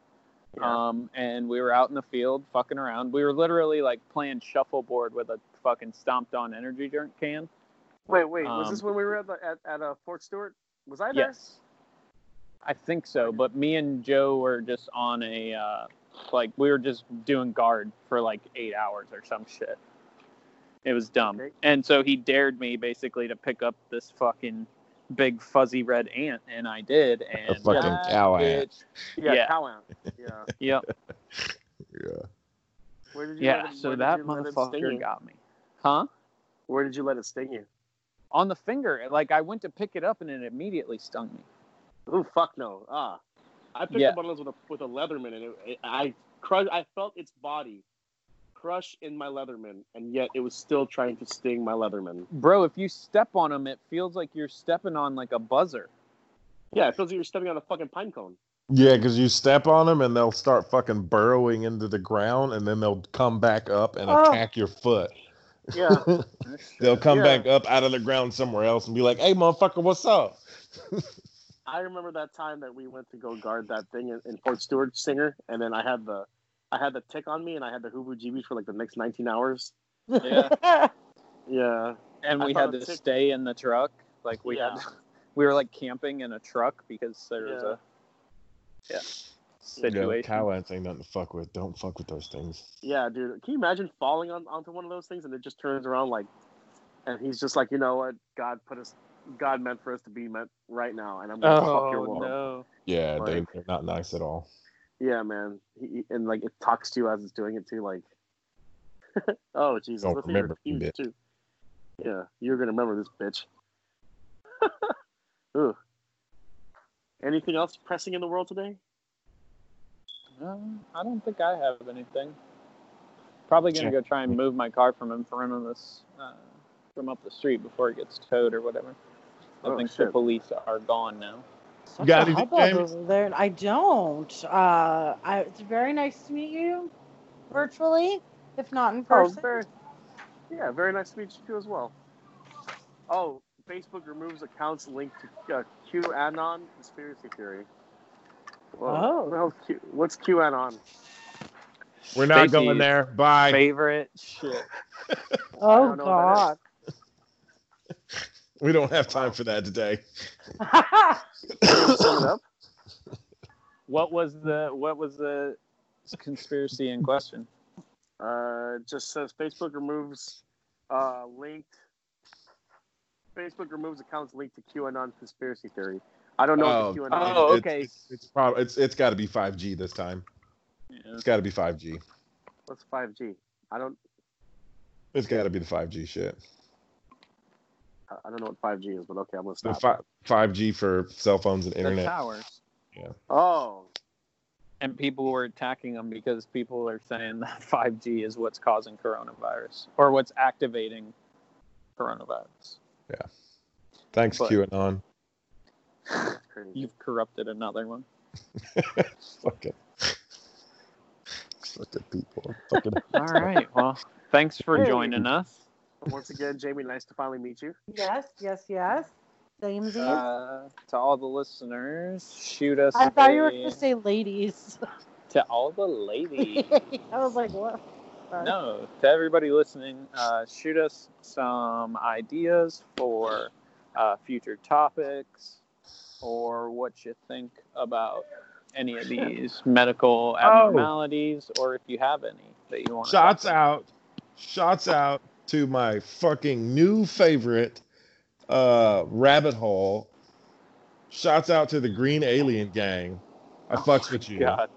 Speaker 1: Um, and we were out in the field fucking around. We were literally like playing shuffleboard with a fucking stomped on energy drink can.
Speaker 2: Wait, wait. was
Speaker 1: Um,
Speaker 2: this when we were at the, at, at uh, Fort Stewart? Was I there?
Speaker 1: Yes. I think so, but me and Joe were just on a uh, like we were just doing guard for like eight hours or some shit. It was dumb,
Speaker 2: Okay.
Speaker 1: and so he dared me basically to pick up this fucking big fuzzy red ant, and I did. And
Speaker 4: fucking
Speaker 1: that
Speaker 4: cow ant.
Speaker 1: bitch-
Speaker 2: Yeah.
Speaker 1: Yeah.
Speaker 2: Cow ant. Yeah.
Speaker 1: Yep.
Speaker 2: Where did you let
Speaker 1: Yeah.
Speaker 2: him-
Speaker 1: So
Speaker 2: where did
Speaker 1: that
Speaker 2: you let him sting
Speaker 1: motherfucker
Speaker 2: you?
Speaker 1: got me, huh?
Speaker 2: Where did you let it sting you?
Speaker 1: On the finger. Like I went to pick it up, and it immediately stung me.
Speaker 2: Ooh, fuck no. Ah, I picked
Speaker 1: Yeah.
Speaker 2: up one of those with a with a Leatherman, and it, it- I crush. I felt its body crush in my Leatherman, and yet it was still trying to sting my Leatherman.
Speaker 1: Bro, if you step on them, it feels like you're stepping on like a buzzer.
Speaker 2: Yeah, it feels like you're stepping on a fucking pine cone.
Speaker 4: Yeah, because you step on them and they'll start fucking burrowing into the ground and then they'll come back up and
Speaker 3: Oh.
Speaker 4: attack your foot.
Speaker 2: Yeah,
Speaker 4: They'll come
Speaker 2: Yeah.
Speaker 4: back up out of the ground somewhere else and be like, hey, motherfucker, what's up?
Speaker 2: I remember that time that we went to go guard that thing in, in Fort Stewart Singer, and then I had the I had the tick on me, and I had the Hubu Jeebies for like the next 19 hours.
Speaker 1: Yeah.
Speaker 2: Yeah,
Speaker 1: and
Speaker 2: I
Speaker 1: we
Speaker 2: thought
Speaker 1: had
Speaker 2: it
Speaker 1: to
Speaker 2: was sick.
Speaker 1: stay in the truck. Like we
Speaker 2: yeah.
Speaker 1: had, we were like camping in a truck because there was
Speaker 2: Yeah.
Speaker 1: a yeah
Speaker 4: Yeah,
Speaker 1: situation.
Speaker 4: cow ants ain't nothing to fuck with. Don't fuck with those things.
Speaker 2: Yeah, dude. Can you imagine falling on, onto one of those things and it just turns around like, and he's just like, you know what? God put us, God meant for us to be meant right now, and I'm gonna fuck
Speaker 4: Oh,
Speaker 2: your world.
Speaker 1: no!
Speaker 4: Yeah, they,
Speaker 2: Like-
Speaker 4: they're not nice at all.
Speaker 2: Yeah, man. He, he- and like it talks to you as it's doing it too. Like, oh Jesus,
Speaker 4: Don't
Speaker 2: Let's see
Speaker 4: remember
Speaker 2: your
Speaker 4: me,
Speaker 2: teeth, too. Yeah, you're gonna remember this bitch. Ooh. Anything else pressing in the world today?
Speaker 1: Um, I don't think I have anything. Probably gonna go try and move my car from in front of this uh, from up the street before it gets towed or whatever. I
Speaker 2: Oh,
Speaker 1: think the
Speaker 2: shit.
Speaker 1: police are gone now.
Speaker 3: Such
Speaker 4: got
Speaker 3: a
Speaker 4: anything,
Speaker 3: hubbub
Speaker 4: James?
Speaker 3: over there. I don't. Uh, I, it's very nice to meet you virtually, if not in person.
Speaker 2: Oh, very, yeah, very nice to meet you too as well. Oh, Facebook removes accounts linked to uh, QAnon conspiracy theory. Whoa.
Speaker 3: Oh.
Speaker 2: Well, Q, what's QAnon?
Speaker 4: We're not
Speaker 1: Stacey-
Speaker 4: going there. Bye.
Speaker 1: Favorite shit.
Speaker 2: I
Speaker 3: oh
Speaker 2: don't know what
Speaker 3: God.
Speaker 4: We don't have time for that today.
Speaker 2: Can you sum it up?
Speaker 1: What was the what was the conspiracy in question?
Speaker 2: Uh, it just says Facebook removes uh, linked. Facebook removes accounts linked to QAnon conspiracy theory. I don't know
Speaker 4: Oh,
Speaker 2: what the QAnon.
Speaker 1: Oh,
Speaker 4: It-
Speaker 1: okay.
Speaker 4: It's, it's probably it's it's got to be 5G this time.
Speaker 1: Yeah.
Speaker 4: It's got to be 5G.
Speaker 2: What's 5G? I don't.
Speaker 4: It's got to be the 5G shit.
Speaker 2: I- I don't know what 5G is, but okay, I'm gonna
Speaker 4: The
Speaker 2: stop.
Speaker 4: fi- 5G for cell phones and
Speaker 1: The
Speaker 4: internet.
Speaker 1: towers.
Speaker 2: oh,
Speaker 1: and people were attacking them because people are saying that 5G is what's causing coronavirus or what's activating coronavirus.
Speaker 4: Thanks,
Speaker 1: But-
Speaker 4: QAnon.
Speaker 2: that's crazy.
Speaker 1: You've corrupted another one.
Speaker 4: Fucking, fucking people. Fucking
Speaker 1: All right. Well, thanks for
Speaker 2: Hey.
Speaker 1: joining us.
Speaker 2: Once again, Jamie, nice to finally meet you.
Speaker 3: yes, yes, yes. Same
Speaker 1: Uh, to all the listeners, shoot us.
Speaker 3: I thought you were
Speaker 1: a-
Speaker 3: going to say ladies.
Speaker 1: to all the ladies.
Speaker 3: I was like, what?
Speaker 1: no, to everybody listening, uh, shoot us some ideas for uh, future topics or what you think about any of these medical abnormalities or if you have any that you want to
Speaker 4: Shots out. Shots out to my fucking new favorite uh rabbit hole. Shots out to the Green Alien Gang. I fucks with you.
Speaker 1: Oh God.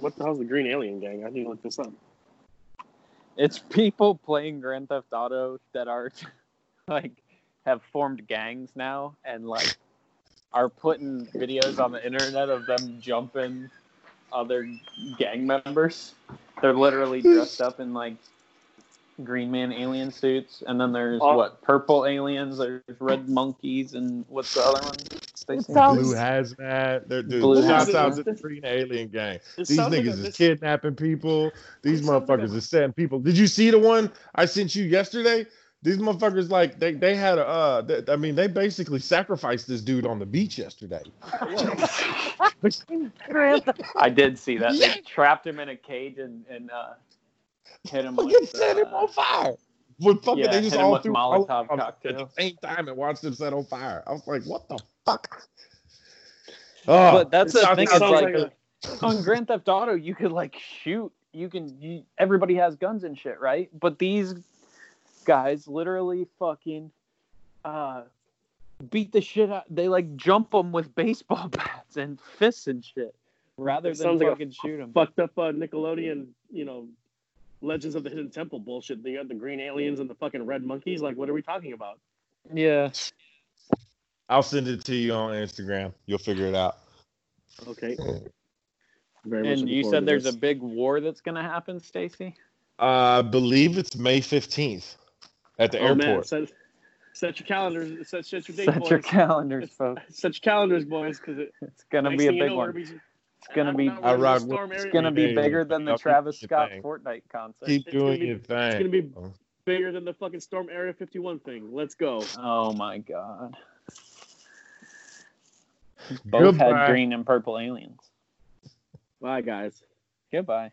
Speaker 2: What the hell's the Green Alien Gang? I need to look this up.
Speaker 1: It's people playing Grand Theft Auto that are like have formed gangs now and like are putting videos on the internet of them jumping other gang members. They're literally dressed up in like green man alien suits and then there's
Speaker 2: Oh.
Speaker 1: what purple aliens, there's red monkeys and what's the other one? Stacy?
Speaker 3: sounds-
Speaker 4: Blue hazmat. They're, dude,
Speaker 1: Blue
Speaker 4: shouts
Speaker 2: hazmat.
Speaker 4: out to the freaking alien gang.
Speaker 2: It
Speaker 4: These
Speaker 2: sounds like
Speaker 4: niggas
Speaker 2: a
Speaker 4: is
Speaker 2: mis-
Speaker 4: kidnapping people. These
Speaker 2: It sounds like a-
Speaker 4: motherfuckers is setting people. Did you see the one I sent you yesterday? These motherfuckers like they they had a uh th- I mean they basically sacrificed this dude on the beach yesterday.
Speaker 3: Grand Theft-
Speaker 1: I did see that. They trapped him in a cage and, and uh, hit him
Speaker 4: Fucking
Speaker 1: with
Speaker 4: set him
Speaker 1: uh,
Speaker 4: on fire. With fucking
Speaker 1: yeah,
Speaker 4: they just
Speaker 1: hit him
Speaker 4: all
Speaker 1: with
Speaker 4: threw
Speaker 1: Molotov
Speaker 4: Molotov at the
Speaker 1: cocktails.
Speaker 4: same time and watched him set on fire. I was like, what the fuck? Oh,
Speaker 1: But that's the
Speaker 4: it sounds-
Speaker 1: thing.
Speaker 2: it
Speaker 1: It's
Speaker 2: sounds
Speaker 1: like,
Speaker 2: like a-
Speaker 1: on Grand Theft Auto, you could like shoot. You can. You, everybody has guns and shit, right? But these guys literally fucking uh, beat the shit out. They like jump them with baseball bats and fists and shit, rather
Speaker 2: It
Speaker 1: than
Speaker 2: sounds like a
Speaker 1: fucking shoot 'em. shoot them.
Speaker 2: fucked up uh, Nickelodeon, you know, Legends of the Hidden Temple bullshit. They got the green aliens and the fucking red monkeys. Like, what are we talking about?
Speaker 1: Yeah.
Speaker 4: I'll send it to you on Instagram. You'll figure it out.
Speaker 2: Okay. Very much
Speaker 1: And
Speaker 2: looking
Speaker 1: you
Speaker 2: forward to
Speaker 1: said there's a
Speaker 2: this.
Speaker 1: big war that's gonna happen, Stacy.
Speaker 4: Uh, I believe it's May 15th at the
Speaker 2: oh, Man,
Speaker 4: airport.
Speaker 2: set, set your calendars. Set, set your date,
Speaker 1: Set
Speaker 2: boys.
Speaker 1: your calendars, folks.
Speaker 2: set your calendars, boys, because it's
Speaker 1: It's gonna be a big one.
Speaker 2: It's
Speaker 1: gonna be-
Speaker 4: I rock with-
Speaker 2: storm area.
Speaker 1: It's gonna be
Speaker 4: Hey,
Speaker 1: bigger than the
Speaker 4: I'll keep
Speaker 1: Travis
Speaker 4: your
Speaker 1: Scott
Speaker 4: thing.
Speaker 1: Fortnite concert.
Speaker 4: Keep
Speaker 2: it's gonna
Speaker 4: doing
Speaker 2: be-
Speaker 4: your
Speaker 2: It's
Speaker 4: thing.
Speaker 2: gonna be bigger than the fucking storm area 51 thing. Let's go.
Speaker 1: Oh my god. Both
Speaker 4: Goodbye.
Speaker 1: had green and purple aliens.
Speaker 2: Bye, guys.
Speaker 1: Goodbye.